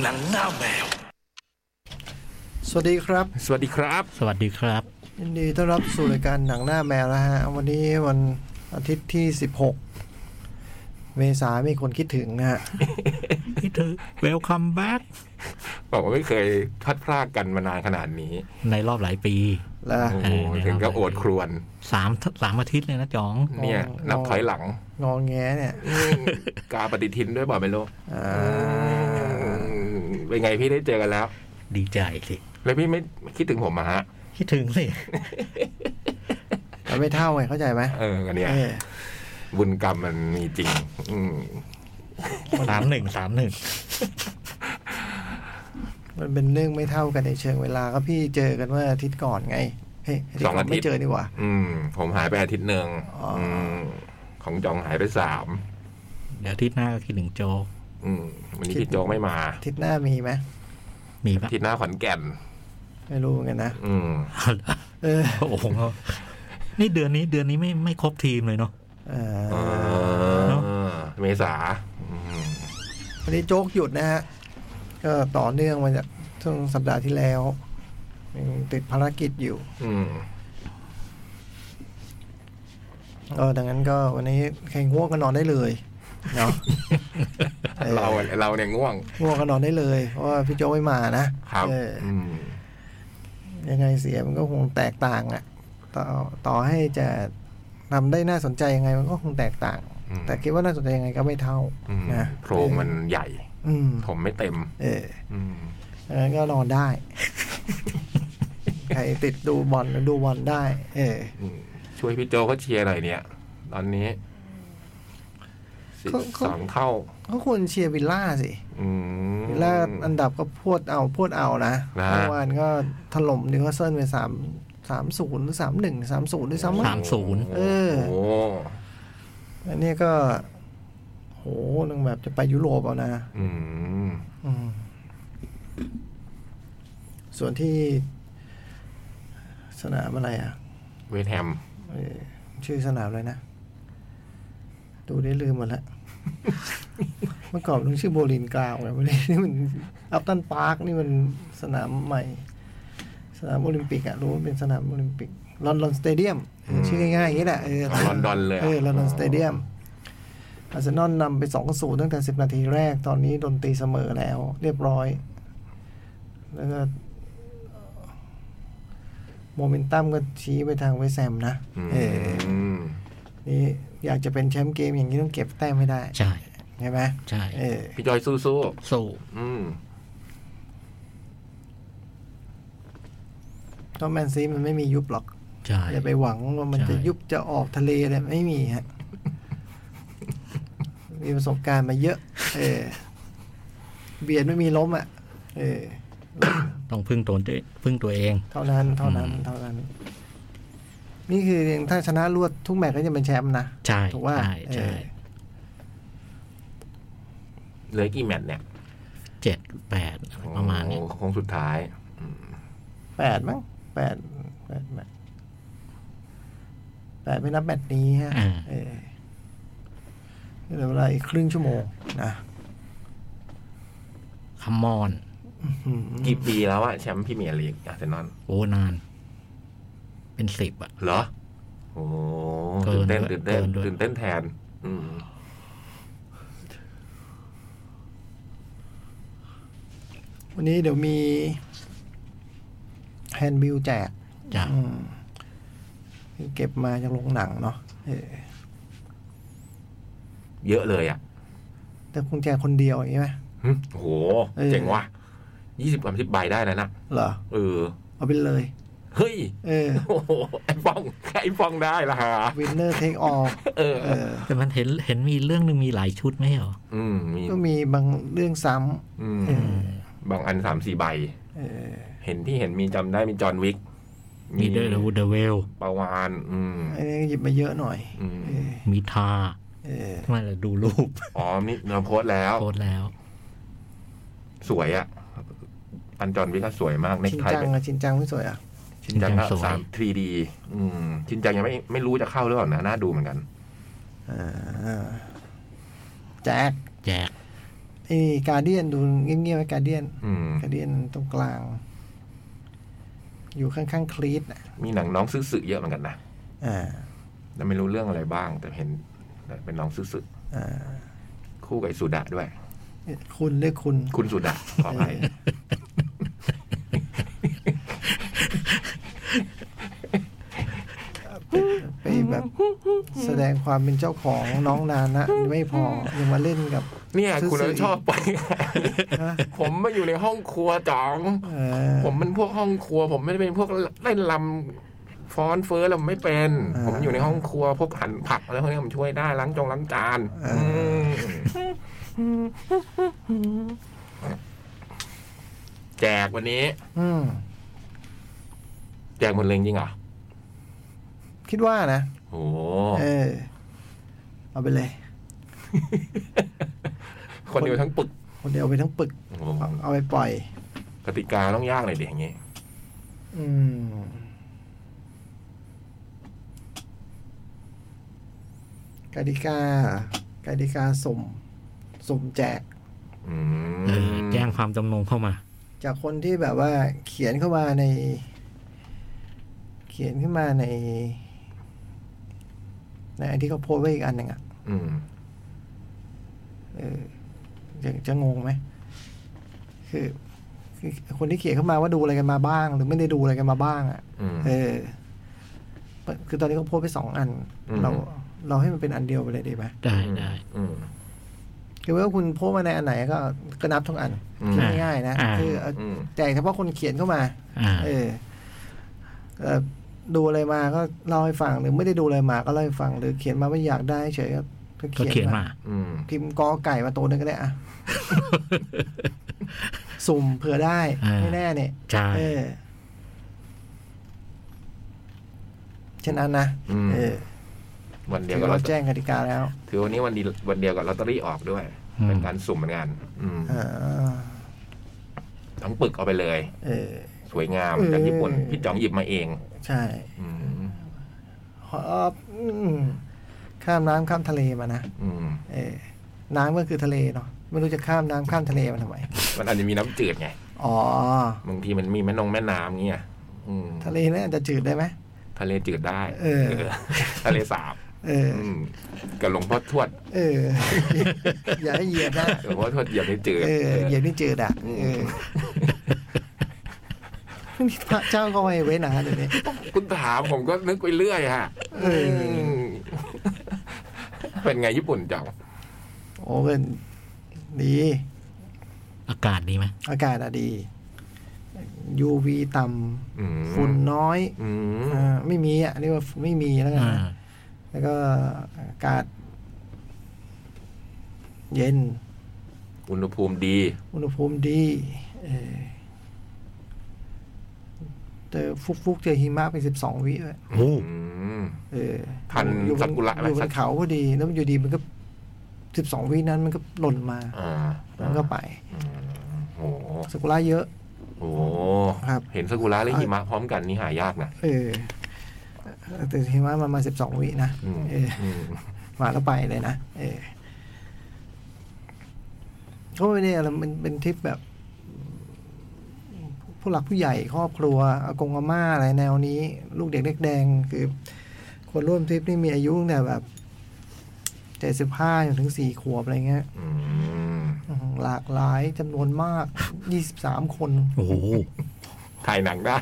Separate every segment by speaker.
Speaker 1: หนังหน้าแมว
Speaker 2: สวัสดีครับ
Speaker 3: สวัสดีครับ
Speaker 4: สวัสดีครับ
Speaker 2: ยินดีต้อนรับสู่รายการหนังหน้าแมวนะฮะ วันนี้วันอาทิตย์ที่ 16 เมษามีคนคิดถึงนะฮะ
Speaker 4: พี่เธอ welcome back
Speaker 3: บอกว่าไม่เคยพลัดพรากกันมานานขนาดนี้
Speaker 4: ในรอบหลายปี
Speaker 2: และ
Speaker 3: โอ้โห
Speaker 4: เออ
Speaker 3: ถึงกับโอดครวน
Speaker 4: สามสามอาทิตย์เลยนะจ๋อง
Speaker 3: เนี่ย นับถอยหลัง
Speaker 2: งองแงเนี่ย
Speaker 3: อืมกาปฏิทินด้วยบอกไม่รู้
Speaker 2: อ่า
Speaker 3: เป็นไงพี่ได้เจอกันแล้ว
Speaker 4: ดีใจสิ
Speaker 3: แล้วพี่ไม่คิดถึงผมอะฮะ
Speaker 4: คิดถึงสิ
Speaker 2: แต่ไม่เท่าไงเข้าใจไหม
Speaker 3: เออกันเนี่ย
Speaker 2: เออ
Speaker 3: บุญกรรมมันมีจริง อืม
Speaker 4: สามหนึ่งสามหนึ่ง
Speaker 2: มันเป็นเรื่องไม่เท่ากันในเชิงเวลาก็พี่เจอกันเมื่ออาทิตย์ก่อนไง เฮ้ยอาทิต
Speaker 3: สอง
Speaker 2: ย์ก่อ
Speaker 3: อาน ทิต
Speaker 2: ไม่
Speaker 3: ย์
Speaker 2: เจอดีกว่า
Speaker 3: อืม ผมหายไปอาทิตย์หนึ่ง
Speaker 2: อ๋ออื
Speaker 3: มของจองหายไปสาม
Speaker 4: เดี๋ยวอาทิตย์หน้าก็คิดถึงโจ
Speaker 3: อืมวันนี้พี่โจงไม่มา
Speaker 2: อาทิตย์หน้ามีไหม
Speaker 4: มี
Speaker 3: อา
Speaker 4: ปะ
Speaker 3: ทิตย์หน้าขอนแก่น
Speaker 2: ไม่รู้เหมือนกันนะ
Speaker 3: อืม
Speaker 4: เอาเหรอ
Speaker 2: เออ
Speaker 4: โอ้โหนี่เดือนนี้เดือนนี้ไม่ไม่ครบทีมเลยเนาะ
Speaker 2: เอ่อ
Speaker 3: เออเมษาอืม
Speaker 2: วันนี้โจ๊กหยุดนะฮะ ก็ต่อเนื่องมาจากช่วงสัปดาห์ที่แล้วยังติดภารกิจอยู่
Speaker 3: อืม
Speaker 2: เออดังนั้นก็วันนี้ใครง่วงก็นอนได้เลยเนาะ ออ
Speaker 3: เราเราเนี่ยง่วง
Speaker 2: ง่วงก็นอนได้เลยเพราะว่าพี่โจไม่มานะครับ เอออ
Speaker 3: ม
Speaker 2: ยังไงเสียมันก็คงแตกต่างอะต่อต่อให้จะทำได้น่าสนใจยังไงมันก็คงแตกต่าง แต่คิดว่าน่าสนใจยังไงก็ไม่เท่า
Speaker 3: อืม
Speaker 2: นะ
Speaker 3: โครงมันใหญ่
Speaker 2: อืม
Speaker 3: ผมไม่เต็ม
Speaker 2: เออ
Speaker 3: อืม
Speaker 2: ดังนั้นก็นอนได้ ใครติดดูบอลก็ดูบอลได้ เออ
Speaker 3: อืมช่วยพี่โจเขาเชียร์หน่อยเนี่ย ตอนนี้สิบ
Speaker 2: เขา
Speaker 3: ส
Speaker 2: เขา
Speaker 3: องเท่า
Speaker 2: ก็ควรเชียร์วิลล่าสิ
Speaker 3: อืม
Speaker 2: วิลล่าอันดับก็พวดเอาพวดเอานะ
Speaker 3: นะ
Speaker 2: เมื่อวานก็ถล่มนิวคาสเซิลไปสามสามศูนย์หรือสามหนึ่งสามศูนย์ด้วยซ้ำ
Speaker 4: สา
Speaker 2: มั้ง
Speaker 4: ม ศูนย์
Speaker 2: เอ
Speaker 3: โอ้โห
Speaker 2: ออันนี้ก็ โหนึงแบบจะไปยุโรปเอานะ
Speaker 3: อืม
Speaker 2: อืมส่วนที่สนามอะไรอ่ะ
Speaker 3: เวทแฮม
Speaker 2: เอ่อชื่อสนามเลยนะ ดูได้ลืมหมด ละเมื่อก่อนมันชื่อโบลินกราวไงวันนี้นี่มันอัปตันพาร์คนี่มันสนามใหม่ สนามโอลิมปิกอะรู้ว่าเป็นสนามโอลิมปิกลอนดอนสเตเดียมชื่อง่ายๆอย่างนี้แหละเออ
Speaker 3: ของลอนดอนเลยะ
Speaker 2: เออลอนดอนสเตเดียม อาร์เซนอลนำไปสองศูนย์ตั้งแต่สิบนาทีแรก ตอนนี้โดนตีเสมอแล้ว เรียบร้อย แล้วก็โมเมนตัมก็ชี้ไปทางเวสต์แซมนะ
Speaker 3: อืม
Speaker 2: เออ นี่อยากจะเป็นแชมป์เกมอย่างนี้ต้องเก็บแต้มไม่ได้
Speaker 4: ใช่
Speaker 2: ใช่ไหม
Speaker 4: ใช่
Speaker 2: เออ
Speaker 3: พี่จอยสู้
Speaker 4: สู้
Speaker 3: ๆอืม
Speaker 2: ก็แมนซีมันไม่มียุบหรอก
Speaker 4: ใช่
Speaker 2: อย่าไปหวังว่ามัน
Speaker 4: ใช่
Speaker 2: จะยุบจะออกทะเลอะไรไม่มีฮะ มีประสบการณ์มาเยอะ เออ เบียดไม่มีล้มอ่ะ เออ
Speaker 4: ต้องพึ่งตนเองพึ่งตัวเอง
Speaker 2: เท่านั้น เท่านั้น เท่านั้น นี่คืออย่างถ้าชนะรวดทุกแมตช์ก็จะเป็นแชมป์นะ
Speaker 4: ใช่
Speaker 2: ถูกว่า
Speaker 4: ใช่
Speaker 2: เอ
Speaker 4: ใช่
Speaker 2: อ
Speaker 3: เหลือกี่แมตช์เนี่ย
Speaker 4: เจ็ดแปดอะไรประมาณเนี้ย
Speaker 3: โอ้โหโค้งสุดท้าย
Speaker 2: แปดมั้งแปดแปดแมตช์แปดไม่นับแมตช์นี้ฮะ เออเหลือเวลาอีกครึ่งชั่วโมงนะ
Speaker 4: คัมมอน
Speaker 2: อืม
Speaker 3: กี่ปีแล้วอะแชมป์พรีเมียร์ลีกอาร์เซนอล
Speaker 4: โอ้นาน เป็นสิบอะ
Speaker 3: เหรอ โอ้โห
Speaker 4: เกิ
Speaker 3: ตื่น
Speaker 4: น
Speaker 3: เต้น
Speaker 4: ด้วย
Speaker 3: ตื่นเต้น
Speaker 4: เกินด้วย
Speaker 3: ตื่นเต้นแทน อืม
Speaker 2: วันนี้เดี๋ยวมีแฮนด์บิลแจก
Speaker 4: จ้ะ
Speaker 2: อืมเก็บมาจากโรงหนังเนาะเออ
Speaker 3: เยอะเลยอ่ะ
Speaker 2: แต่คงแจกคนเดียวอย่างนี้ไหม
Speaker 3: หึโอ้โห
Speaker 2: เออ
Speaker 3: เจ๋งว่ะยี่สิบสามสิบใบได้แล้วนะ
Speaker 2: เหรอ
Speaker 3: เออ
Speaker 2: เอาไปเลย
Speaker 3: เฮ้ย
Speaker 2: เออ
Speaker 3: โอ้โห ไอ้ป้อง ไอ้ป้องได้ละฮะ
Speaker 2: วินเนอร์เทคออ
Speaker 3: เออ
Speaker 2: เออ
Speaker 4: แต่มันเห็นเห็นมีเรื่องหนึ่งมีหลายชุดไหมเหรอ
Speaker 3: อืม มี
Speaker 2: ก็มีบางเรื่องซ้
Speaker 3: อืม
Speaker 2: ำเออบ
Speaker 3: างอันสามสี่ใบ
Speaker 2: เออ
Speaker 3: เห็นที่เห็นมีจำได้มีจอห์นวิก
Speaker 4: มีเดอร์วูดเวล
Speaker 3: ประวานอืม
Speaker 2: ไอ้นี่ก็หยิบมาเยอะหน่อย
Speaker 3: อืม
Speaker 2: เออ
Speaker 4: มีทา
Speaker 2: เออ
Speaker 4: ไม่ละดูรู ป
Speaker 3: อ๋อ นี่เราโพสต์แล้ว
Speaker 4: โพสต์แล้ว
Speaker 3: สวยอ่ะ อันจอห์นวิกก็สวยมากใน
Speaker 2: ชิน
Speaker 3: ไทย
Speaker 2: จัง
Speaker 3: เป็น
Speaker 2: อะชินจังไม่สวยอ่ะ
Speaker 3: ชินจังก็
Speaker 4: ชินจังสวย
Speaker 3: สาม 3D อืม ชินจังยังไม่ไม่รู้จะเข้าหรือเปล่านะ น่าดูเหมือนกัน
Speaker 2: อ่าแจก
Speaker 4: แจก
Speaker 2: ไอ้การเดียนดูเงียบๆไว้การเดียน
Speaker 3: อืม
Speaker 2: การเดียนตรงกลาง อยู่ข้างๆคลีตน่ะ
Speaker 3: มีหนังน้องซื้อสึเยอะเหมือนกันนะ
Speaker 2: อ่า
Speaker 3: แต่ไม่รู้เรื่องอะไรบ้าง แต่เห็นเป็นน้องซื้อสึ
Speaker 2: อ่า
Speaker 3: คู่กับไอ้สุดาด้วย
Speaker 2: คุณเรียกคุณ
Speaker 3: คุณสุดาขออภัย
Speaker 2: ไปแบบแสดงความเป็นเจ้าของน้องนานะไม่พอยังมาเล่นกับ
Speaker 3: เนี่ย
Speaker 2: ซื้อ
Speaker 3: คุณ
Speaker 2: สึ
Speaker 3: ชอบไป
Speaker 2: ฮะ
Speaker 3: ผมมาอยู่ในห้องครัวจ๋อง
Speaker 2: เออ
Speaker 3: ผมเป็นพวกห้องครัว ผมไม่ได้เป็นพวกเล่นลำฟ้อนเฟ้อลำไม่เป็น
Speaker 2: อ่า
Speaker 3: ผมอยู่ในห้องครัว พวกหั่นผักอะไรพวกนี้ผมช่วยได้ล้างจงล้างจาน
Speaker 2: อ่า
Speaker 3: มแจกวันนี้
Speaker 2: อืม
Speaker 3: แจกหมดเลยจริงเหรอ
Speaker 2: คิดว่านะ
Speaker 3: โอ้โห
Speaker 2: เออ เอาไปเลย
Speaker 3: คนเดียวทั้งปึก
Speaker 2: คนเดียวเอาไปทั้งปึก
Speaker 3: โอ้โห
Speaker 2: เอาไปปล่อย
Speaker 3: กติกาต้องยากหน่อยดิอย่างงี้
Speaker 2: อืม กติกากติกาสมสมแจก
Speaker 3: อืม
Speaker 4: เออแจ้งความจำนงเข้ามา
Speaker 2: จากคนที่แบบว่าเขียนเข้ามาใน เขียนขึ้นมาใน ในอันที่เขาโพสต์ไว้อีกอันหนึ่งอ่ะ
Speaker 3: อืม
Speaker 2: เออจะจะงงไหมคือคือคนที่เขียนเข้ามาว่าดูอะไรกันมาบ้าง หรือไม่ได้ดูอะไรกันมาบ้างอ่ะ
Speaker 3: อืม
Speaker 2: เออ คือตอนนี้เขาโพสต์ไปสองอัน
Speaker 3: อืม
Speaker 2: เรา เราให้มันเป็นอันเดียวไปเลยดีไหม
Speaker 4: ได้ได้
Speaker 3: อืม
Speaker 2: คือว่าคุณโพสต์มาในอันไหนก็ก็นับทุกอัน
Speaker 3: อืม
Speaker 2: ง่ายๆนะคือเอา
Speaker 3: อืม
Speaker 2: แต่เฉพาะคนเขียนเข้ามา
Speaker 4: อ่า
Speaker 2: เออเอ่อดูอะไรมาก็เล่าให้ฟังหรือไม่ได้ดูอะไรมาก็เล่าให้ฟัง หรือเขียนมาว่าอยากได้เฉยก็
Speaker 4: ก็เขียนมา
Speaker 3: อืม
Speaker 2: พิมพ์กอไก่มาตัวหนึงก็ได้ อะ สุ่มเผื่อได้
Speaker 4: อ่า
Speaker 2: ไม่แน่เนี่ย
Speaker 4: ใช่
Speaker 2: เออฉะนั้นนะ
Speaker 3: อืม
Speaker 2: เออ
Speaker 3: วันเดียว
Speaker 2: ถื
Speaker 3: กับ
Speaker 2: อ
Speaker 3: เรา
Speaker 2: ว่าแจ้งกติกาแล้ว
Speaker 3: ถือวันนี้วันดีวันเดียวกับลอตเตอรี่ออกด้วย
Speaker 4: อื
Speaker 3: เป็
Speaker 4: ม
Speaker 3: นการสุ่มเหมือนกันอืม
Speaker 2: อ่า
Speaker 3: ทั้งปึกเอาไปเลย
Speaker 2: เออ
Speaker 3: สวยงาม
Speaker 2: เออ
Speaker 3: จากญี่ปุ่น พี่จ๋องหยิบมาเอง
Speaker 2: ใช่
Speaker 3: อืม
Speaker 2: ขออืมข้ามน้ำข้ามทะเลมานะ
Speaker 3: อืม
Speaker 2: เออน้ำก็คือทะเลเนาะไม่รู้จะข้ามน้ำข้ามทะเลมาทำไม
Speaker 3: มันอาจจะมีน้ำจืดไง
Speaker 2: อ๋อ
Speaker 3: บางทีมันมีแม่นงแม่น้ำเงี้ยอืม
Speaker 2: ทะเลน่าจะจืดได้ไหม
Speaker 3: ทะเลจืดได้
Speaker 2: เออ
Speaker 3: เออ ทะเลสาบ
Speaker 2: เออ
Speaker 3: อืมกับหลวงพ่อทวด
Speaker 2: เออ อย่าให้เหยียบนะ
Speaker 3: หลวงพ่อทวดเหยียบในจืด
Speaker 2: เออ เหยียบนี่จืดอ่ะ เออ นี่พระเจ้าก็ไม่เว้นนะเดี๋ยวนี้
Speaker 3: คุณถามผมก็นึกไปเรื่อยฮะ
Speaker 2: เอออื
Speaker 3: ม เป็นไงญี่ปุ่นจ๋อง
Speaker 2: โอ้กันดี
Speaker 4: อากาศดีไหม
Speaker 2: อากาศอะดี UV ต่
Speaker 3: อืม
Speaker 2: ำฝุ่นน้อย
Speaker 3: อืม
Speaker 2: อ่าไม่มีอ่ะเรียกว่าไม่มีแล้วกัน
Speaker 4: อ่า
Speaker 2: นะแล้วก็อากาศ เย็น
Speaker 3: อุณหภูมิดี
Speaker 2: อุณหภูมิดี เออเจอฟุกฟุกๆเจอหิมะไปสิบสองวิด้วย
Speaker 4: โอ้
Speaker 3: อืม
Speaker 2: เออ
Speaker 3: พัน
Speaker 2: อยู่บ
Speaker 3: ซากุระไหม
Speaker 2: อยู่บ
Speaker 3: ซาน กุ
Speaker 2: เขาพอดี แล้วมันอยู่ดีมันก็สิบสองวินั้นมันก็หล่นมา
Speaker 3: อ่า
Speaker 2: แล้วก็ไป
Speaker 3: อืมโอ้โห
Speaker 2: ซากุระเยอะ
Speaker 3: โอ้โห
Speaker 2: ครับ
Speaker 3: เห็นซากุระและหิมะพร้อมกันนี่หายากนะ
Speaker 2: เออแต่หิมะมันมาสิบสองวินะ
Speaker 3: อืม
Speaker 2: เออ
Speaker 3: อืม
Speaker 2: มาแล้วไปเลยนะเออก็ไม่ได้อะไรมันเป็นทริปแบบ ผู้หลักผู้ใหญ่ครอบครัวอากงอาม่าอะไรแนวนี้ ลูกเด็กเล็กแดง คือ คนร่วมทริปนี่มีอายุตั้งแต่แบบเจ็ดสิบห้าจนถึงสี่ขวบอะไรเงี้ย
Speaker 3: อืม
Speaker 2: อืมหลากหลายจำนวนมากยี่สิบสามคน
Speaker 4: โอ้โห
Speaker 3: ถ่ายหนังได้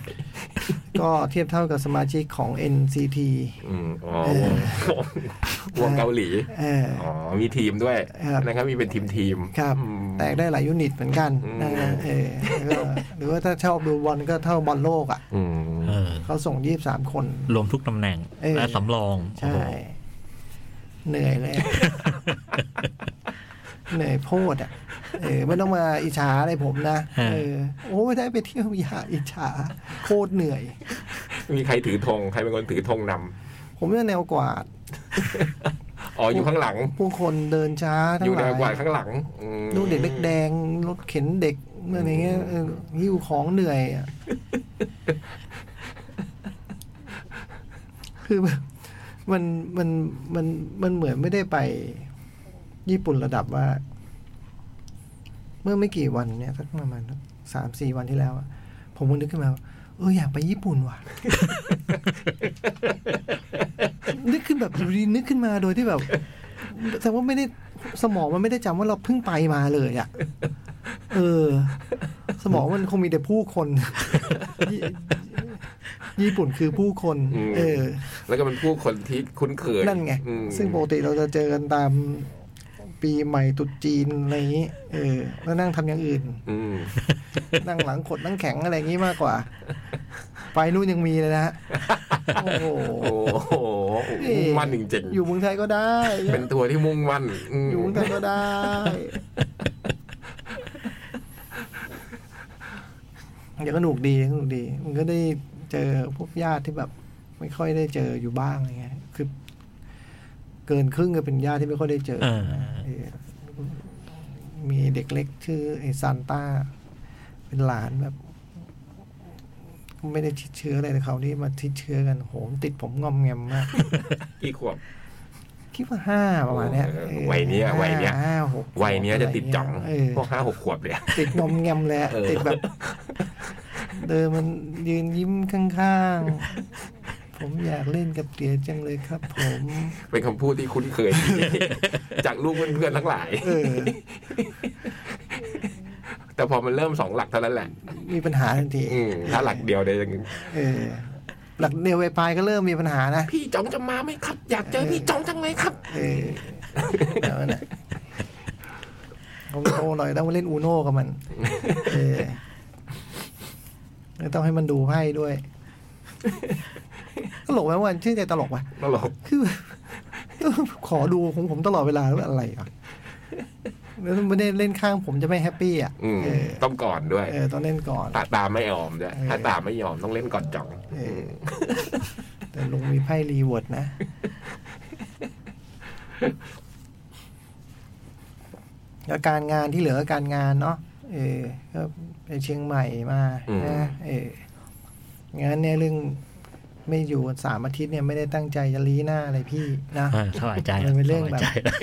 Speaker 2: ก็เทียบเท่ากับสมาชิกของ NCT
Speaker 3: อืมอ๋อวงวงเกาหลี
Speaker 2: เออ
Speaker 3: อ๋อ มีทีมด้วย
Speaker 2: ครับ
Speaker 3: นะครับ มีเป็นทีมทีม
Speaker 2: ครับ
Speaker 3: อืม
Speaker 2: แตกได้หลายยูนิตเหมือนกัน
Speaker 3: อืม
Speaker 2: นะฮะเออแล้วก็หรือว่าถ้าชอบดูบอลก็เท่าบอลโลกอ่ะ
Speaker 3: อืม
Speaker 4: เออ
Speaker 2: เขาส่งยี่บสามคน
Speaker 4: รวมทุกตำแหน่ง
Speaker 2: เออ
Speaker 4: และสำรองโอ้
Speaker 2: ใช่
Speaker 4: โห
Speaker 2: เหนื่อยเลย เหนื่อยโพดอ่ะ เออไม่ต้องมาอิจฉาอะไรผมนะ เออ โอ้ยได้ไปเที่ยวอย่าอิจฉาโคตรเหนื่อย
Speaker 3: มีใครถือธง ใครเป็นคนถือธงนำ
Speaker 2: ผมเนี่ยแนวกวาด
Speaker 3: อ๋อ อยู่ข้างหลัง
Speaker 2: ผู้คนเดินช้า
Speaker 3: อ
Speaker 2: ทั้
Speaker 3: งยู่
Speaker 2: ห
Speaker 3: ใน
Speaker 2: ลาย
Speaker 3: กวาดข้างหลังอืม
Speaker 2: ลูกเด็กเล็กแดง รถเข็นเด็กอะไรเงี้ยเออหิ้วของเหนื่อยอ่ะ คือแบบมันมันมันมันเหมือนไม่ได้ไป ญี่ปุ่นระดับว่า เมื่อไม่กี่วันเนี่ยสักประมาณสามสี่วันที่แล้วอะผมก็นึกขึ้นมาว่าเอออยากไปญี่ปุ่นว่ะ นึกขึ้นแบบอยู่ดีนึกขึ้นมาโดยที่แบบแต่ว่าไม่ได้สมองมันไม่ได้จำว่าเราเพิ่งไปมาเลยอะเออ สมองมันคงมีแต่ผู้คน ญี่ญี่ปุ่นคือผู้คน
Speaker 3: อืม
Speaker 2: เออ
Speaker 3: แล้วก็เป็นผู้คนที่คุ้นเคย
Speaker 2: นั่นไง
Speaker 3: อืม
Speaker 2: ซึ่งปกติเราจะเจอกันตามปีใหม่ตรุษจีนอะไรอย่างนี้ เออ แล้วนั่งทำอย่างอื่น
Speaker 3: อืม
Speaker 2: นั่งหลังขดนั่งแข็งอะไรอย่างนี้มากกว่า ไปนู่นยังมีเลยนะฮะโอ้โห
Speaker 3: โอ้โหมุ่ง มั่นจริง
Speaker 2: อยู่เมืองไทยก็ได้
Speaker 3: ๆเป็นตัวที่มุ่งมั่นม
Speaker 2: อยู่เมืองไทยก็ได้ เดี๋ยวก็หนุกดีหนุกดี มันก็ได้เจอพวกญาติที่แบบ ไม่ค่อยได้เจออยู่บ้างอะไรเงี้ยคือ เกินครึ่งก็เป็นญาติที่ไม่ค่อยได้เจอ
Speaker 4: เออ
Speaker 2: เออมีเด็กเล็กชื่อไอ้ซานต้า เป็นหลานแบบ ไม่ได้ติดเชื้ออะไรแต่เขานี่มาติดเชื้อกันโหมติดผมงอมแงมมาก
Speaker 3: กี่ขวบ
Speaker 2: คิดว่าห้าประมาณเนี้ย
Speaker 3: เออ
Speaker 2: ออ
Speaker 3: วัยเนี้ยวัยเนี้ย
Speaker 2: ห้าหก
Speaker 3: วัยเนี้ยจะติดจ่อง
Speaker 2: เออ
Speaker 3: พวกห้าหกขวบเลยอะ
Speaker 2: ติดงอมแงมเลยอะ
Speaker 3: เออ
Speaker 2: ติดแบบ เดินมันยืนยิ้มข้างๆ ผมอยากเล่นกับเตี๋ยจังเลยครับผม
Speaker 3: เป็นคำพูดที่คุ้นเคย จากลูกเพื่อนๆทั้งหลาย
Speaker 2: เออ
Speaker 3: แต่พอมันเริ่มสองหลักเท่านั้นแหละ
Speaker 2: มีปัญหาทันที
Speaker 3: อืมถ้าหลักเดียวเดี๋ยวจะ
Speaker 2: เออ หลักเดียวไปปลายก็เริ่มมีปัญหานะ
Speaker 3: พี่จ๋องจะมาไหมครับ อยากเจอพี่จ๋องจังเลยครับ
Speaker 2: เออแล้วนั่นแหละผมโตหน่อยต้องมาเล่นอูโน่กับมัน เออแล้วต้องให้มันดูไพ่ด้วยตลกไหมวันชื่นใจตลกว่ะ
Speaker 3: ตลก
Speaker 2: คือขอดูของผมตลอดเวลาแล้วอะไรอ่ะแล้วไม่ได้เล่นข้างผมจะไม่แฮปปี้อ่ะ
Speaker 3: อืม
Speaker 2: เออ
Speaker 3: ต้องก่อนด้วย
Speaker 2: เออต้องเล่นก่อน
Speaker 3: ตาตามไม่ยอมด้วย
Speaker 2: เออ
Speaker 3: ถ้าตามไม่ยอมต้องเล่นก่อนจ่อง
Speaker 2: เออ
Speaker 3: ม
Speaker 2: อืแต่ลุงมีไพ่รีเวิร์ดนะ แล้วการงานที่เหลือก็การงานเนาะเออก็ไปเชียงใหม่มานะเอองั้นเนี่ยเรื่องไม่อยู่สามอาทิตย์เนี่ยไม่ได้ตั้งใจจะลีหน้าอะไรพี่นะ
Speaker 4: อ่าสบายใจ
Speaker 2: มันเป็นเรื่องแบบ
Speaker 4: สา
Speaker 2: บ
Speaker 4: ยใจแล้ว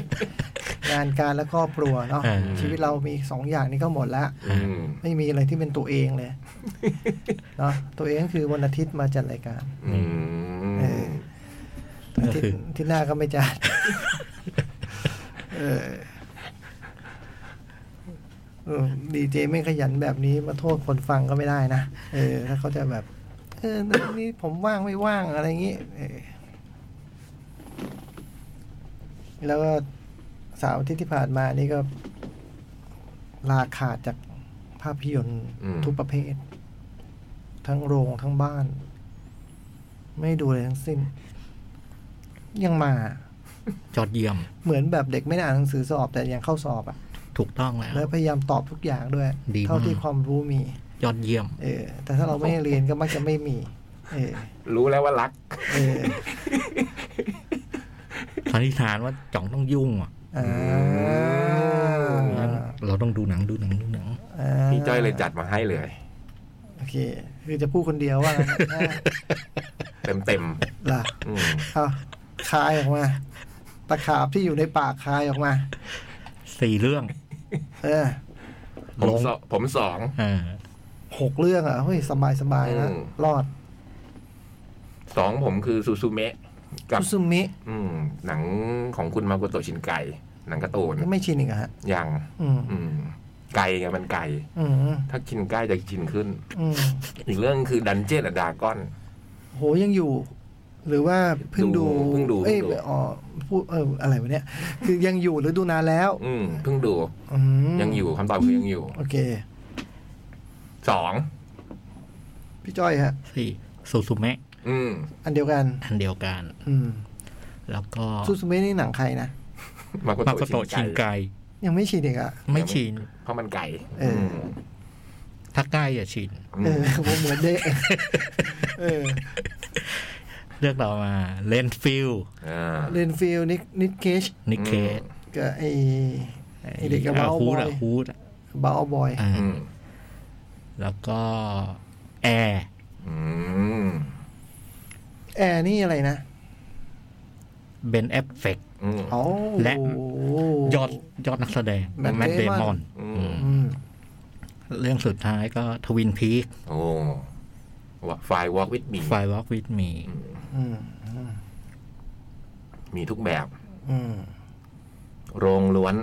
Speaker 2: งานการและครอบครัวเนาะ
Speaker 4: อ่า
Speaker 2: ชีวิตเรามีสองอย่างนี้ก็หมดแล้ว
Speaker 3: อืม
Speaker 2: ไม่มีอะไรที่เป็นตัวเองเลย เนาะตัวเองก็คือวันอาทิตย์มาจัดรายการ
Speaker 3: อื
Speaker 2: เออ
Speaker 3: ม
Speaker 2: อาทิตย์อาที่หน้าก็ไม่จัด เออดีเจไม่ขยันแบบนี้มาโทษคนฟังก็ไม่ได้นะ เออ ถ้าเขาจะแบบ เออนี่ผมว่างไม่ว่างอะไรอย่างนี้เออแล้วก็เสาวที่ที่ผ่านมานี่ก็ลาขาดจากภาพยนตร์ทุกประเภท ทั้งโรงทั้งบ้าน ไม่ดูเลยทั้งสิ้น ยังมา
Speaker 4: ยอดเยี่ยม
Speaker 2: เหมือนแบบเด็กไม่ได้อ่านหนังสือสอบแต่ยังเข้าสอบอะ่ะ
Speaker 4: ถูกต้องแล้ว
Speaker 2: แล้วพยายามตอบทุกอย่างด้วย
Speaker 4: ดีมาก
Speaker 2: เท่าที่ความรู้มี
Speaker 4: ยอดเยี่ยม
Speaker 2: เออ แต่ถ้าเราไม่ได้เรียนก็มักจะไม่มี เออ
Speaker 3: รู้แล้วว่ารัก
Speaker 2: เออ
Speaker 4: สันนิษฐานว่าจ่องต้องยุ่งอ่ะ
Speaker 2: อ่า
Speaker 4: งั้นเราต้องดูหนังดูหนังดูหนัง
Speaker 2: อ่า
Speaker 3: พี่จ้อยเลยจัดมาให้เลย
Speaker 2: โอเค คือจะพูดคนเดียวว่างั้นนะ
Speaker 3: เต็มเต็ม
Speaker 2: ล่ะ
Speaker 3: ๆอืม
Speaker 2: เอาคายออกมา ตะขาบที่อยู่ในปากคายออกมา
Speaker 4: สี่เรื่อง
Speaker 2: เออ
Speaker 3: ผม
Speaker 4: ลง
Speaker 3: สองผมสอง
Speaker 4: อ่า
Speaker 2: หกเรื่องอ่ะเฮ้ยสบายสบายๆนะ
Speaker 3: อืม
Speaker 2: รอด
Speaker 3: สองผมคือซูซูเมะกับ
Speaker 2: ซูซูมิ
Speaker 3: อืม หนังของคุณมาโกโตะชินไก หนังการ์ตูน
Speaker 2: ก็ไม่ชินอีกอะฮะ
Speaker 3: ยัง
Speaker 2: อืม
Speaker 3: อืม ไกลไงมันไกล
Speaker 2: อืม
Speaker 3: ถ้าชินใกล้จะชินขึ้น
Speaker 2: อืม
Speaker 3: อีกเรื่องคือดันเจี้ยนดาก้อน
Speaker 2: โหยังอยู่ หรือว่าเพิ่งดู
Speaker 3: ดูเพิ่งดู
Speaker 2: เอ้ย
Speaker 3: เพิ่งดู
Speaker 2: อ๋อพูดเอออะไรวะเนี่ย คือยังอยู่หรือดูนานแล้ว
Speaker 3: อืมเพิ่งดู
Speaker 2: อืม
Speaker 3: ยังอยู่คำตอบคือยังอยู่
Speaker 2: โอเค
Speaker 3: สอง
Speaker 2: พี่จ้อยฮะ
Speaker 4: สี่ซูซูเมะ
Speaker 3: อืม
Speaker 2: อันเดียวกัน
Speaker 4: อันเดียวกัน
Speaker 2: อืม
Speaker 4: แล้วก็
Speaker 2: ซูซูเมะนี่หนังใครนะ
Speaker 3: มาโก
Speaker 4: มาโกโตะ
Speaker 3: โตะ
Speaker 4: ชิ
Speaker 3: ชิ
Speaker 4: น
Speaker 3: น
Speaker 4: ไก
Speaker 3: ไก
Speaker 2: ยังไม่ชินอีกอะ
Speaker 4: ไม่ชิน
Speaker 3: เพราะมันไกล
Speaker 2: เอออื
Speaker 3: ม
Speaker 4: ถ้าใกล้อย่าชิน
Speaker 3: อืม
Speaker 2: เออผมเหมือนเด้เออ
Speaker 4: เลือกเรามาเลนฟิล
Speaker 3: อ่า
Speaker 2: เรนฟิลนิกนิกเคช
Speaker 4: นิเคส
Speaker 2: กับไอ ไอ้เด็กกับ Wild
Speaker 4: ฮูด
Speaker 2: Boy
Speaker 4: อะฮูดอะ
Speaker 2: บาอบอย
Speaker 4: อ่า
Speaker 3: อืม
Speaker 4: แล้วก็แอร์
Speaker 3: อืม
Speaker 2: แอร์นี่อะไรนะ
Speaker 4: เบนแอฟเฟกต์
Speaker 3: อืม
Speaker 2: อ๋อ
Speaker 4: และ ยอดยอดนักแสดง
Speaker 2: แมตต์
Speaker 4: แมตต์เด
Speaker 2: เดมอน
Speaker 4: มอน
Speaker 3: อืม
Speaker 2: อืม
Speaker 4: เรื่องสุดท้ายก็ทวินพีค
Speaker 3: โอ้วะไฟล์ walk with me
Speaker 4: ไฟวอล์กวิดมี
Speaker 2: อืมอืม
Speaker 3: มีทุกแบบ
Speaker 2: อืม
Speaker 3: โรงล้วน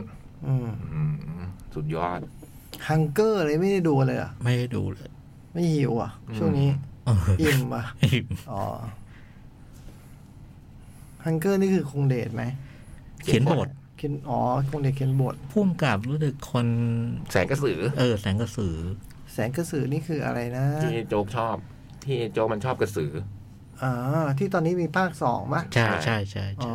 Speaker 2: อืม
Speaker 3: อืม สุดยอด
Speaker 2: ฮังเกอร์อะไรไม่ได้ดูเลยเหรอ่ะ
Speaker 4: ไม่ได้ดูเลย
Speaker 2: ไม่หิวอ่ะ ช่วงนี้
Speaker 4: เออ
Speaker 2: อิ่มอ่ะ
Speaker 4: อิ่ม
Speaker 2: อ๋อ ฮังเกอร์นี่คือคงเดทไหม
Speaker 4: เขียนบท
Speaker 2: เขียนอ๋อ คงเดทเขียนบท
Speaker 4: พุ่มกับรู้สึกคน
Speaker 3: แสงกระสือ
Speaker 4: เออ แสงกระสือ
Speaker 2: แสงกระสือนี่คืออะไรนะ
Speaker 3: ที่โจ๊กชอบ ที่โจ๊กมันชอบกระสือ
Speaker 2: อ๋อที่ตอนนี้มีภาคสองมะ
Speaker 4: ใช่ใช่ใช่
Speaker 2: อ๋อ
Speaker 4: ใช่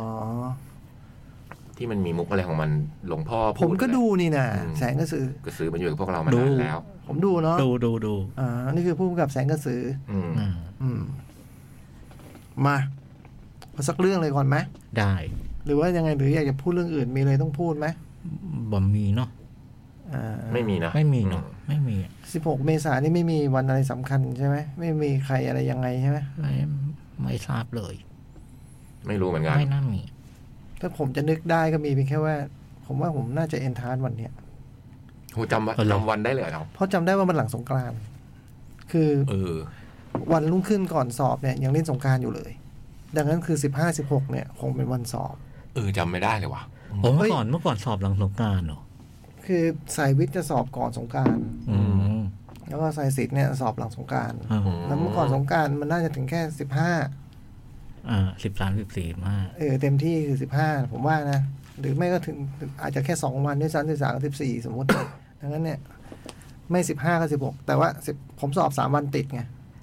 Speaker 3: ที่มันมีมุกอะไรของมันหลวงพ่อ
Speaker 2: ผม
Speaker 3: พู
Speaker 2: ก็
Speaker 3: อะ
Speaker 2: ดูนี่นะ
Speaker 3: อืม
Speaker 2: แสงกระสือ
Speaker 3: กระสือมันอยู่กับพวกเรามานานแล้ว
Speaker 2: ผมดูเนาะ
Speaker 4: ดูดูดู
Speaker 2: อ่านี่คือผู้กำกับแสงกระสือ
Speaker 3: อืม
Speaker 4: อ่า
Speaker 2: อืม มาเอาสักเรื่องเลยก่อนไหม
Speaker 4: ได้
Speaker 2: หรือว่ายังไงหรืออยากจะพูดเรื่องอื่นมีอะไรต้องพูดไหม
Speaker 4: บอมมีเนาะ
Speaker 2: อ่า
Speaker 3: ไม่มีนะ
Speaker 4: ไม่มีเนาะไม่มี
Speaker 2: สิบหกเมษายนนี่ไม่มีวันอะไรสำคัญใช่ไหมไม่มีใครอะไรยังไงใช่ไหม
Speaker 4: ไม่ไม่ทราบเลย
Speaker 3: ไม่รู้เหมือนกัน
Speaker 4: ไม่น่ามี
Speaker 2: ถ้าผมจะนึกได้ก็มีเพียงแค่ว่า ผมว่าผมน่าจะเอนทานวันเนี้ย
Speaker 3: โหจำวันจำวันได้เลยเหรอ
Speaker 2: เพราะจำได้ว่ามันหลังสงกรานต์คือ
Speaker 3: เออ
Speaker 2: วันรุ่งขึ้นก่อนสอบเนี่ย ยังเล่นสงกรารอยู่เลย ดังนั้นคือสิบห้าสิบหกเนี่ย คงเป็นวันสอบ
Speaker 3: เออจำไม่ได้เลยว่ะ
Speaker 4: โอ้เมื่อก่อนเมื่อก่อนสอบหลังสงกรารเหรอ
Speaker 2: คือสายวิทย์จะสอบก่อนสงกราร
Speaker 4: อืม
Speaker 2: แล้วก็สายศิลป์เนี่ยสอบหลังสงกราร
Speaker 4: อ่า
Speaker 2: แล้วเมื่อก่อนสงกรารมันน่าจะถึงแค่สิบห้า
Speaker 4: อ่าสิบสามสิบสี่ห้า
Speaker 2: เออเต็มที่คือสิบห้าผมว่านะ หรือไม่ก็ถึงอาจจะแค่สองวันด้วยซ้ำสิบสามสิบสี่สมมติ ดังนั้นเนี่ย ไม่สิบห้าก็สิบหกแต่ว่าสิบผมสอบสามวันติดไง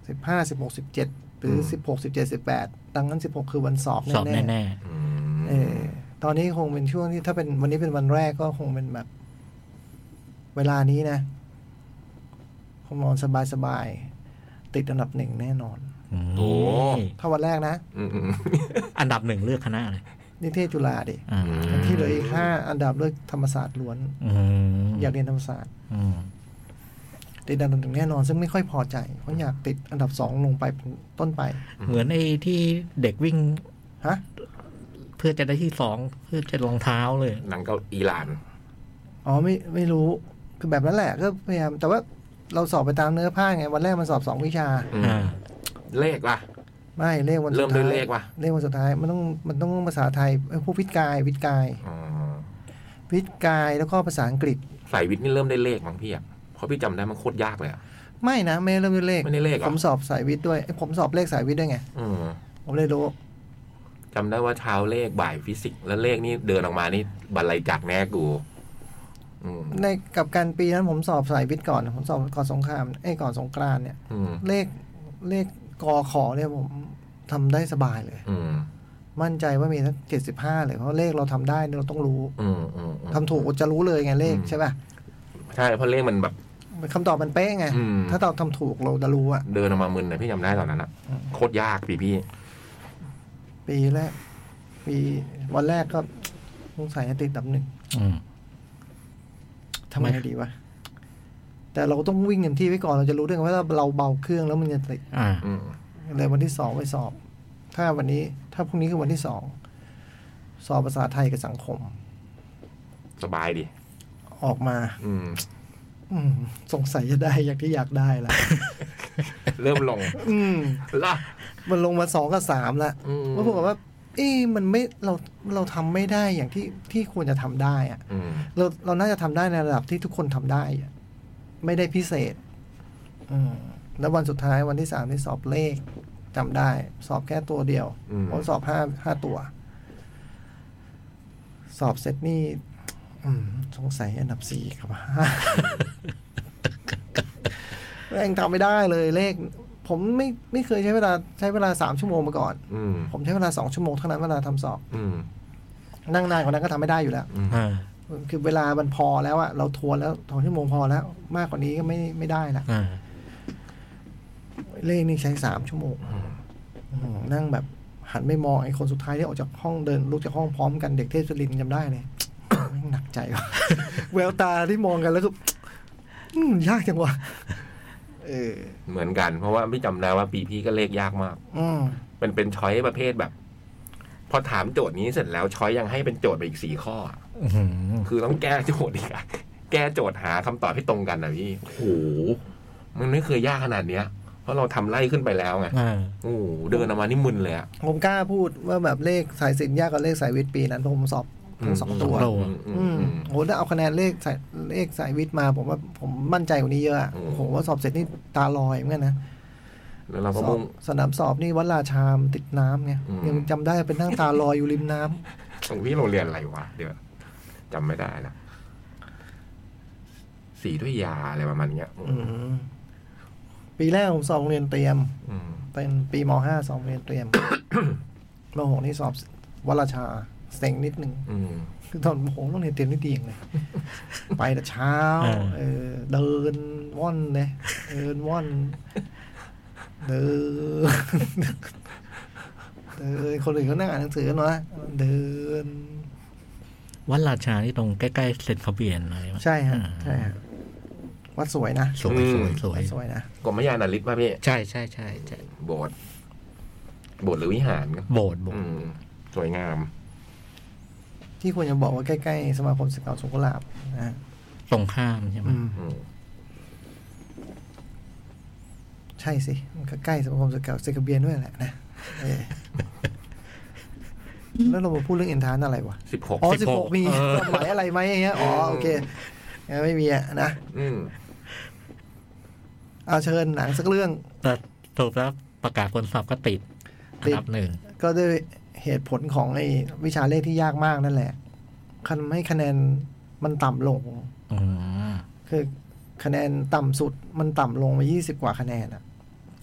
Speaker 2: สิบห้าสิบหกสิบเจ็ดหรือ
Speaker 3: อืม
Speaker 2: สิบหกสิบเจ็ดสิบแปดดังนั้นสิบหกคือวันสอบ
Speaker 4: สอบ
Speaker 2: แน่ๆ
Speaker 4: แน่
Speaker 3: อื
Speaker 2: เอ
Speaker 3: ม
Speaker 2: อตอนนี้คงเป็นช่วงที่ถ้าเป็นวันนี้เป็นวันแรกก็คงเป็นแบบ เวลานี้นะคงนอนสบายๆติดอันดับหนึ่งแน่นอน
Speaker 4: ๆอืม
Speaker 3: โอ้
Speaker 2: ถ้าวันแรกนะ
Speaker 3: อืมอืม
Speaker 4: อันดับหนึ่งเลือกคณะเลย
Speaker 2: นิเทศจุฬาดิ
Speaker 4: อ่า
Speaker 3: อืม
Speaker 2: ที่เหลืออีกห้าอันดับเลือกธรรมศาสตร์ล้วน
Speaker 4: อืม
Speaker 2: อยากเรียนธรรมศาสตร์
Speaker 4: อืม
Speaker 2: ติดอันดับหนึ่งแน่นอน ซึ่งไม่ค่อยพอใจ เพราะอยากติดอันดับสองลงไปเป็นต้นไป
Speaker 4: เหมือนไอ้ที่เด็กวิ่ง
Speaker 2: ฮะ
Speaker 4: เพื่อจะได้ที่สองเพื่อจะรองเท้าเลย
Speaker 3: หนังเกาอีหร่าน
Speaker 2: อ๋อไม่ไม่รู้คือแบบนั้นแหละ ก็พยายาม แต่ว่าเราสอบไปตามเนื้อผ้าไง วันแรกมันสอบสองวิชา
Speaker 3: อืม
Speaker 4: อ่า
Speaker 3: เลขว่ะ
Speaker 2: ไม่เลขวันสุด
Speaker 3: เริ่
Speaker 2: ท้าย
Speaker 3: มด้วยเลขว่ะ
Speaker 2: เลขวันสุดท้ายมันต้องมันต้องภาษาไทยเอ้ยพวกวิทย์กายวิทย์กาย
Speaker 3: อ๋อ
Speaker 2: วิทย์กายแล้วก็ภาษาอังกฤษ
Speaker 3: สายวิทย์นี่เริ่มได้เลขมั้งพี่อ่ะเพราะพี่จำได้มันโคตรยากเลยอ่ะ
Speaker 2: ไม่นะไม่ได้เริ่มด้วยเลข
Speaker 3: ไม่ได้เลขเหรอ
Speaker 2: ผมสอบสายวิทย์ด้วยเอ้ยผมสอบเลขสายวิทย์ด้วยไง
Speaker 3: อืม
Speaker 2: ผมเลยรู้
Speaker 3: จำได้ว่าเช้าเลขบ่ายฟิสิกส์แล้วเลขนี่เดินออกมานี่บรรลัยจักรแน่กู อืม
Speaker 2: ในกับการปีนั้นผมสอบสายวิทย์ก่อน ผมสอบก่อนสงครามไอ้ยก่อนสงกรานต์เนี่ย
Speaker 3: อืม
Speaker 2: เลขเลขกอขอเนี่ยผมทำได้สบายเลย
Speaker 3: อืม
Speaker 2: มั่นใจว่ามีทั้งเจ็ดสิบห้าเลยเพราะเลขเราทำได้เนี่ยเราต้องรู้
Speaker 3: อืมอืมอืม
Speaker 2: ทำถูกจะรู้เลยไงเลข
Speaker 3: อืม
Speaker 2: ใช่ป่ะ
Speaker 3: ใช่ เพราะเลขมันแบบ
Speaker 2: คำตอบมันเป๊ะไง
Speaker 3: อืม
Speaker 2: ถ้าตอบทำถูกเราจะรู้อะ
Speaker 3: เดินออกมามึนนะพี่จำได้ตอนนั้นอ่ะ
Speaker 2: อืม
Speaker 3: โคตรยากพี่พี่
Speaker 2: ปีแรกปีวันแรกก็สงสัยจะติดอันดับหนึ่ง
Speaker 4: อืม
Speaker 2: ทำไม
Speaker 4: ไม่
Speaker 2: ดีวะแต่เราต้องวิ่งเต็มที่ไว้ก่อนเราจะรู้ด้วยไงว่าเราเบาเครื่องแล้วมันจะติด
Speaker 4: อ่า
Speaker 3: อืม
Speaker 2: เลยวันที่สองไปสอบ ถ้าวันนี้ ถ้าพรุ่งนี้คือวันที่สอง สอบภาษาไทยกับสังคม
Speaker 3: สบายดิ
Speaker 2: ออกมา
Speaker 3: อื ม
Speaker 2: อืม สงสัยจะได้อย่างที่อยากได้ ละ
Speaker 3: เริ่มลง
Speaker 2: อืม
Speaker 3: ละ
Speaker 2: มันลงมาสองกับสามละ
Speaker 3: อืม
Speaker 2: ว่าผมว่า เอ๊ะมันไม่เราเราทำไม่ได้อย่างที่ที่ควรจะทำได้อะ
Speaker 3: อืม
Speaker 2: เราเราน่าจะทำได้ในระดับที่ทุกคนทำได้อะไม่ได้พิเศษ อืม แล้ววันสุดท้ายวันที่สามที่สอบเลขจำได้ สอบแค่ตัวเดียว
Speaker 3: อืม
Speaker 2: ผมสอบห้าห้าตัว สอบเสร็จนี่ อืม สงสัยอันดับสี่ครับ ห้าแม่งทำไม่ได้เลยเลข ผมไม่ไม่เคยใช้เวลาใช้เวลาสามชั่วโมงมาก่อน
Speaker 3: อืม
Speaker 2: ผมใช้เวลาสองชั่วโมงเท่านั้นเวลาทำสอบ
Speaker 3: อืม
Speaker 2: นั่งนานกว่านั้นก็ทำไม่ได้อยู่แล้ว
Speaker 4: อ่า
Speaker 2: คือเวลามันพอแล้วอะเราทวนแล้วสองชั่วโมงพอแล้ว มากกว่านี้ก็ไม่ไม่ได้ละ
Speaker 4: อ่า
Speaker 2: เลขนี่ใช้สามชั่วโมงอืมนั่งแบบหันไม่มองไอ้คนสุดท้ายที่ออกจากห้องเดินลุกจากห้องพร้อมกันเด็กเทพศรินทร์จำได้เลย แม่งหนักใจว่ะ แววตาที่มองกันแล้วก็ อืมยากจังวะเออ
Speaker 3: เหมือนกัน เพราะว่าพี่จำได้ว่าปีพี่ก็เลขยากมาก
Speaker 2: อืม
Speaker 3: มันเป็นช้อยประเภทแบบ พอถามโจทย์นี้เสร็จแล้วช้อยยังให้เป็นโจทย์ไปอีกสี่ข้ออะ
Speaker 4: อื้อหือ
Speaker 3: คือต้องแก้โจทย์อีกอะ แก้โจทย์หาคำตอบให้ตรงกันนะพี่โอ้โหมันไม่เคยยากขนาดเนี้ย เพราะเราทำไล่ขึ้นไปแล้วไง
Speaker 4: อ่า
Speaker 3: โอ้โหเดินออกมานี่มึนเลยอะ
Speaker 2: ผมกล้าพูดว่าแบบเลขสายศิลป์ยากกว่าเลขสายวิทย์ปีนั้นเพราะผมสอบทั้งสองตัว
Speaker 3: โอืมอื
Speaker 2: อื
Speaker 3: ม
Speaker 2: ม
Speaker 3: อืม
Speaker 2: โหถ้าเอาคะแนนเลขสายเลขสายวิทย์มา ผมว่าผมมั่นใจกว่านี้เยอะอะ
Speaker 3: อืม
Speaker 2: โอ้โหว่าสอบเสร็จนี่ตาลอยเหมือนกันนะ
Speaker 3: แล้วเราก็
Speaker 2: สอ
Speaker 3: มุ่
Speaker 2: บ
Speaker 3: ง
Speaker 2: สนามสอบนี่วัดราชามติดน้ำไง
Speaker 3: อืม
Speaker 2: ยังจำได้เป็นนั่งตาลอยอยู่ริมน้ำ
Speaker 3: ของพี่เราเรียนอะไรวะเดี๋ยวจำไม่ได้ละสีด้วยยาอะไรประมาณเนี้ย
Speaker 2: อืมปีแรกผมสอบโรงเรียนเตรียม
Speaker 3: อืม
Speaker 2: เป็นปีมห้าสอบโรงเรียนเตรียม มหกนี่สอบวัดราชาเซ็งนิดหนึ่ง
Speaker 3: อืม
Speaker 2: คือตอนโอ้โหโรงเรียนเตรียมนี่ดีอย่าง เลย ไปแต่เช้า เออ เดินว่อนเลยเดินว่อน เดินเดินคนอื่นเขานั่งอ่านหนังสือกันวะเดิน
Speaker 4: วัดราชาที่ตรงใกล้ๆเซนต์คาเบียนอะไรวะ
Speaker 2: ใช่ฮะ
Speaker 4: อ่า
Speaker 2: ใช่ฮะวัดสวยนะ
Speaker 4: สวย
Speaker 3: อืม
Speaker 4: สวยสวย
Speaker 2: วัดสวยนะ
Speaker 3: กรมยานาริศป่ะพี่
Speaker 4: ใช่ใช่ใช่ใช่
Speaker 3: โบสถ์โบสถ์หรือวิหารครับ
Speaker 4: โบสถ์โบส
Speaker 3: อื
Speaker 4: ถ์
Speaker 3: ม สวยงาม
Speaker 2: ที่ควรจะบอกว่าใกล้ๆสมาคมศิษย์เก่าสุขลาบนะฮะ
Speaker 4: ตรงข้ามใช่ไหม
Speaker 2: อืม
Speaker 3: อืม
Speaker 2: ใช่สิมันก็ใกล้สมาคมสเกลเซกเบียนด้วยแหละนะเอ อแล้วเรามาพูดเรื่องเอ็นทานอะไรวะ
Speaker 3: สิบหก
Speaker 2: อ๋อสิบหกมีความหมายอะไรไหมอย่างเงี้ยอ๋อโอเคงั้นไม่มีอะนะ
Speaker 3: อืม
Speaker 2: เอาเชิญหนังสักเรื่อง
Speaker 4: แต่สรุปแล้วประกาศผลสอบก็ติดอั
Speaker 2: ติด
Speaker 4: นดับหนึ่ง
Speaker 2: ก็ด้วยเหตุผลของไอ้วิชาเลขที่ยากมากนั่นแหละคันให้คะแนนมันต่ำลง
Speaker 4: อืม
Speaker 2: คือคะแนนต่ำสุดมันต่ำลงไปยี่สิบกว่าคะแนนอ่ะ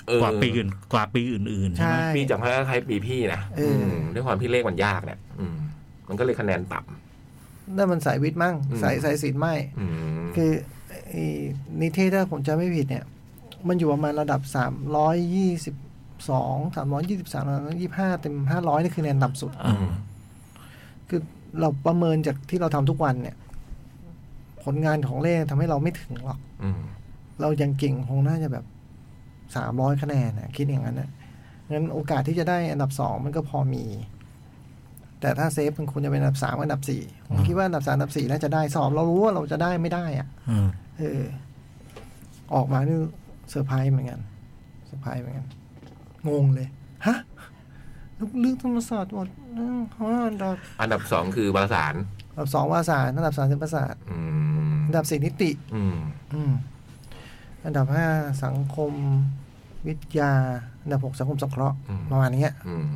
Speaker 3: เออก
Speaker 4: ว่าปีอื่นกว่าปีอื่นๆใช่ไหม
Speaker 3: ปีจากพระคล้ายปีพี่นะ
Speaker 2: เอออื
Speaker 3: มด้วยความที่เลขมันยากเนี่ยอืม มันก็เลยคะแนนต่
Speaker 2: นั่นมันสายวิทย์มั่ง
Speaker 3: อืม
Speaker 2: สายสายศิลป์ไม่
Speaker 3: ำอืม
Speaker 2: คือไอ้นิเทศถ้าผมจะไม่ผิดเนี่ย มันอยู่ประมาณระดับสามร้อยยี่สิบสองสามร้อยยี่สิบสามยี่ห้าเต็มห้าร้อยนี่คือคะแนนต่ำสุด
Speaker 4: ม
Speaker 2: คือเราประเมินจากที่เราทำทุกวันเนี่ย ผลงานของเล่ทำให้เราไม่ถึงหรอก
Speaker 3: อืม
Speaker 2: เรายังเก่งคงน่าจะแบบสามร้อยคะแนนนะคิดอย่างนั้นนะงั้นโอกาสที่จะได้อันดับสองมันก็พอมี แต่ถ้าเซฟมันควรจะเป็นอันดับสามกับอันดับสี่ผมคิดว่าอันดับสามอันดับสี่น่าจะได้สอบเรารู้ว่าเราจะได้ไม่ได้อะ
Speaker 4: อืม
Speaker 2: เออ ออกมานี่เซอร์ไพรส์เหมือนกันเซอร์ไพรส์เหมือนกัน งงเลย ฮะลูกเลือกธรรมศาสตร์หมดอ้าวฮะอันดับ
Speaker 3: อันดับสองคือประสาน
Speaker 2: อันดับสองวารสารอันดับสามศิลปศาสตร์
Speaker 3: อืม
Speaker 2: อันดับสี่นิติ
Speaker 3: อืม
Speaker 2: อืม อันดับห้าสังคม วิทยา อันดับหกสังคมสงเคราะห์
Speaker 3: อืม
Speaker 2: ประมาณเนี้ย
Speaker 3: อืม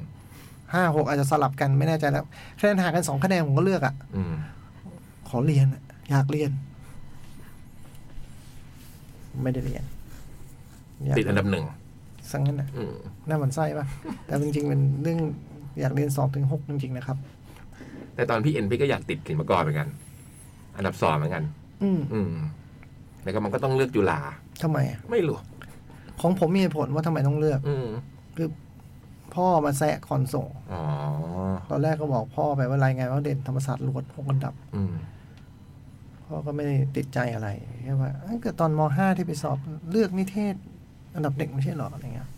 Speaker 2: ห้าหกอาจจะสลับกันไม่แน่ใจแล้วคะแนนห่างกันสองคะแนนผมก็เลือกอะ่ะ
Speaker 3: อืม
Speaker 2: ขอเรียนอะอยากเรียน ไม่ได้เรียนยาก
Speaker 3: ติดอันดับหนึ่ง
Speaker 2: สังนั้นอ่ะ
Speaker 3: อืม
Speaker 2: หน้าหมันไส้ปะแต่จริงๆเป็นเรื่องอยากเรียนสองถึงหกจริงๆนะครับ
Speaker 3: แต่ตอนพี่เอ็นพี่ก็อยากติดศิลปากรเหมือนกัน อันดับสองเหมือนกัน
Speaker 2: อืม
Speaker 3: อืมแล้วก็มันก็ต้องเลือกจุฬา
Speaker 2: ทำไมอะ
Speaker 3: ไม่รู้
Speaker 2: ของผมมีเหตุผลว่าทำไมต้องเลือก
Speaker 3: อืม
Speaker 2: พ่อมาแซะคอนส่ง
Speaker 3: อ๋อ
Speaker 2: ตอนแรกก็บอกพ่อไปว่ารายงานว่าเด่นธรรมศาสตร์ลวดหกอันดับ
Speaker 3: อืม
Speaker 2: พ่อก็ไม่ได้ติดใจอะไรแค่ว่าเอ้ยก็ตอนมห้าที่ไปสอบเลือกนิเทศ อันดับเด็กไม่ใช่เหรออะไรเงี้ย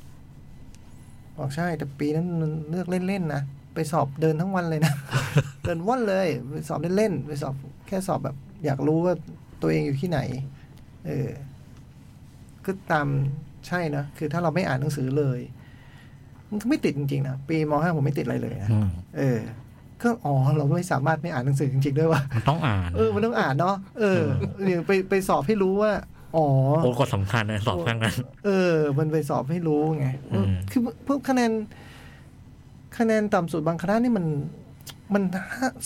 Speaker 2: บอกใช่แต่ปีนั้นมันเลือกเล่นๆนะไปสอบเดินทั้งวันเลยนะ เดินว่อนเลยไปสอบเล่นๆไปสอบแค่สอบแบบ อยากรู้ว่าตัวเองอยู่ที่ไหน เออก็ตามใช่นะคือถ้าเราไม่อ่านหนังสือเลย มันก็ไม่ติดจริงๆนะปีมห้าผมไม่ติดอะไรเลยนะ
Speaker 4: อืม
Speaker 2: เออก็อ๋อเราไม่สามารถไม่อ่านหนังสือจริงๆด้วยวะ
Speaker 4: มันต้องอ่าน
Speaker 2: เออ มันต้องอ่านเนาะ เออเนี่ยไปไปสอบให้รู้ว่า อ๋อ
Speaker 4: โอ้ก็สำคัญนะสอบครั้งนั้น
Speaker 2: เออ มันไปสอบให้รู้ไง
Speaker 4: อืม
Speaker 2: คือพวกคะแนน คะแนนต่ำสุดบางคณะนี่มัน มัน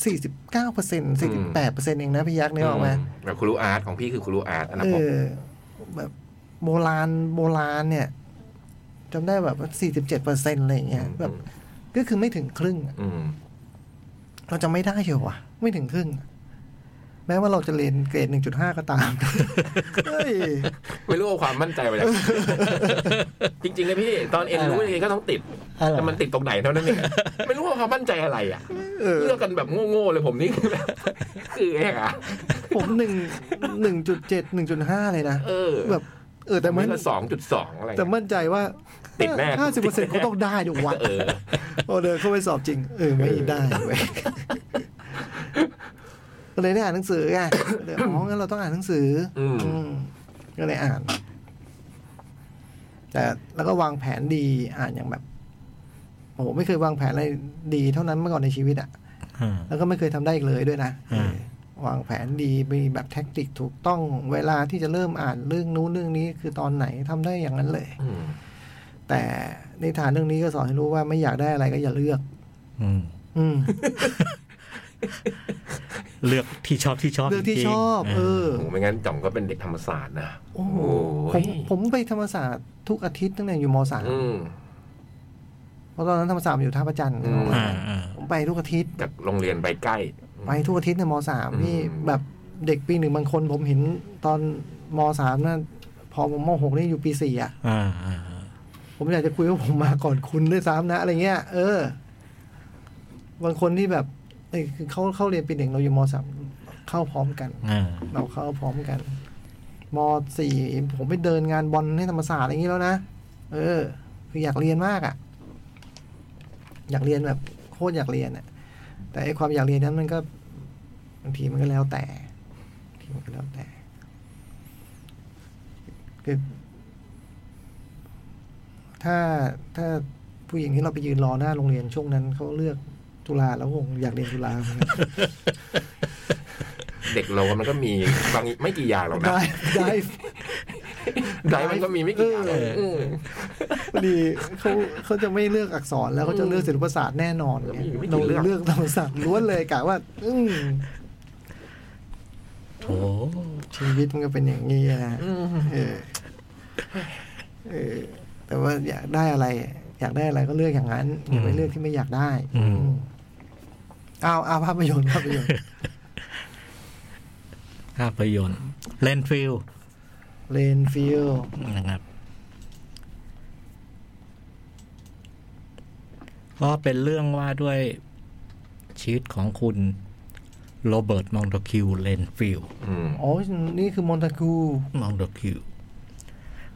Speaker 2: สี่สิบเก้าเปอร์เซ็นสี่สิบแปดเปอร์เซ็นเองนะพี่ยักษ์เนี่ยออกไหมา
Speaker 3: แบบครูอาร์ตของพี่คือครูอาร์ตอันดั
Speaker 2: เอ
Speaker 3: ห
Speaker 2: บ
Speaker 3: ก
Speaker 2: อ แบบโบราณโบราณเนี่ยจำได้แบบสี่สิบเจ็ดเปอร์เซ็นอะไรอย่างเงี้ย แบบ ก็คือไม่ถึงครึ่งอะ
Speaker 3: อืม
Speaker 2: เราจะไม่ได้เหรอวะไม่ถึงครึ่งอะแม้ว่าเราจะเรียนเกรด 1.5 ก็ตาม เฮ้ย
Speaker 3: ไม่รู้เอาความมั่นใจไปเลย จริงๆนะพี่ ตอนเอ็นรู้ยังไงก็ต้องติด
Speaker 2: อะไร
Speaker 3: แต่มันติดตรงไหนเท่านั้นเองไม่รู้ว่าความมั่นใจอะไรอ่ะ
Speaker 2: เออ
Speaker 3: เลือกกันแบบโง่ๆเลยผมนี่ คือแบบคือเองอ่ะ
Speaker 2: ผมหนึ่งหนึ่งจุดเจ็ดหนึ่งจุดห้าเลยนะ
Speaker 3: เออ
Speaker 2: แบบ เออแต่มัน
Speaker 3: สองจุดสองอะไร
Speaker 2: แต่
Speaker 3: เงี้ย
Speaker 2: มั่นใจว่า
Speaker 3: ติดแน่
Speaker 2: ห้าสิบเปอร์เซ็นต์เขาต้องได้ดิวะ
Speaker 3: เออ
Speaker 2: พอเดินเข้าไปสอบจริง เออไม่ได้เว้ยก็เลยได้อ่านหนังสือไงเดี๋ยวอ๋องั้นเราต้องอ่านหนังสืออ
Speaker 3: ม
Speaker 2: อืมก็เลยอ่าน แต่แล้วก็วางแผนดีอ่านอย่างแบบโอ้โหไม่เคยวางแผนอะไรดีเท่านั้นมาก่อนในชีวิตอ่ะ
Speaker 4: อ่า
Speaker 2: แล้วก็ไม่เคยทำได้อีกเลยด้วยนะ
Speaker 4: อืม
Speaker 2: วางแผนดีมีแบบแท็กติกถูกต้องเวลาที่จะเริ่มอ่านเรื่องนู้นเรื่องนี้คือตอนไหนทำได้อย่างนั้นเลย
Speaker 3: อืม
Speaker 2: แต่นิทานเรื่องนี้ก็สอนให้รู้ว่าไม่อยากได้อะไรก็อย่าเลือก
Speaker 4: อืม
Speaker 2: อืม
Speaker 4: เลือกที่ชอบที่ชอบ
Speaker 2: เลือกที่
Speaker 4: จริงๆ
Speaker 2: ชอบ เออ
Speaker 3: โอ้ไม่งั้นจ่องก็เป็นเด็กธรรมศาสตร์นะ
Speaker 2: โอ้โหผ
Speaker 3: อ้
Speaker 2: ม
Speaker 3: ย
Speaker 2: ผมไปธรรมศาสตร์ทุกอาทิตย์ตั้งแต่อยู่มสาม
Speaker 3: อืม
Speaker 2: เพราะตอนนั้นธรรมศาสตร์มันอยู่ท่าพระจันทร์
Speaker 3: อืม
Speaker 4: อ่าอ่า
Speaker 2: ผมไปทุกอาทิตย์
Speaker 3: จากโรงเรียนไปใกล้
Speaker 2: ไปทุกอาทิตย์ในมสาม
Speaker 3: อืม
Speaker 2: นี่แบบเด็กปีหนึ่งบางคน ผมเห็นตอนมสามนั่นพอผมมหกนี่อยู่ปีสี่อ่ะ
Speaker 4: อ่าอ่า
Speaker 2: ผมอยากจะคุยว่าผมมาก่อนคุณด้วยซ้ำนะอะไรเงี้ย เออ บางคนที่แบบเอ้ยคือเขาเข้าเรียนปีหนึ่งเราอยู่มสามเข้าพร้อมกัน
Speaker 4: อ่า
Speaker 2: เราเข้าพร้อมกันมสี่ผมไปเดินงานบอลให้ธรรมศาสตร์อะไรอย่างนี้แล้วนะ เออ คืออยากเรียนมากอะ่ะ อยากเรียนแบบโคตรอยากเรียนอะ่ะ แต่ไอความอยากเรียนนั้นมันก็บางทีมันก็แล้วแต่บางทีมันก็แล้วแต่คือถ้าถ้าผู้หญิงที่เราไปยืนรอหน้าโรงเรียนช่วงนั้นเขาเลือกจุฬาแล้วคงอยากเรียนจุฬาเหมื อนกัน
Speaker 3: เด็กเรามันก็มีบางไม่กี่อย่างหรอกนะ
Speaker 2: ได้ได้
Speaker 3: ได้มันก็มีไม่กี่อย่าง
Speaker 2: เออ
Speaker 3: อืม
Speaker 2: พอดีเขาเขาจะไม่เลือกอักษรแล้วเขาจะเลือกศิลปศาสตร์แน่นอน
Speaker 3: แล้วมีไม่กี่
Speaker 2: เรา
Speaker 3: เรื่อง
Speaker 2: เลือกธรรมศาสตร์ล้วนเลยกะว่า อืม
Speaker 4: โถ
Speaker 2: ชีวิตมันก็เป็นอย่างนี้นะฮะ
Speaker 3: อืม
Speaker 2: เออเออ แต่ว่าอยากได้อะไร อยากได้อะไรก็เลือกอย่างนั้นอย่าไปเลือกที่ไม่อยากได้อืมเอาเอาภาพยนตร์ภาพยนตร์
Speaker 4: ภาพยนตร์แลนฟิล
Speaker 2: เลนฟิล
Speaker 4: นะครับก็เป็นเรื่องว่าด้วยชีวิตของคุณโรเบิร์ตมองโดคิวเลนฟิล
Speaker 3: อืม
Speaker 2: อ๋อนี่คือมอนตากู
Speaker 4: มองดอคิว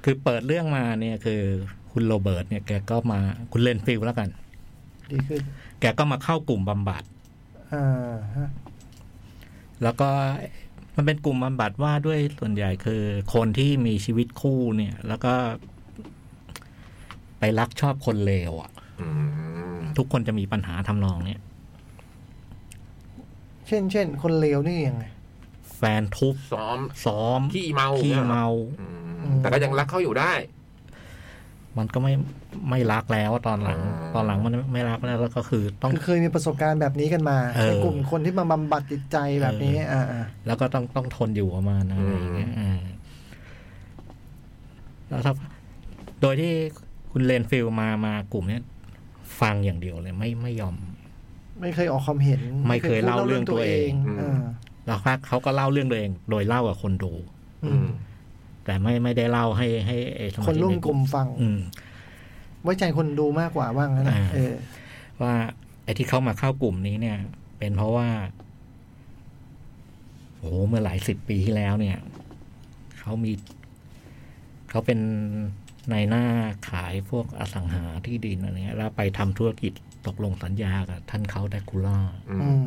Speaker 4: คือเปิดเรื่องมาเนี่ยคือคุณโรเบิร์ตเนี่ยแกก็มาคุณเลนฟิลแล้วกัน
Speaker 2: ดีขึ้น
Speaker 4: แกก็มาเข้ากลุ่มบำบัด
Speaker 2: อ่าฮะ
Speaker 4: แล้วก็มันเป็นกลุ่มบำบัดว่าด้วยส่วนใหญ่คือ คนที่มีชีวิตคู่เนี่ย แล้วก็ ไปรักชอบคนเลวอะ่ะ
Speaker 3: อืม
Speaker 4: ทุกคนจะมีปัญหาทำนองเนี่ย
Speaker 2: เช่นเช่นคนเลวนี่ยังไง
Speaker 4: แฟนทุบ
Speaker 3: ซ้อม
Speaker 4: ซ้อม
Speaker 3: ขี้เมา
Speaker 4: ขี้
Speaker 3: นี่ยหรอ
Speaker 4: เมา
Speaker 3: อืมแต่ก็ยังรักเขาอยู่ได้
Speaker 4: มันก็ไม่ไม่รักแล้วตอนหลัง
Speaker 3: อ่า
Speaker 4: ตอนหลังมันไม่รักแล้วแล้วก็คือต้อง
Speaker 2: คือเคยมีประสบการณ์แบบนี้กันมา
Speaker 4: เออ
Speaker 2: ในกลุ่มคนที่มาบำบัดจิตใจแบบนี้
Speaker 4: เอออ่
Speaker 2: อ่า
Speaker 4: แล้วก็ต้องต้องทนอยู่ประมาณนั้น
Speaker 3: อืม
Speaker 4: อะไรอย่างเงี้ยอ่าแล้วถ้าโดยที่คุณเลนฟิลมามากลุ่มเนี้ยฟังอย่างเดียวเลย ไม่ไม่ยอม
Speaker 2: ๆไม่เคยออกความเห็น
Speaker 4: ไม่เคยเล่า
Speaker 2: พูด
Speaker 4: เรื่องตัวเอง
Speaker 2: เอง
Speaker 4: แล้วพักเขาก็เล่าเรื่องตัวเอง โดยเล่ากับคนดู
Speaker 2: อื
Speaker 3: อื
Speaker 2: ม
Speaker 3: ม
Speaker 4: แต่ไม่ไม่ได้เล่าให้ให้ไอ้สา
Speaker 2: คน
Speaker 4: ชิ
Speaker 2: ร่วม
Speaker 4: ใ
Speaker 2: กลุ่มฟัง
Speaker 4: อืม
Speaker 2: ไว้ใจคนดูมากกว่าบ้างนนะ
Speaker 4: อ่า
Speaker 2: เออ
Speaker 4: ว่าไอ้ที่เขามาเข้ากลุ่มนี้เนี่ย เป็นเพราะว่าโอ้โหเมื่อหลายสิบปีที่แล้วเนี่ยเขามีเขาเป็นนายหน้าขายพวกอสังหาที่ดินอะไรเงี้ยแล้วไปทำธุรกิจตกลงสัญญากับท่านเขาแดกคูล่า
Speaker 3: อื
Speaker 2: อื
Speaker 3: ม
Speaker 2: ม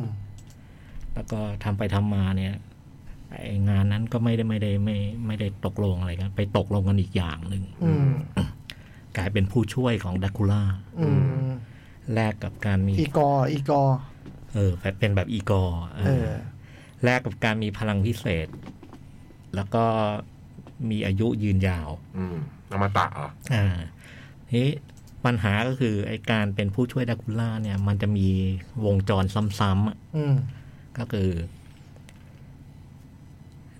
Speaker 4: แล้วก็ทำไปทำมาเนี่ยไองานนั้นก็ไม่ได้ไม่ได้ไม่ไม่ได้ตกลงอะไรกันไปตกลงกันอีกอย่างหนึ่ง
Speaker 2: อืม
Speaker 4: กลายเป็นผู้ช่วยของแดกคูล่า
Speaker 2: อืม
Speaker 4: แลกกับการมี
Speaker 2: อีกออีกอ
Speaker 4: เออแบบเป็นแบบอีกอร์เออ
Speaker 2: เออ
Speaker 4: แลกกับการมีพลังพิเศษ แล้วก็มีอายุยืนยาว
Speaker 3: อืมเอามาตะเหรอ
Speaker 4: อ่าทีนี้ปัญหาก็คือไอการเป็นผู้ช่วยดากุล่าเนี่ย มันจะมีวงจรซ้ำๆอะ
Speaker 2: อืม
Speaker 4: ก็คือ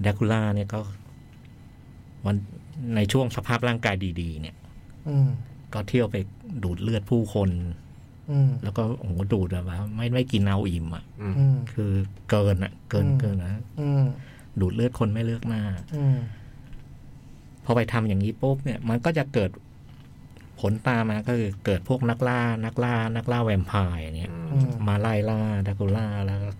Speaker 4: ดากุล่าเนี่ยก็วันในช่วงสภาพร่างกายดี ๆ เนี่ย
Speaker 2: อืม
Speaker 4: ก็เที่ยวไปดูดเลือดผู้คน
Speaker 2: อืม
Speaker 4: แล้วก็โอ้โหดูดแบบว่าไม่ไม่กินเอาอิ่มอ่ะ
Speaker 3: อืม
Speaker 2: อืม
Speaker 4: คือเกินอ่ะ เกินเกินนะ
Speaker 2: อืม
Speaker 4: ดูดเลือดคนไม่เลือกหน้า
Speaker 2: อืม
Speaker 4: พอไปทำอย่างนี้ปุ๊บเนี่ยมันก็จะเกิดผลตามมาก็คือเกิดพวกนักล่า นักล่า นักล่าแวมไพร์เนี่ย
Speaker 3: อืม
Speaker 2: อืม
Speaker 4: มาไล่ล่าดากูล่าแล้วก็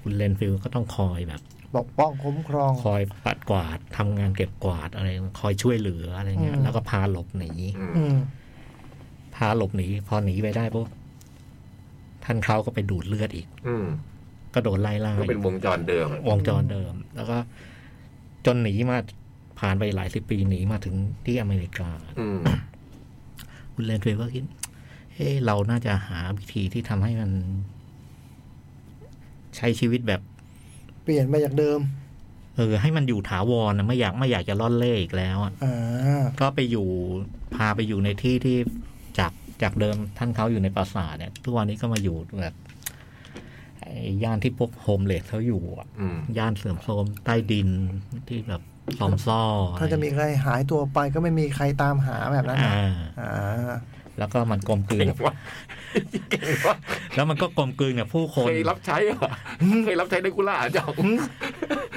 Speaker 4: คุณเลนฟิลก็ต้องคอยแบบ
Speaker 2: ปกป้องคุ้มครอง
Speaker 4: คอยปัดกวาดทำงานเก็บกวาดอะไร คอยช่วยเหลืออะไรเงี้
Speaker 2: อื
Speaker 4: ย
Speaker 2: ม
Speaker 4: แล้วก็พาหลบหนี
Speaker 3: อืม
Speaker 2: อืม
Speaker 4: พาหลบหนีพอหนีไปได้ปุ๊บท่านเขาก็ไปดูดเลือดอีก
Speaker 3: อืม
Speaker 4: ก็โดนไล่ล่า
Speaker 3: ก็เป็นวงจรเดิม
Speaker 4: วงจรเดิม แล้วก็จนหนีมาผ่านไปหลายสิบปีหนีมาถึงที่อเมริกา
Speaker 3: อืม
Speaker 4: คุณเลนเฟลก็คิดเฮ้เราน่าจะหาวิธีที่ทำให้มัน ใช้ชีวิตแบบ
Speaker 2: เปลี่ยนไปจากเดิม
Speaker 4: เออ ให้มันอยู่ถาวรนะไม่อยากไม่อยากจะล่อนเล่อีกแล้วอะ
Speaker 2: อ่า
Speaker 4: ก็ไปอยู่พาไปอยู่ในที่ที่จากจากเดิมท่านเขาอยู่ในปราสาทเนี่ยทุกวันนี้ก็มาอยู่แบบไอ้ย่านที่พวกโฮมเลสเขาอยู่อะ
Speaker 3: อืม
Speaker 4: ย่านเสื่อมโทรมใต้ดินที่แบบซอมซ่อ
Speaker 2: ถ้าจะมีใครหายตัวไปก็ไม่มีใครตามหาแบบนั้นนะ
Speaker 4: อ่า
Speaker 2: อ่า
Speaker 4: แล้วก็มันกลมกลืน
Speaker 3: เก่ง
Speaker 4: กับ
Speaker 3: ว่าเก่งว่า
Speaker 4: แล้วมันก็กลมกลืนกับผู้คน
Speaker 3: เคยรับใช้เหรอเคยรับใช้ไดกุล่าเจ้า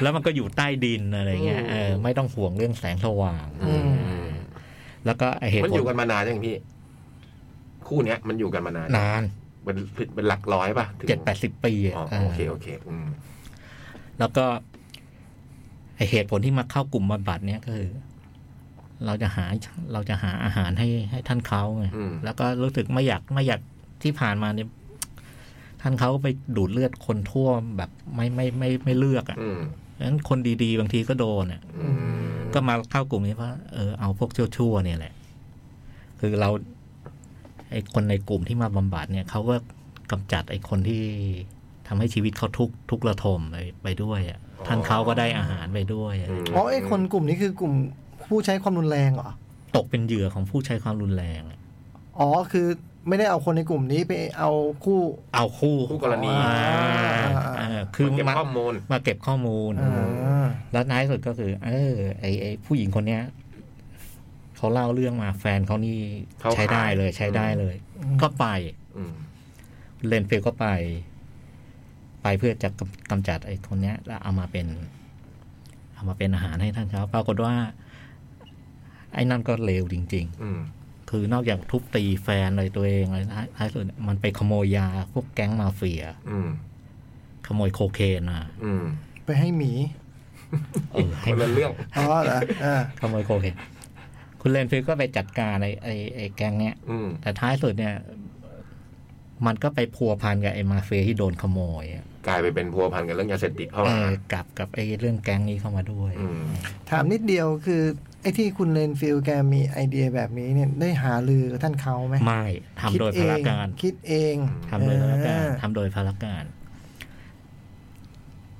Speaker 4: แล้วมันก็อยู่ใต้ดินอะไรเงี้ย
Speaker 3: อืม
Speaker 4: เออไม่ต้องห่วงเรื่องแสงสว่าง
Speaker 2: อืม
Speaker 4: แล้วก็ไอ้เหตุ
Speaker 3: มัน
Speaker 4: ผ
Speaker 3: อ
Speaker 4: ล
Speaker 3: ยู่กันมานานยังพี่ คู่เนี้ยมันอยู่กันมานาน
Speaker 4: นาน
Speaker 3: เป็นเป็นหลักร้อยป่ะถึง
Speaker 4: เจ็ดแปดสิบปีอะ
Speaker 3: อ๋อ
Speaker 4: เออ
Speaker 3: โอเคโอเค อืม
Speaker 4: แล้วก็ไอ้เหตุผลที่มาเข้ากลุ่มบำบัดเนี่ยก็คือ เราจะหาเราจะหาอาหารให้ให้ท่านเขาไง
Speaker 3: อืม
Speaker 4: แล้วก็รู้สึกไม่อยากไม่อยากที่ผ่านมาเนี่ยท่านเขาไปดูดเลือดคนทั่วแบบไม่ไม่ไม่ไม่เลือกอ่ะ
Speaker 3: อืม
Speaker 4: เพราะฉะนั้นคนดีๆ บางทีก็โดนอ่ะ
Speaker 3: อืม
Speaker 4: ก็มาเข้ากลุ่มนี้เพราะเออเอาพวกชั่วๆเนี่ยแหละ คือเราไอคนในกลุ่มที่มาบำบัดเนี่ยเขาก็กำจัดไอคนที่ทำให้ชีวิตเขาทุกข์ทุกข์ระทมไปไปด้วยอ่ะท่านเขาก็ได้อาหารไปด้วยอะ
Speaker 2: อ๋อไอ้คนกลุ่มนี้คือกลุ่มผู้ใช้ความรุนแรงเหรอ
Speaker 4: ตกเป็นเหยื่อของผู้ใช้ความรุนแรงอะ
Speaker 2: อ๋อคือไม่ได้เอาคนในกลุ่มนี้ไปเอาคู่
Speaker 4: เอาคู่
Speaker 3: คู่กรณี
Speaker 4: อ่าเออคือ
Speaker 3: เก็บ
Speaker 4: มา
Speaker 3: ข้อมูล
Speaker 4: มาเก็บข้อมูล
Speaker 2: อ่า
Speaker 4: แล้วท้ายสุดก็คือ เออ ไอไอผู้หญิงคนเนี้ยเขาเล่าเรื่องมาแฟนเขานี่
Speaker 3: เข้า
Speaker 4: ใช้ได้
Speaker 3: ข่าย
Speaker 4: เลยใช้ได้เลย
Speaker 2: อืม
Speaker 4: ก็ไป
Speaker 3: อืม
Speaker 4: เลนเฟลก็ไป ไปเพื่อจะกำกำจัดไอ้คนเนี้ย แล้วเอามาเป็น เอามาเป็นอาหารให้ท่านเขาปรากฏว่า ไอ้นั่นก็เลวจริง
Speaker 3: อืม
Speaker 4: ๆ คือนอกจากทุบตีแฟนอะไรตัวเองอะไรท้ายท้ายสุดมันไปขโมยยาพวกแก๊งมาเฟีย
Speaker 3: อืม
Speaker 4: ขโมยโคเคนมา
Speaker 3: อืม
Speaker 2: ไปให้หมี
Speaker 4: เออ
Speaker 3: ค
Speaker 4: ให้
Speaker 3: น
Speaker 4: มั
Speaker 3: ละ
Speaker 4: น
Speaker 3: เรื่อง
Speaker 2: อ๋อเหรออ่า
Speaker 4: ขโมยโคเคนคุณเลนเฟลก็ไปจัดการไอ้ไอ้ไอ้แก๊งเนี้ย
Speaker 3: อืม
Speaker 4: แต่ท้ายสุดเนี่ย มันก็ไปพัวพันกับไอ้มาเฟียที่โดนขโมยอะ
Speaker 3: กลายไปเป็นพัวพันกับเรื่องยาเสพติดเข้า
Speaker 4: เอ
Speaker 3: มา
Speaker 4: อกลับกับไอ้เรื่องแก๊งนี้เข้ามาด้วย
Speaker 3: อืม
Speaker 2: ถามนิดเดียวคือ ไอ้ที่คุณเลนฟิลแกมีไอเดียแบบนี้เนี่ยได้หาลือกับท่านเขาไหม
Speaker 4: ไม่ทำโดยพลการ
Speaker 2: คิดเอง
Speaker 4: ทำโดยพลการ
Speaker 2: อ่
Speaker 4: ทำโดยพลการ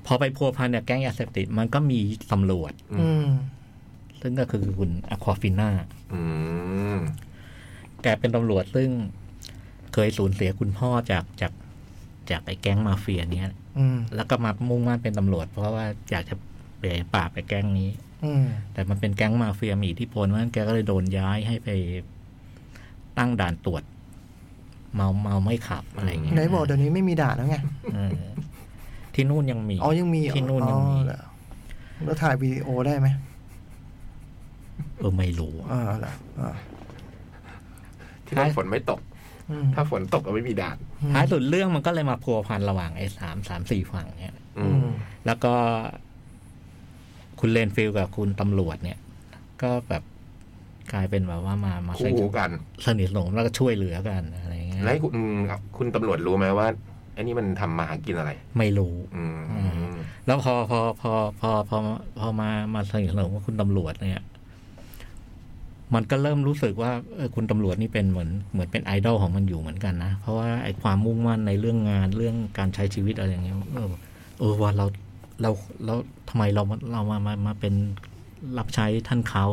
Speaker 4: พอไปพัวพันเนี่ยแก๊งยาเสพติด มันก็มีตำรวจ
Speaker 2: อืม
Speaker 4: ซึ่งก็คือคุณอควาฟิน่า
Speaker 3: อืม
Speaker 4: แกเป็นตำรวจซึ่งเคยสูญเสียคุณพ่อจากจากจากไอ้แก๊งมาเฟียเนี้ย
Speaker 2: อืม
Speaker 4: แล้วก็มามุ่งมั่นเป็นตำรวจ เพราะว่าอยากจะไปปราบไอ้แก๊งนี้
Speaker 2: อืม
Speaker 4: แต่มันเป็นแก๊งมาเฟียมีอิทธิพลเพราะฉะนั้นแกก็เลยโดนย้ายให้ไปตั้งด่านตรวจ เมาเมาไม่ขับอะไรอย่างเงี้ย
Speaker 2: ไหนบอกเดี๋ยวนี้ไม่มีด่านแล้วไง
Speaker 4: เออที่นู่นยังมี
Speaker 2: อ๋อยังมีเหรอ
Speaker 4: ที่นู่น
Speaker 2: อ๋
Speaker 4: ยั
Speaker 2: อง
Speaker 4: มี
Speaker 2: เหรอแล้วถ่ายวิดีโอได้ไหม
Speaker 4: เออไม่รู้อะ
Speaker 2: อ่าเหรออ่า
Speaker 3: ที่นั่นฝนไม่ตก
Speaker 2: อืม
Speaker 3: ถ้าฝนตกก็ไม่มีด่าน
Speaker 4: ท้ายสุดเรื่องมันก็เลยมาพัวพันระหว่างไอ้สามสามสี่ฝั่งเนี่ย
Speaker 3: อื
Speaker 2: อื
Speaker 3: ม
Speaker 2: ม
Speaker 4: แล้วก็ คุณเลนฟิลกับคุณตำรวจเนี่ย ก็แบบกลายเป็นแบบว่ามามา
Speaker 3: คู่หูกัน
Speaker 4: สนิทสนมแล้วก็ช่วยเหลือกันอะไรอย่างเงี้ย
Speaker 3: แล้วคุณคุณตำรวจรู้ไหมว่าไอ้นี่มันทำมาหากินอะไร
Speaker 4: ไม่รู้
Speaker 3: อืม
Speaker 4: แล้วพอพอพอพอพอพอมามาสนิทสนมกับคุณตำรวจเนี่ย มันก็เริ่มรู้สึกว่าเออคุณตำรวจนี่เป็นเหมือนเหมือนเป็นไอดอลของมันอยู่เหมือนกันนะ เพราะว่าไอความมุ่งมั่นในเรื่องงานเรื่องการใช้ชีวิตอะไรอย่างเงี้ยเออเออว่าเราเราเราทำไมเราเรามามามาเป็นรับใช้ท่านเขา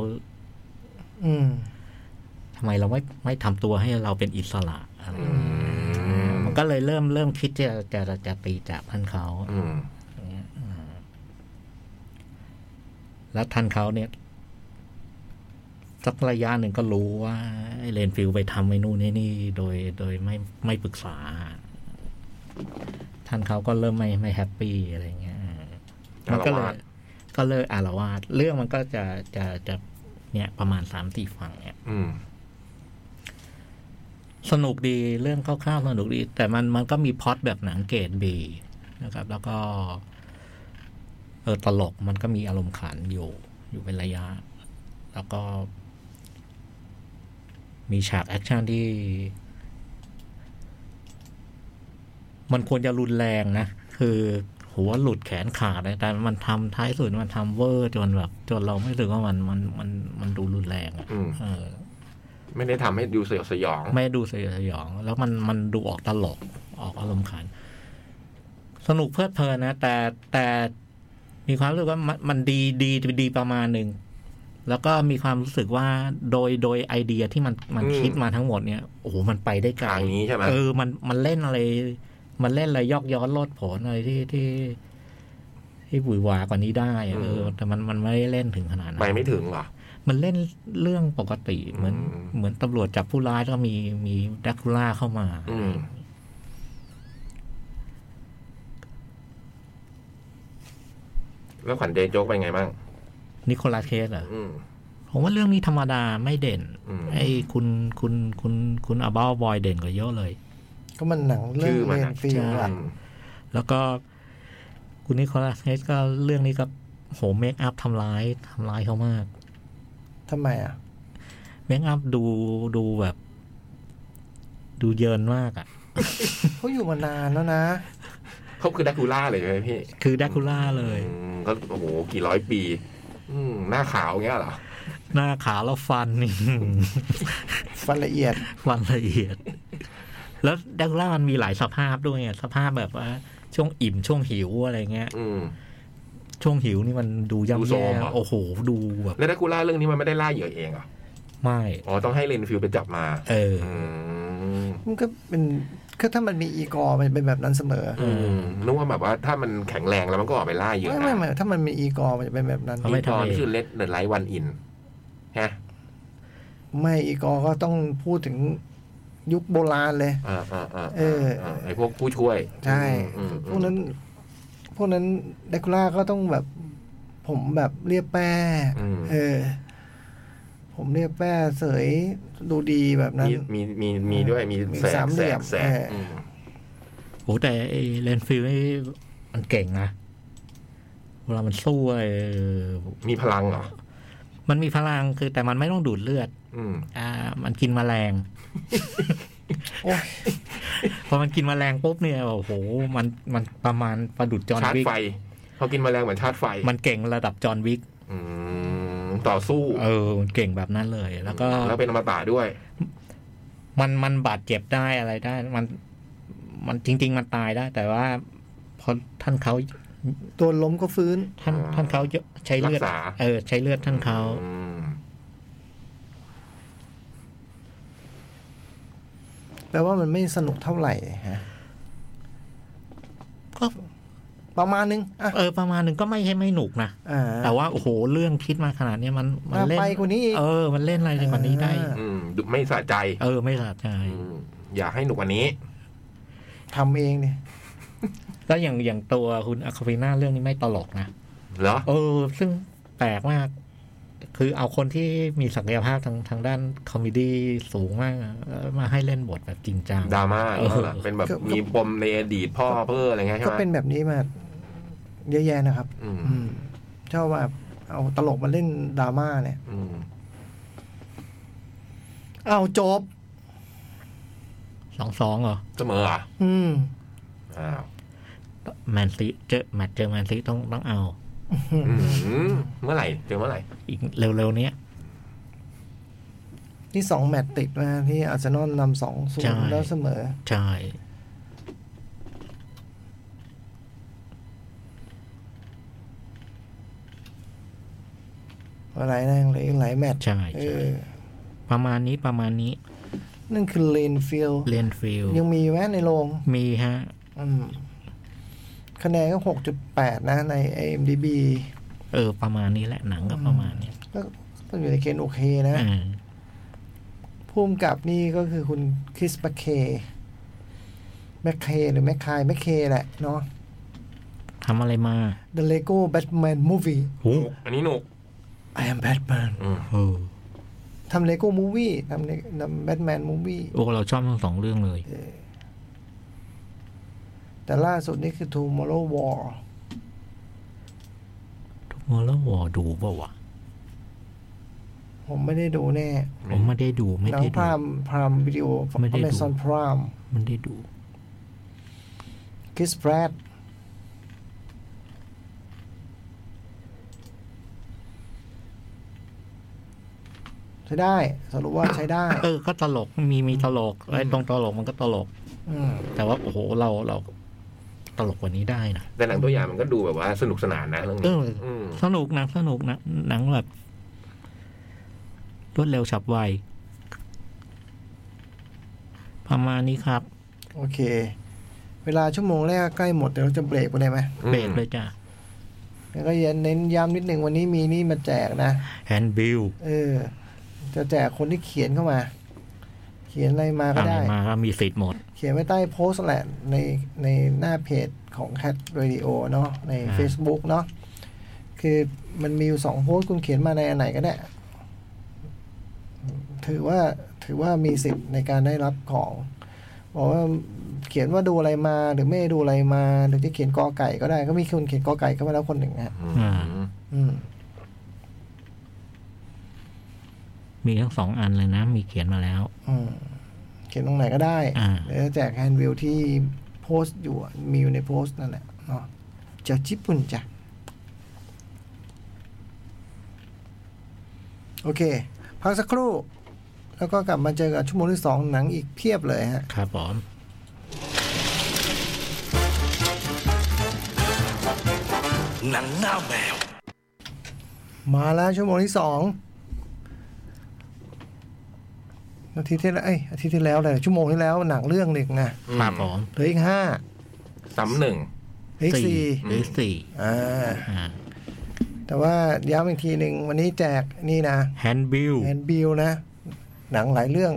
Speaker 2: อืม
Speaker 4: ทำไมเราไม่ไม่ทำตัวให้เราเป็นอิสระอะไรอย่างเงี้ยมันก็เลยเริ่มเริ่มคิดจะจะจะจะตีจากท่านเขา
Speaker 3: อืม
Speaker 4: อย่างเงี้ยอ่าแล้วท่านเขาเนี่ยสักระยะหนึ่งก็รู้ว่าไอ้เลนฟิลไปทำไอ้นู่นไอ้นี่โดยโดยไม่ไม่ปรึกษา ท่านเขาก็เริ่มไม่ไม่แฮปปี้อะไรเงี้ยอ่ามัก็เลย
Speaker 3: อาละวาด
Speaker 4: ก็เลยอารวาสเรื่องมันก็จะจะจะเนี่ยประมาณสามสี่ฝั่งเนี่ย
Speaker 3: อืม
Speaker 4: สนุกดีเรื่องคร่าวๆสนุกดี แต่มันมันก็มีพล็อตแบบหนังเกรดบี นะครับ แล้วก็เออตลกมันก็มีอารมณ์ขันอยู่ อยู่เป็นระยะ แล้วก็ มีฉากแอคชั่นที่ มันควรจะรุนแรงนะ คือหัวหลุดแขนขาดนะแต่มันทำท้ายสุดมันทำเวอร์จนแบบ จนเราไม่รู้สึกว่ามันมันมันมันดูรุนแรงอะ
Speaker 3: อืม
Speaker 4: เออ
Speaker 3: ไม่ได้ทำให้ดูสยดสยอง
Speaker 4: ไม่ดูสยดสยอง แล้วมันมันดูออกตลกออกอารมณ์ขัน สนุกเพลิดเพลินนะ แต่แต่มีความรู้สึกว่ามันมันดีดีดีประมาณหนึ่ง แล้วก็มีความรู้สึกว่าโดยโดยไอเดียที่มันมัน
Speaker 3: อืม
Speaker 4: คิดมาทั้งหมดเนี่ยโอ้โหมันไปได้ไกล
Speaker 3: ทางนี้ใช่ไหม
Speaker 4: เออมันมันเล่นอะไร มันเล่นอะไรยอกย้อนโลดโผนอะไรที่ที่ที่บุยหวากว่านี้ได้อะเออ แต่มันมันไม่ได้เล่นถึงขนาดนั้น
Speaker 3: ไปไม่ถึงเหรอ
Speaker 4: มันเล่นเรื่องปกติเหมือน
Speaker 3: อืม
Speaker 4: เหมือนตำรวจจับผู้ร้ายแล้วก็มีมีแดร็กคูล่าเข้ามา
Speaker 3: อืม แล้วขวัญเดนโจ๊กเป็นไงบ้าง
Speaker 4: นิโคลัสเคสเหรอ
Speaker 3: อืม
Speaker 4: ผมว่าเรื่องนี้ธรรมดาไม่เด่น
Speaker 3: อืม
Speaker 4: ไอ้คุณคุณคุณคุณอาบ้าบอยเด่นกว่าเยอะเลย
Speaker 2: ก็มันหนังเรื่อง
Speaker 3: ชื่อมัน
Speaker 2: เรีย
Speaker 3: อะ
Speaker 2: นฟิล
Speaker 4: ใช่
Speaker 2: หลัก
Speaker 4: แล้วก็ คุณนิโคลัสเคสก็เรื่องนี้ก็โหเมคอัพทำร้ายทำร้ายเขามาก
Speaker 2: ทำไมอ่ะ
Speaker 4: เมคอัพดูดูแบบ ดูเยินมากอ่ะ
Speaker 2: เขาอยู่มานานแล้วนะ
Speaker 3: เขาคือดักคูล่าเลยใช่ไหมพี่
Speaker 4: คือแดร็กคูล่าเลย
Speaker 3: อืมก็โอ้โหกี่ร้อยปี อืมหน้าขาวอย่างเงี้ยเหรอ
Speaker 4: หน้าขาวแล้วฟันนี่
Speaker 2: ฟันละเอียด
Speaker 4: วันละเอียด แล้วดักล่ามันมีหลายสภาพด้วยไงสภาพแบบว่า ช่วงอิ่มช่วงหิวอะไรเงี้ย
Speaker 3: อืม
Speaker 4: ช่วงหิวนี่มันดู
Speaker 3: ดู
Speaker 4: ย่ำ
Speaker 3: โซ
Speaker 4: แย่
Speaker 3: มอะ
Speaker 4: โอ้โห ดูแบบ
Speaker 3: แล้วดักคูล่าเรื่องนี้มันไม่ได้ล่าเหยื่อเองเหรอ
Speaker 4: ไม่
Speaker 3: อ๋อ ต้องให้เลนฟิลไปจับมา
Speaker 4: เออ
Speaker 3: อืม
Speaker 2: มันก็เป็นก็ถ้ามันมีอีกอร์มันเป็นแบบนั้นเสมอ
Speaker 3: อืมนึกว่าแบบว่าถ้ามันแข็งแรงแล้วมันก็ออกไปล่าเหยื่อ
Speaker 2: ไม่
Speaker 3: นะ
Speaker 2: ไม่ไม่ถ้ามันมีอีกอร์มันจะเป็นแบบนั้น
Speaker 4: เขาไม่
Speaker 3: อีกตอน
Speaker 4: ทำเอง
Speaker 3: ชื่อเลดเดอะไลท์วันอินฮะ
Speaker 2: ไม่อีกอร์ก็ต้องพูดถึงยุคโบราณเลย
Speaker 3: อ่าอ่าอ่า
Speaker 2: เอออ่
Speaker 3: าไอพวกผู้ช่วย
Speaker 2: ใช่
Speaker 3: อืมอืมอืม
Speaker 2: พวกนั้น พวกนั้นเดคูล่าก็ต้องแบบ ผมแบบเรียบแป้
Speaker 3: อืม
Speaker 2: เออ ผมเรียบแป้เสยดูดีแบบนั้น
Speaker 3: มีมีมีมีด้วยมี
Speaker 2: มี
Speaker 3: แส
Speaker 2: สา
Speaker 3: บ
Speaker 2: มเห
Speaker 3: แส
Speaker 2: ลี่ย
Speaker 3: บ
Speaker 2: ม
Speaker 3: แสบ
Speaker 2: เอออื
Speaker 3: ม
Speaker 4: โอ้แต่ไอ้เลนฟิลนี่มันเก่งนะเวลามันสู้อะไร
Speaker 3: มีพลังเหรอ
Speaker 4: มันมีพลังคือ แต่มันไม่ต้องดูดเลือด
Speaker 3: อืม
Speaker 4: อ่า มันกินแมล ง
Speaker 2: โอ้ย
Speaker 4: พอมันกินแมลงปุ๊บเนี่ยโอ้โห มันมันประมาณประดุดจอห์น
Speaker 3: ชาร์จ
Speaker 4: วิก
Speaker 3: ไฟพอกินแมลงเหมือนชาร์จไฟ
Speaker 4: มันเก่งระดับจอห์นวิก
Speaker 3: อืมต่อสู้
Speaker 4: เออมันเก่งแบบนั้นเลย แล้วก็
Speaker 3: แล้วเป็นอมตะด้วย
Speaker 4: มันมันบาดเจ็บได้อะไรได้ มันมันจริง ๆ มันตายได้ แต่ว่าพอท่านเขา
Speaker 2: ตัวล้มก็ฟื้น
Speaker 4: ท่าน
Speaker 3: อ่า
Speaker 4: ท่านเขาเยอะใช้เลือด
Speaker 3: รักษา
Speaker 4: เออ ใช้เลือดท่านเขา
Speaker 3: อืม
Speaker 2: แปลว่ามันไม่สนุกเท่าไหร่ฮะ
Speaker 4: ก็
Speaker 2: ประมาณนึง อ่ะ
Speaker 4: เออประมาณหนึ่งก็ไม่ใช่ไม่หนุกนะ
Speaker 2: อ่า
Speaker 4: แต่ว่าโอ้โหเรื่องคิดมาขนาดเนี้ยมันมันเล่น
Speaker 2: ไปกว่านี้อีก
Speaker 4: เออ มันเล่นอะไรกว่านี้ได้
Speaker 2: อ่า
Speaker 3: อืมดูไม่สะใจ
Speaker 4: เออ ไม่สะใจ
Speaker 3: อืมอยากให้หนุกกว่านี้
Speaker 2: ทำเองเนี่ย
Speaker 4: แล้วอย่างอย่างตัวคุณอาคาเฟน่าเรื่องนี้ไม่ตลกนะ
Speaker 3: เหรอ
Speaker 4: เออ ซึ่งแปลกมาก คือเอาคนที่มีศักยภาพทางทางด้านคอมเมดี้สูงมากอะเออมาให้เล่นบทแบบจริงจัง
Speaker 3: ดราม่า
Speaker 4: เออ
Speaker 3: เหรอเป็นแบบ
Speaker 2: ก็ก็
Speaker 3: มีปมในอดีตพ่อเพื่ออะไรเงี้ยใช่
Speaker 2: ก็
Speaker 3: ไหม
Speaker 2: เป็นแบบนี้มาเยอะแยะนะครับ
Speaker 3: อืม
Speaker 2: อืมชอบแบบเอาตลกมาเล่นดราม่าเนี่ย
Speaker 3: อืม
Speaker 2: เอาจบ
Speaker 4: สองสองเหรอ
Speaker 3: เสมอเหรอ่ะ
Speaker 2: อืม
Speaker 3: อ้าว
Speaker 4: แมนซีเจอแมตช์เจอแมนซีต้องต้องเอา
Speaker 3: อืมเมื่อไหร่เจอเมื่อไหร่
Speaker 4: อีกเร็วๆเนี้ย
Speaker 2: นี่สองแมตช์ติดนะ ที่อาร์เซนอลนำสองศู
Speaker 4: ใช่
Speaker 2: นย์แล้วเสมอ
Speaker 4: ใช่
Speaker 2: อะไรนะยังเหลืออีกหลายแมตช์
Speaker 4: ใช่
Speaker 2: เอ
Speaker 4: ใช่
Speaker 2: อ
Speaker 4: ประมาณนี้ประมาณนี้
Speaker 2: นั่นคือเลนฟิล
Speaker 4: เลนฟิล
Speaker 2: ยังมีแม้ในโรง
Speaker 4: มีฮะ
Speaker 2: อืมคะแนนก็หกจุดแปดนะ ใน IMDB
Speaker 4: เออ ประมาณนี้แหละหนังก็ประมาณเนี้ย
Speaker 2: ก็ก็อยู่ในเกณฑ์โอเคนะ
Speaker 4: อ่า
Speaker 2: พุ่มกับนี่ก็คือคุณคริสแมคเคแมคเคหรือแมคคายแมคเคแหละเนาะ
Speaker 4: ทำอะไรมา
Speaker 2: The Lego Batman Movie
Speaker 4: โอ้
Speaker 3: หนุกอันนี้หนุก
Speaker 2: I am Batman
Speaker 3: อืม
Speaker 4: โห
Speaker 2: ทำ Lego Movie ทำ Le- ทำ Batman Movie
Speaker 4: โอ้เราชอบทั้งสองเรื่องเลย
Speaker 2: แต่ แต่ล่าสุดนี่คือ Tomorrow War
Speaker 4: ทุกโมแล้ววอดูเปล่าวะ
Speaker 2: ผมไม่ได้ดูแน่
Speaker 4: ผมไม่ได้ดูไม่
Speaker 2: หนัง
Speaker 4: ได้
Speaker 2: พ
Speaker 4: ดู
Speaker 2: รามพรามวิดีโอ
Speaker 4: ไม่ได้ดู
Speaker 2: Amazon Prime
Speaker 4: ไม่ได้ดู
Speaker 2: คริสแพรดใช้ได้ สรุปว่าใช้ได้
Speaker 4: เออก็ตลกมีมีตลกไอ้ตรงตลกมันก็ตลก
Speaker 2: อืม
Speaker 4: แต่ว่าโอ้โหเราเราตลกกว่านี้ได้นะ
Speaker 3: แต่หนังตัวอย่างมันก็ดูแบบว่าสนุกสนานนะเรื่อง
Speaker 4: เอ
Speaker 3: นี้
Speaker 4: อ
Speaker 3: ม
Speaker 4: สนุกหนังสนุกหนังหนังแบบรวดเร็วฉับไวประมาณนี้ครับ
Speaker 2: โอเค เวลาชั่วโมงแรกใกล้หมดเดี๋ยวเราจะเบรกไปเลยไหม
Speaker 4: เบรกเลยจ้ะ
Speaker 2: แล้วก็เน้นย้ำนิดหนึ่งวันนี้มีนี่มาแจกนะ
Speaker 4: แฮนด์บิล
Speaker 2: เออ จะแจกคนที่เขียนเข้ามา เขียนอะไรมาก็
Speaker 4: อะไร
Speaker 2: ได้
Speaker 4: มาก็มีสิทธิ์หมด
Speaker 2: เขียนไว้ใต้โพสต์แหละในในหน้าเพจของ Cat Radio เนาะใน
Speaker 4: อ่า
Speaker 2: Facebook เนาะคือมันมีอยู่สองโพสต์คุณเขียนมาในอันไหนก็ได้ ถือว่าถือว่ามีสิทธิ์ในการได้รับของบอกว่าเขียนว่าดูอะไรมาหรือไม่ดูอะไรมาหรือจะเขียนกอไก่ก็ได้ ก็มีคนเขียนกอไก่เข้ามาแล้วคนหนึ่งนะฮะ
Speaker 3: อื
Speaker 4: อ่า
Speaker 3: ม
Speaker 2: อืม
Speaker 4: มีทั้งสองอันเลยนะ มีเขียนมาแล้ว
Speaker 2: อืมเขียนตรงไหนก็ได้
Speaker 4: อ่า
Speaker 2: หรือจะแจกแฮนด์วิวที่โพสต์อยู่อะมีอยู่ในโพสต์นั่นแหละเนาะจากญี่ปุ่นจ้ะ โอเค พักสักครู่ แล้วก็กลับมาเจอกับชั่วโมงที่สองหนังอีกเพียบเลยฮะ
Speaker 4: ครับผม
Speaker 1: หนังหน้าแมว
Speaker 2: มาแล้วชั่วโมงที่สองอาทิตย์ที่แล้วเอ้ยอาทิตย์ที่แล้วเลยชั่วโมงที่แล้วหนังเรื่องหนึ่งไง
Speaker 4: ครับผม
Speaker 2: เหลืออีกห้า
Speaker 3: ซ้ำหนึ่ง
Speaker 2: เหลืออีกสี่
Speaker 4: หรือสี่
Speaker 2: อ่า
Speaker 4: อ่า
Speaker 2: แต่ว่าย้ำอีกทีหนึ่งวันนี้แจกนี่นะ
Speaker 4: แฮนด์บิล
Speaker 2: แอนบิลนะ หนังหลายเรื่อง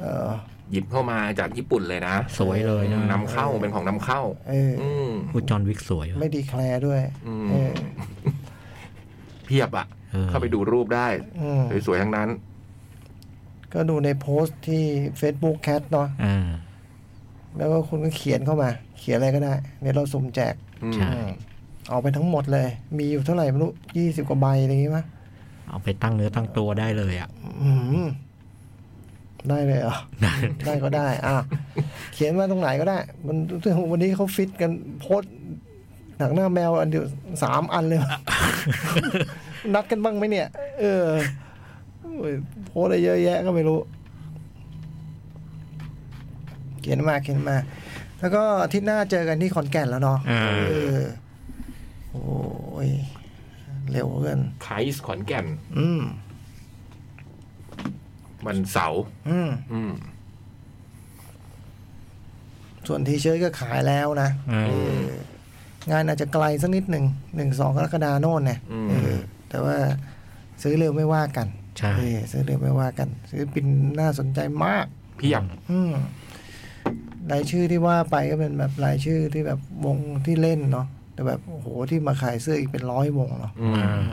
Speaker 2: เออ
Speaker 3: หยิบเข้ามาจากญี่ปุ่นเลยนะ
Speaker 4: สวยเลยนะ
Speaker 3: นำเข้าเป็นของนำเข้า
Speaker 2: เอออ
Speaker 3: อืม
Speaker 4: คุณจอห์นวิกสวยว่ะ
Speaker 2: ไม่ดีแคลร์ด้วย
Speaker 3: อืม
Speaker 2: เออ
Speaker 3: เพียบอ่ะ
Speaker 4: เออ
Speaker 3: เข้าไปดูรูปได้
Speaker 2: อืม
Speaker 3: สวยๆทั้งนั้น
Speaker 2: ก็ดูในโพสต์ที่ Facebook Cat เนาะ
Speaker 4: อ่า
Speaker 2: แล้วก็คุณก็เขียนเข้ามา เขียนอะไรก็ได้เดี๋ยวเราสุ่มแจก
Speaker 3: อืม
Speaker 4: ใช่
Speaker 2: อืมเอาไปทั้งหมดเลย มีอยู่เท่าไหร่ไม่รู้ยี่สิบกว่าใบอะไรอย่างงี้มั้ย
Speaker 4: เอาไปตั้งเนื้อตั้งตัวได้เลยอ่ะ
Speaker 2: อืมได้เลยเหรอ ได้ก็ได้ อ่ะ เขียนมาตรงไหนก็ได้ มันวันนี้เขาฟิตกันโพสต์หนังหน้าแมวอันเดียวสามอันเลย นัดกันบ้างไหมเนี่ย เออโอ้ยโพสต์อะไรเยอะแยะก็ไม่รู้ เขียนมาเขียนมา แล้วก็อาทิตย์หน้าเจอกันที่ขอนแก่นแล้วเนาะ
Speaker 4: อ่า
Speaker 2: เออ โอ้ยเร็วเกิน
Speaker 3: ไคส์ขอนแก่น
Speaker 2: อืม
Speaker 3: วันเสาร์
Speaker 2: อืม
Speaker 3: อืม
Speaker 2: ส่วนทีเชิร์ตก็ขายแล้วนะ
Speaker 4: อ่า
Speaker 2: งานอาจจะไกลสักนิดหนึ่งหนึ่งสองกรกฎาโน่นเนี่ยเออแต่ว่าซื้อเร็วไม่ว่ากัน
Speaker 4: ใช่
Speaker 2: เออซื้อเร็วไม่ว่ากัน ซื้อปินน่าสนใจมาก
Speaker 3: เพียบ
Speaker 2: อืมรายชื่อที่ว่าไปก็เป็นแบบรายชื่อที่แบบวงที่เล่นเนาะแต่แบบโอ้โหที่มาขายเสื้ออีกเป็นร้อยวงเนาะ
Speaker 3: อืม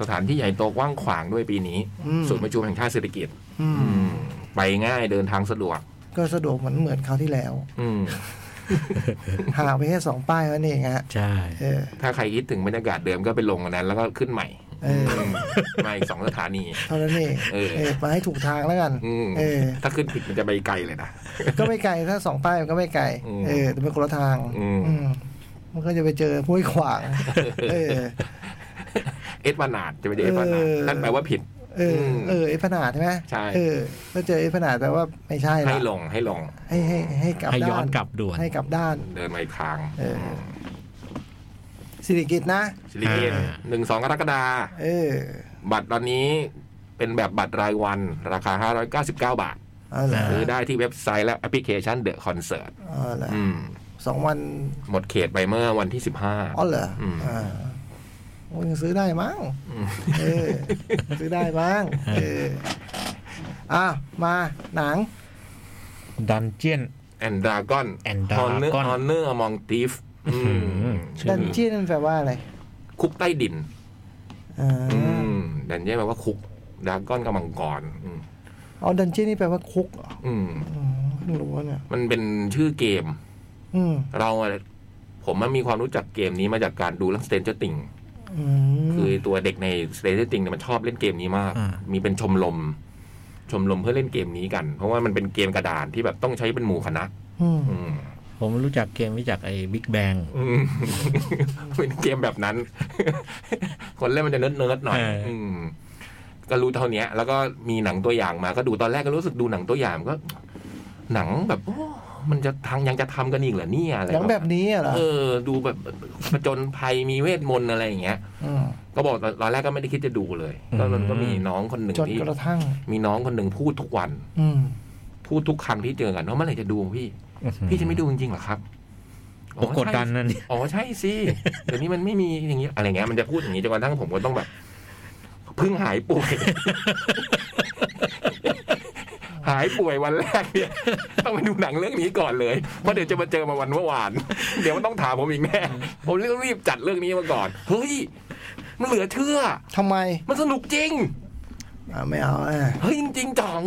Speaker 3: สถานที่ใหญ่โตกว้างขวางด้วยปีนี้
Speaker 2: อืม
Speaker 3: ศูนย์ประชุมแห่งชาติเศรษฐกิจ
Speaker 2: อืม
Speaker 3: อืม ไปง่ายเดินทางสะดวก
Speaker 2: ก็สะดวกเหมือนเหมือนคราวที่แล้ว
Speaker 3: อืม
Speaker 2: ห่างไปแค่สองป้ายเท่านั้นเองฮะ
Speaker 4: ใช่
Speaker 2: เออ
Speaker 3: ถ้าใครคิดถึงบรรยากาศเดิมก็ไปลงอันนั้น แล้วก็ขึ้นใหม่
Speaker 2: เออ
Speaker 3: มมาอีกสองสถานี
Speaker 2: เท่านั้นเอง
Speaker 3: เออ
Speaker 2: เออมาให้ถูกทางแล้วกัน
Speaker 3: อืม
Speaker 2: เออ
Speaker 3: ถ้าขึ้นผิดมันจะไปไกลเลยนะ
Speaker 2: ก็ไม่ไกลถ้าสองป้ายมันก็ไม่ไกล
Speaker 3: อืม
Speaker 2: เออแต่เป็นคนละทาง
Speaker 3: อืม
Speaker 2: อืมมันก็จะไปเจอห้วยขวาง เออ
Speaker 3: เอ็ดวานาดจะไปเจอเอ็ดวานาด
Speaker 2: เออ
Speaker 3: นั่นแปลว่าผิด
Speaker 2: เอออ
Speaker 3: ม
Speaker 2: เออไอ้ผนาดใช่ไหม
Speaker 3: ใช่
Speaker 2: เออก็เจอไอ้ผนาดแปลว่าไม่ใช่ละ
Speaker 3: ให้ลงให้ลง
Speaker 2: ให้ให้ให้กลับ
Speaker 4: ให้
Speaker 2: ด้าน
Speaker 4: ย้อนกลับด่วน
Speaker 2: ให้กลับด้าน
Speaker 3: เดินมาอีกทาง
Speaker 2: เออ สิริกิตนะ
Speaker 3: สิริเกน
Speaker 4: อ่า
Speaker 3: หนึ่งสองกรกฎาคม
Speaker 2: เออ
Speaker 3: บัตรตอนนี้เป็นแบบบัตรรายวันราคา 599 บาท
Speaker 2: เอาละ
Speaker 3: ซื้อได้ที่เว็บไซต์และแอปพลิเคชันเดอะคอนเสิร์ต
Speaker 2: เอาละสองวัน
Speaker 3: หมดเขตไปเมื่อวันที่
Speaker 2: อ๋อเหรอ
Speaker 3: ม
Speaker 2: อ่าโอ้ยยังซื้อได้มั้งเออ ซื้อได้มั้งเอออ่ะมาหนัง
Speaker 4: ดันเจียน
Speaker 3: 15 and Dragon
Speaker 4: And
Speaker 3: Honor
Speaker 4: Dragon
Speaker 3: Honor Among Thief อืม
Speaker 4: ชื่อ
Speaker 2: ดันเจี้ยนนั่นแปลว่าอะไร
Speaker 3: คุกใต้ดิน
Speaker 2: อ่
Speaker 3: อื
Speaker 2: า
Speaker 3: มดันเย่แปลว่าคุกดราก้อนกำมังกรอืม
Speaker 2: อ๋อดันเจี้ยนนี่แปลว่าคุกเหรอ
Speaker 3: อืม
Speaker 2: อืมเพิ่งรู้ว่าเนี่ย
Speaker 3: มันเป็นชื่อเกม
Speaker 2: อืม
Speaker 3: เราอะผมมันมีความรู้จักเกมนี้มาจากการดูเรื่องสเตนเจอร์ติง
Speaker 2: อืม
Speaker 3: คือตัวเด็กในสเตนเจอร์ติงเนี่ยมันชอบเล่นเกมนี้มาก
Speaker 4: อ่ามี
Speaker 3: มีเป็นชมรมชมรมเพื่อเล่นเกมนี้กัน เพราะว่ามันเป็นเกมกระดานที่แบบต้องใช้เป็นหมู่คณะ
Speaker 2: ม
Speaker 3: อืม
Speaker 4: ผมรู้จักเกมนี้จากไอ้บิ๊กแบง
Speaker 3: อืมเป็นเกมแบบนั้น คนเล่นมันจะเนิร์ดๆหน่อย
Speaker 4: เอออื
Speaker 3: มก็รู้เท่าเนี้ย แล้วก็มีหนังตัวอย่างมา ก็ดูตอนแรกก็รู้สึกดูหนังตัวอย่างก็ หนังแบบโอ้มันจะทางยังจะทำกันอีกเหรอเนี่ยอะไร
Speaker 2: หนังแบบนี้อะเหรอ
Speaker 3: เออ ดูแบบผจญภัยมีเวทมนต์อะไรอย่างเงี้ย
Speaker 2: ม
Speaker 3: ก็บอกตอนตอนแรกก็ไม่ได้คิดจะดูเลย ก็มันก็มีน้องคนหนึ่ง
Speaker 2: จน
Speaker 3: ที่
Speaker 2: กระทั่ง
Speaker 3: มีน้องคนหนึ่งพูดทุกวัน
Speaker 2: อืม
Speaker 3: พูดทุกครั้งที่เจอกันว่าเมื่อไหร่จะดูพี่ พี่จะไม่ดูจริงๆเหรอครับ
Speaker 4: โอ้กดดันนั่นย
Speaker 3: อ๋อใช่สิเดี๋ยวนี้มันไม่มีอย่างเงี้ยอะไรเงี้ยมันจะพูดอย่างนี้จนกระทั่งผมก็ต้องแบบเพิ่งหายป่วย หายป่วยวันแรกเนี่ย ต้องไปดูหนังเรื่องนี้ก่อนเลยเพราะเดี๋ยวจะมาเจอมาวันเมื่อวาน เดี๋ยวมันต้องถามผมอีกแน่ผมเลยต้องรีบจัดเรื่องนี้มาก่อนเฮ้ยมันเหลือเชื่อ
Speaker 2: ทำไม
Speaker 3: มันสนุกจริง
Speaker 2: อ่าไม่เอาอ่ะ
Speaker 3: เฮ้ยจริงๆจ๋อง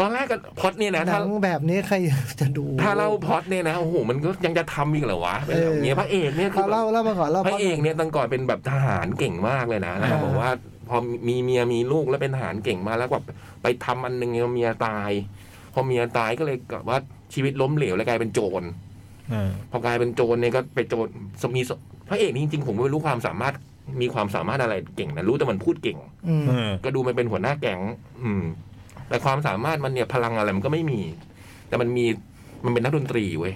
Speaker 3: ตอนแรกก็พล็อดเนี่ยนะ
Speaker 2: หนั
Speaker 3: ถ้า
Speaker 2: งแบบนี้ใครจะดู
Speaker 3: ถ้าเล่าพล็อดเนี่ยนะโอ้โหมันก็ยังจะทำอีกเหรอวะเป็นแบบเนี้ยพระเอกเนี่ยคือแบบ
Speaker 2: เอาเล่าเล่ามาก่อนเล่า
Speaker 3: พระเอกเนี่ยตั้งก่อนเป็นแบบทหารเก่งมากเลยนะแล้วก็บอกว่าพอมีเมียมีลูกแล้วเป็นทหารเก่งมากแล้วแบบไปทำอันหนึ่งเมียตาย พอเมียตายก็เลยกับว่าชีวิตล้มเหลวแล้วกลายเป็นโจร
Speaker 4: เออ
Speaker 3: พอกลายเป็นโจรเนี่ยก็ไปโจรมีสพระเอกนี่จริงๆผมไม่รู้ความสามารถมีความสามารถอะไรเก่งนะรู้แต่มันพูดเก่ง
Speaker 2: อืม
Speaker 4: เออ
Speaker 3: ก็ดูมันเป็นหัวหน้าแก๊งอืม แต่ความสามารถมันเนี่ยพลังอะไรมันก็ไม่มี แต่มันมีมันเป็นนักดนตรีเว้ย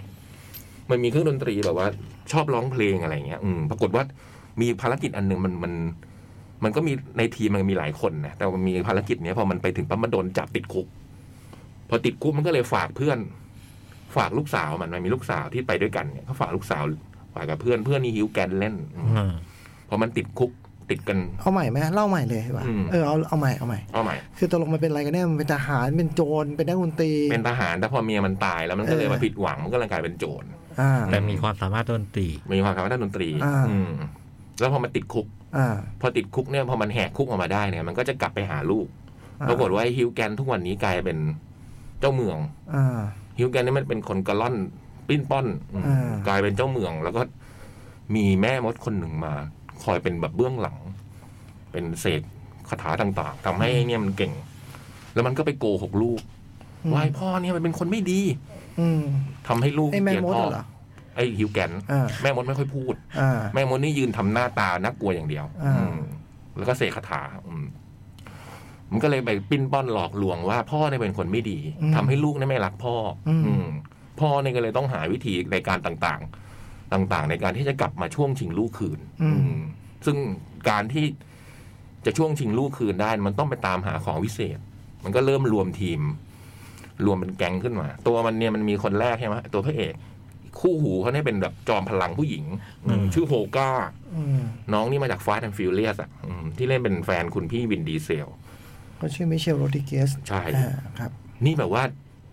Speaker 3: มันมีเครื่องดนตรีแบบว่า ชอบร้องเพลงอะไรเงี้ย อืม ปรากฏว่ามีภารกิจอันหนึ่งมันมัน มันก็มีในทีมมันมีหลายคนนะแต่มันมีภารกิจเนี้ยพอมันไปถึงปั๊บมันโดนจับติดคุก พอติดคุกมันก็เลยฝากเพื่อน ฝากลูกสาวมันมันมีลูกสาวที่ไปด้วยกันเนี่ยเขาฝากลูกสาวฝากกับเพื่อนเพื่อนนี่ฮิวแกนเล่นอืม
Speaker 4: เออ
Speaker 3: พอมันติดคุกติดกัน
Speaker 2: เอาใหม่ไหมเล่าใหม่เลยดีกว่า
Speaker 3: อืม
Speaker 2: เออเอาเอาใหม่เอาใหม่
Speaker 3: เอาใหม่
Speaker 2: คือตกลงมันเป็นอะไรกันแน่มันเป็นทหารเป็นโจรเป็นนักดนตรี
Speaker 3: เป็นทหารแต่พอเมียมันตายแล้วมันก็เลย
Speaker 2: เออ
Speaker 3: มาผิดหวังมันก็เลยกลายเป็นโจร
Speaker 2: อ่า
Speaker 4: แต่มีความสามารถดนตรี
Speaker 3: มีความสามารถด้านดนตรี
Speaker 2: อ่า
Speaker 3: อืมแล้วพอมันติดคุก
Speaker 2: อ่า
Speaker 3: พอติดคุกเนี่ยพอมันแหกคุกออกมาได้เนี่ยมันก็จะกลับไปหาลูกปรากฏว่าไอ้ฮิวแกนทุกวันนี้กลายเป็นเจ้าเมือง
Speaker 2: อ่า
Speaker 3: ฮิวแกนนี่มันเป็นคนกระล่อนปิ้นป้อนอืม
Speaker 2: อ่าก
Speaker 3: ลายเป็นเจ้าเมือง แล้วก็มีแม่มดคนหนึ่งมา คอยเป็นแบบเบื้องหลัง เป็นเศษคาถาต่างๆทำให้ไอ้เนี่ยมันเก่ง แล้วมันก็ไปโกหกลูกว่าไอ้พ่อเนี่ยมันเป็นคนไม่ดี
Speaker 2: อืม
Speaker 3: ทำให้ลูก
Speaker 2: ไอ้แม่
Speaker 3: เกลียด
Speaker 2: มด
Speaker 3: พ่อ
Speaker 2: เหรอ
Speaker 3: ไอ้ฮิวแกน
Speaker 2: อ่า
Speaker 3: แม่มดไม่ค่อยพูด
Speaker 2: อ่า
Speaker 3: แม่มดนี่ยืนทำหน้าตาน่ากลัวอย่างเดียว
Speaker 2: อ่า
Speaker 3: มแล้วก็เสกคาถาอืมมันก็เลยไปปิ้นป้อนหลอกลวงว่าพ่อเนี่ยเป็นคนไม่ดีทำให้ลูกเนี่ยไม่รักพ่อออืมพ่อเนี่ยก็เลยต้องหาวิธีในการต่างๆ ต่างๆ ในการที่จะกลับมาช่วงชิงลูกคืน อืมซึ่งการที่จะช่วงชิงลูกคืนได้ มันต้องไปตามหาของวิเศษ มันก็เริ่มรวมทีม รวมเป็นแก๊งขึ้นมา ตัวมันเนี่ยมันมีคนแรกใช่ไหมตัวพระเอก คู่หูเขาเนี่ยเป็นแบบจอมพลังผู้หญิงอืมชื่อโฮก้า
Speaker 2: อืม
Speaker 3: น้องนี่มาจากฟาสต์แอนด์ฟิวเลียสอ่ะอืมที่เล่นเป็นแฟนคุณพี่วินดีเซล
Speaker 2: เขาชื่อมิเชลโรดิเกส
Speaker 3: ใช่
Speaker 2: อ่าครับ
Speaker 3: นี่แบบว่า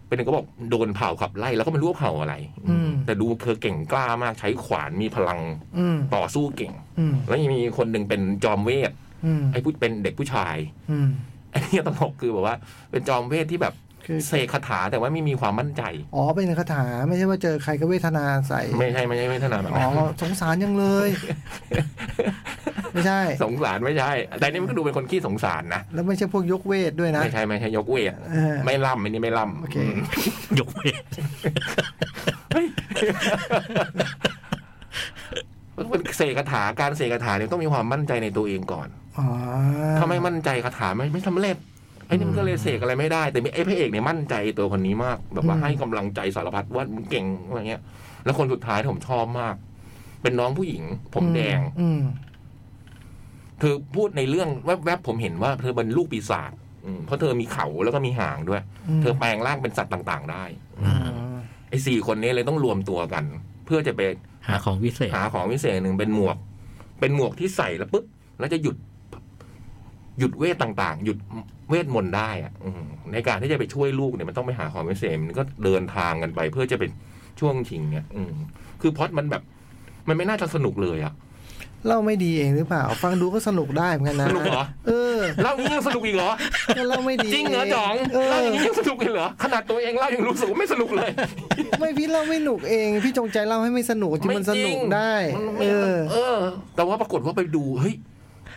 Speaker 3: เป็นก็บอกโดนเผาขับไล่แล้วก็ไม่รู้ว่าเผาอะไร
Speaker 2: อืม
Speaker 3: แต่ดูเธอเก่งกล้ามากใช้ขวานมีพลัง
Speaker 2: อืม
Speaker 3: ต่อสู้เก่ง
Speaker 2: อืม
Speaker 3: แล้วยังมีคนหนึ่งเป็นจอมเวท
Speaker 2: อืม
Speaker 3: ไอ้ผู้เป็นเด็กผู้ชาย
Speaker 2: อืม
Speaker 3: ไอ้นี่ตลกคือแบบว่า เป็นจอมเวทที่แบบ
Speaker 2: คือ
Speaker 3: เสกคาถาแต่ว่าไม่มีความมั่นใจ
Speaker 2: อ๋อเป็นคาถาไม่ใช่ว่าเจอใครก็เวทนาใส่
Speaker 3: ไม่ใช่ไม่ใช่ไม่ใช่นาดแบบ
Speaker 2: อ๋อ
Speaker 3: นั้น
Speaker 2: สงสารยังเลย ไม่ใช่
Speaker 3: สงสารไม่ใช่ แต่นี่มันก็ดูเป็นคนขี้สงสารนะ
Speaker 2: แล้วไม่ใช่พวกยกเวทด้วยนะ
Speaker 3: ไม่ใช่ไม่ใช่ยกเวท
Speaker 2: เออ
Speaker 3: ไม่ล่ำไม่นี่ไม่ล่ำ
Speaker 2: โอเค
Speaker 3: ม
Speaker 4: ยกเว้น
Speaker 3: มันเป็นเสกคาถาการเสกคาถาเนี่ยต้องมีความมั่นใจในตัวเองก่อน
Speaker 2: อ๋อ
Speaker 3: ถ้าไม่มั่นใจคาถาไม่ไม่สำเร็จไอ้นี่มันก็เลยเสกอะไรไม่ได้ แต่ไอ้พระเอกเนี่ยมั่นใจตัวคนนี้มาก แบบว่าให้กำลังใจสารพัดว่ามึงเก่งอะไรเงี้ย แล้วคนสุดท้ายที่ผมชอบมาก เป็นน้องผู้หญิง ผมแดง
Speaker 2: อืม
Speaker 3: เธอพูดในเรื่องแวบๆผมเห็นว่าเธอเป็นลูกปีศาจอืมเพราะเธอมีเขาแล้วก็มีหางด้วย
Speaker 2: อืม
Speaker 3: เธอแปลงร่างเป็นสัตว์ต่างๆ ได้
Speaker 2: อืม
Speaker 3: ไอ้สี่คนนี้เลยต้องรวมตัวกัน เพื่อจะไป
Speaker 4: หาของวิเศษ
Speaker 3: หาของวิเศษหนึ่งเป็นหมวก เป็นหมวกที่ใส่แล้วปุ๊บแล้วจะหยุด หยุดเวทต่างๆ หยุดเวทมนต์ได้อะอืมในการที่จะไปช่วยลูกเนี่ยมันต้องไปหาของวิเศษมันก็เดินทางกันไป เพื่อจะเป็นช่วงชิงเนี่ย อืมคือพล็อดมันแบบ มันไม่น่าจะสนุกเลยอะ
Speaker 2: เล่าไม่ดีเองหรือเปล่า ฟังดูก็สนุกได้เหมือนกันนะ
Speaker 3: สนุกเหรอ
Speaker 2: เออ
Speaker 3: เล่าอย่างนี้ยังสนุกอีกเหรอ
Speaker 2: ก็เล่าไม่ดี
Speaker 3: จริงเหรอจ๋อง
Speaker 2: เอ
Speaker 3: เล่าอ
Speaker 2: อย่าง
Speaker 3: นี้ยังสนุกอีกเหรอ ขนาดตัวเองเล่ายังรู้สึกว่าไม่สนุกเลย
Speaker 2: ไม่พี่เล่าไม่หนุกเอง พี่จงใจเล่าให้ไม่สนุกจริงมันสนุกได้
Speaker 3: มันไม่
Speaker 2: เออ
Speaker 3: เออ แต่ว่าปรากฏว่าไปดูเฮ้ย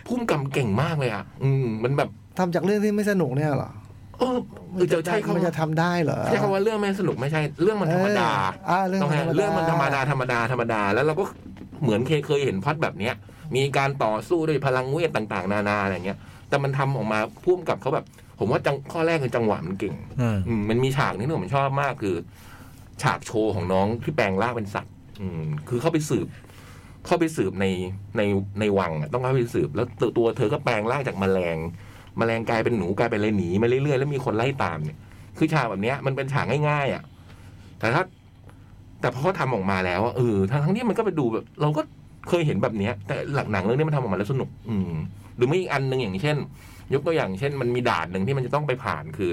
Speaker 3: พุ่มกำเก่งมากเลยอ่ะ อืมมันแบบ
Speaker 2: ทำจากเรื่องที่ไม่สนุกเนี่ยเหรอ
Speaker 3: เออเออจะใช้คำ
Speaker 2: มันจะ
Speaker 3: ว่า
Speaker 2: ทำได้เหรอ
Speaker 3: ใช้คำว่าเรื่องไม่สนุกไม่ใช่ เรื่องมันธรรมดา
Speaker 2: เอออ่าเรื่อง
Speaker 3: ต้ให้
Speaker 2: ธรรมดา
Speaker 3: เรื่องมันธรรมดาธรรมดาธรรมดาแล้วเราก็เหมือนเคเคยเห็นพล็อดแบบเนี้ย มีการต่อสู้ด้วยพลังเวทต่างๆ นานาอะไรเงี้ย แต่มันทำออกมาพุ่มกับเขาแบบ ผมว่าจังข้อแรกคือจังหวะมันเก่ง
Speaker 4: อ่า
Speaker 3: อืมมันมีฉากนี้หนึ่งผมชอบมากคือ ฉากโชว์ของน้องที่แปลงร่างเป็นสัตว์ อืม คือเข้าไปสืบ เข้าไปสืบในในในวังอะต้องเข้าไปสืบ แล้วตัวตัวเธอก็แปลงร่างจากแมลง แมลงกลายเป็นหนูกลายเป็นอะไรหนีมาเรื่อยๆแล้วมีคนไล่ตามเนี่ย คือฉากแบบเนี้ยมันเป็นฉากง่ายๆอ่ะ แต่ถ้า แต่พอเขาทำออกมาแล้วอะเออทั้งทั้งๆที่มันก็ไปดูแบบ เราก็เคยเห็นแบบเนี้ย แต่หลักหนังเรื่องนี้มันทำออกมาแล้วสนุก อืมหรือไม่อีกอันหนึ่งอย่างเช่น ยกตัวอย่างเช่น มันมีด่านหนึ่งที่มันจะต้องไปผ่านคือ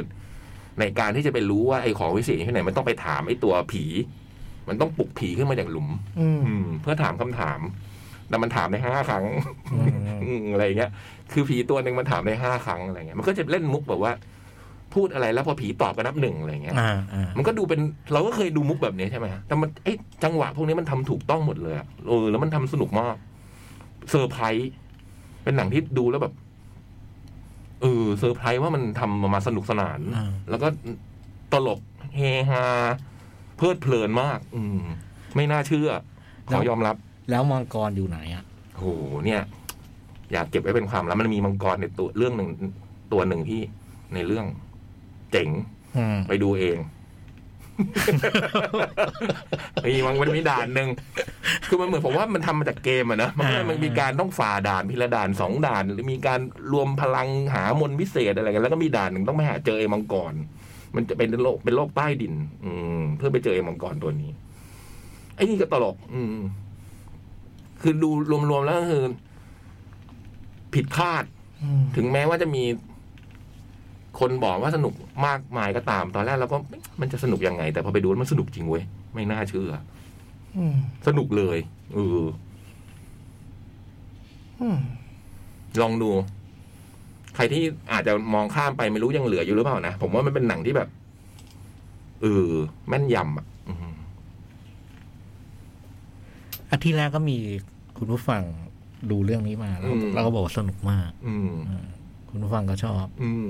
Speaker 3: ในการที่จะไปรู้ว่าไอ้ของวิเศษอยู่ที่ไหนมันต้องไปถามไอ้ตัวผี มันต้องปลุกผีขึ้นมาจากหลุม
Speaker 2: อืม
Speaker 3: อืม เพื่อถามคำถาม แต่มันถามในห้าครั้ง
Speaker 4: อืม
Speaker 3: อืม อะไรเงี้ย คือผีตัวหนึ่งมันถามในห้าครั้งอะไรเงี้ย มันก็จะเล่นมุกแบบว่า พูดอะไรแล้วพอผีตอบก็นับหนึ่งอะไรเงี้ย
Speaker 4: อ่าอ่า
Speaker 3: มันก็ดูเป็นเราก็เคยดูมุกแบบนี้ใช่ไหมฮะแต่มันไอ้จังหวะพวกนี้มันทำถูกต้องหมดเลยอะเออแล้วมันทำสนุกมากเซอร์ไพรส์เป็นหนังที่ดูแล้วแบบ เออเซอร์ไพรส์ว่ามันทำออกมาสนุกสนาน
Speaker 4: อ่า
Speaker 3: แล้วก็ตลกเฮฮาเพลิดเพลินมาก อืม ไม่น่าเชื่อ ขอยอมรับ
Speaker 4: แล้วมังกรอยู่ไหนอ่ะ
Speaker 3: โหเนี่ย อยากเก็บไว้เป็นความลับมันมีมังกรในตัวเรื่องหนึ่งตัวหนึ่งที่ในเรื่องเจ๋ง
Speaker 4: อืม
Speaker 3: ไปดูเอง มีมันมันมีด่านหนึ่ง คือมันเหมือนผมว่ามันทำมาจากเกมอะนะ มันก็เลย
Speaker 4: อ่ามั
Speaker 3: มันมีการต้องฝ่าด่านพิละด่านสองด่าน หรือมีการรวมพลังหามนต์พิเศษอะไรกัน แล้วก็มีด่านหนึ่งต้องไปหาเจอไอ้มังกร มันจะเป็นโลกเป็นโลกใต้ดิน อืม เพื่อไปเจอไอ้มังกรตัวนี้ ไอ้นี่ก็ตลก อืม คือดูรวมๆแล้วก็คือผิดคาด
Speaker 2: อืม
Speaker 3: ถึงแม้ว่าจะมีคนบอกว่าสนุกมากมายก็ตาม ตอนแรกเราก็เอ๊ะมันจะสนุกยังไง แต่พอไปดูแล้วมันสนุกจริงเว้ย ไม่น่าเชื่อ
Speaker 2: อืม
Speaker 3: สนุกเลยเออ
Speaker 2: อืม
Speaker 3: ลองดู ใครที่อาจจะมองข้ามไปไม่รู้ยังเหลืออยู่หรือเปล่านะ ผมว่ามันเป็นหนังที่แบบเออแม่นยำอ่ะอืม
Speaker 4: อาทิตย์แรกก็มีคุณผู้ฟังดูเรื่องนี้มาแล้วเราก็บอกว่าสนุกมาก
Speaker 3: อืม
Speaker 4: คุณผู้ฟังก็ชอบ
Speaker 3: อืม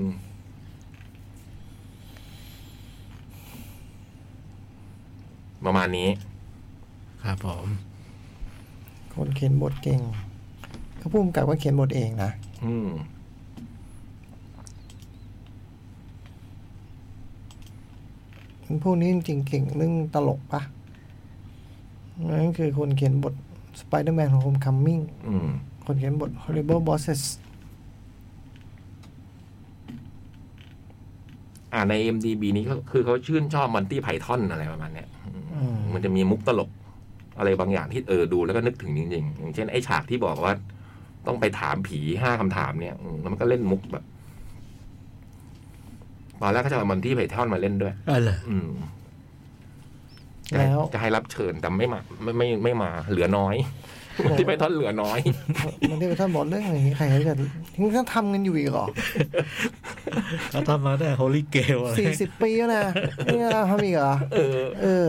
Speaker 3: ประมาณนี้
Speaker 4: ครับผม
Speaker 2: คนเขียนบทเก่งเขาพูดกับว่าเขียนบทเองนะ
Speaker 3: อืม
Speaker 2: พวกนี้จริงๆเก่งเรื่องตลกปะนั่นคือคนเขียนบท Spider-Man Homecoming
Speaker 3: อืม
Speaker 2: คนเขียนบท Horrible Bosses
Speaker 3: อ่าใน MDB นี้ก็คือเขาชื่นชอบมันตี้ไพทอนอะไรประมาณเนี้ย
Speaker 2: อืม
Speaker 3: มันจะมีมุกตลก อะไรบางอย่างที่เออดูแล้วก็นึกถึงจริงๆ อย่างเช่นไอ้ฉากที่บอกว่า ต้องไปถามผีห้าคำถามเนี่ยอืมแล้วมันก็เล่นมุกแบบตอนแรกก็จะเอามันตี้ไพทอนมาเล่นด้วย
Speaker 4: อะไร
Speaker 3: อืมจะให้
Speaker 2: แล้ว
Speaker 3: จะให้รับเชิญแต่ไม่มาไม่ไม่ไม่มา เหลือ น้อย ที่ไพทอนเหลือน้อย
Speaker 2: มันได้ไปท่านบอกเรื่องอย่างนี้ใครเขาจะถึงต้องทำกันอยู่อีกเหรอ
Speaker 4: เขาทำมาได้โฮลิเกลอะไร
Speaker 2: สี่สิบปีแล้วนะนี่ยังทำอีกเหรอ
Speaker 3: เออ
Speaker 2: เออ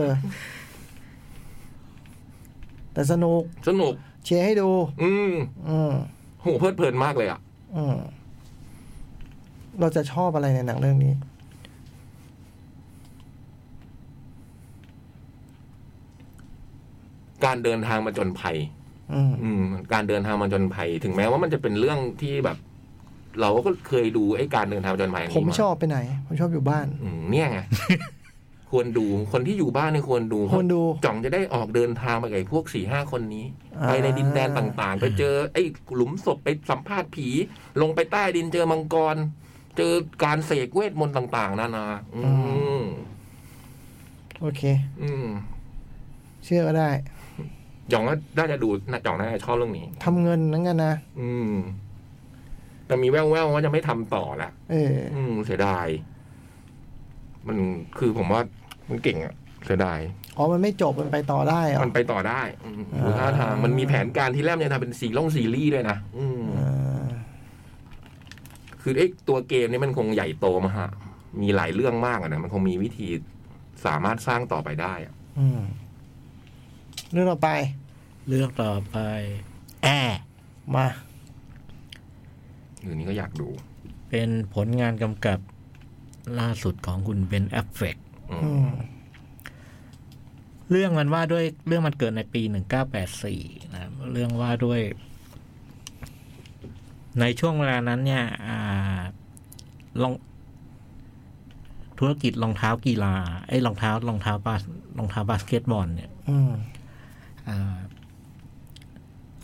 Speaker 2: แต่สนุก
Speaker 3: สนุก
Speaker 2: เชียร์ให้ดู
Speaker 3: อืม
Speaker 2: อืม
Speaker 3: โหเพลิดเพลินมากเลยอ่ะ
Speaker 2: อืมเราจะชอบอะไรในหนังเรื่องนี้
Speaker 3: การเดินทางมาจนภัย
Speaker 2: อืม
Speaker 3: อืมการเดินทางมาจนภัย ถึงแม้ว่ามันจะเป็นเรื่องที่แบบ เราก็เคยดูไอ้การเดินทางมาจนภัยนนี้
Speaker 2: ผมไม่ชอบไปไหน ผมชอบอยู่บ้าน
Speaker 3: อืมเนี่ยไง ควรดูคนที่อยู่บ้านเนี่ยควรดู
Speaker 2: ควรดู
Speaker 3: จ่องจะได้ออกเดินทางไปกับไอ้พวกสี่ห้าคนนี้
Speaker 2: อ่า
Speaker 3: ไปในดินแดนต่างๆ ไปเจอไอ้หลุมศพไปสัมภาษณ์ผี ลงไปใต้ดินเจอมังกร เจอการเสกเวทมนต์ต่าง ๆ นานาอืม
Speaker 2: โอเค
Speaker 3: อืม
Speaker 2: เชื่อก็ได้
Speaker 3: จ่องก็น่าจะดูน่าจ่องน่าจะชอบเรื่องนี้
Speaker 2: ทำเงินนั้นกันนะ
Speaker 3: อืม แต่มีแว่วๆว่าจะไม่ทำต่อละ
Speaker 2: เออ
Speaker 3: อืมเสียดาย มันคือผมว่ามันเก่งอะเสียดาย
Speaker 2: อ๋อมันไม่จบมันไปต่อได้เหรอ
Speaker 3: มันไปต่อได้อืม
Speaker 2: อ่า
Speaker 3: ดูท่าทางมันมีแผนการที่แรกเนี่ยทำเป็นซีร่องซีรีส์ด้วยนะอืม
Speaker 2: อ่า
Speaker 3: คือไอ้ตัวเกมเนี่ยมันคงใหญ่โตมหามีหลายเรื่องมากอะนะมันคงมีวิธีสามารถสร้างต่อไปได้อะ
Speaker 2: อืมเรื่องต่อไป
Speaker 4: เลือกต่อไปแอร์
Speaker 2: มา
Speaker 3: หรือนี้ก็อยากดู
Speaker 4: เป็นผลงานกำกับล่าสุดของคุณเบนแอฟเฟก
Speaker 3: อืม
Speaker 2: อืม
Speaker 4: เรื่องมันว่าด้วยเรื่องมันเกิดในปี 1984นะครับเรื่องว่าด้วย ในช่วงเวลานั้นเนี่ย อ่าลอง ธุรกิจรองเท้ากีฬาไอ้ยรองเท้ารองเท้าบาสรองเท้าบาสเกตบอลเนี่ย
Speaker 2: อืม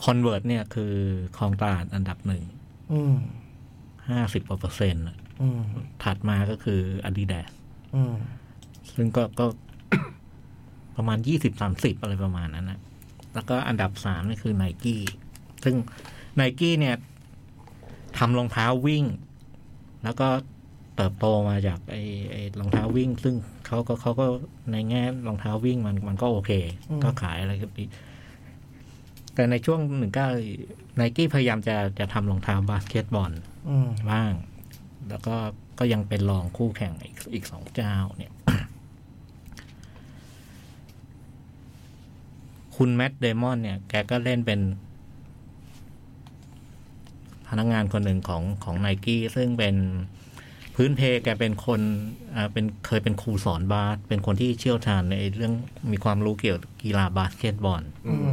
Speaker 4: คอนเวิร์ตเนี่ยคือครองตลาดอันดับหนึ่ง
Speaker 2: อืม
Speaker 4: ห้าสิบกว่าเปอร์เซ็นต์น่ะ
Speaker 2: อืม
Speaker 4: ถัดมาก็คือ Adidas
Speaker 2: อืม
Speaker 4: ซึ่งก็ก็ ประมาณยี่สิบสามสิบอะไรประมาณนั้นนะแล้วก็อันดับสามนี่คือ n i กี้ซึ่ง n i กี้เนี่ยทำรองเท้าวิ่ง แล้วก็เติบโตมาจากไอ้ไอ้รองเท้าวิ่ง ซึ่งเขาก็เขาก็ในแง่รองเท้าวิ่งมันมันก็โอเค ก็ขายอะไรก็ดี แต่ในช่วงหนึ่งก้าไนกี้พยายามจะจะทำรองเท้าบาสเกตบอล
Speaker 2: อืม
Speaker 4: บ้าง แล้วก็ก็ยังเป็นรองคู่แข่งอีกอีกสองเจ้าเนี่ย คุณแมตต์เดมอนเนี่ย แกก็เล่นเป็น พนักงานคนหนึ่งของของไนกี้ซึ่งเป็นพื้นเพแกเป็นคนอ่าเป็นเคยเป็นครูสอนบาสเป็นคนที่เชี่ยวชาญในเรื่องมีความรู้เกี่ยวกับกีฬาบาสเกตบอล
Speaker 2: อืม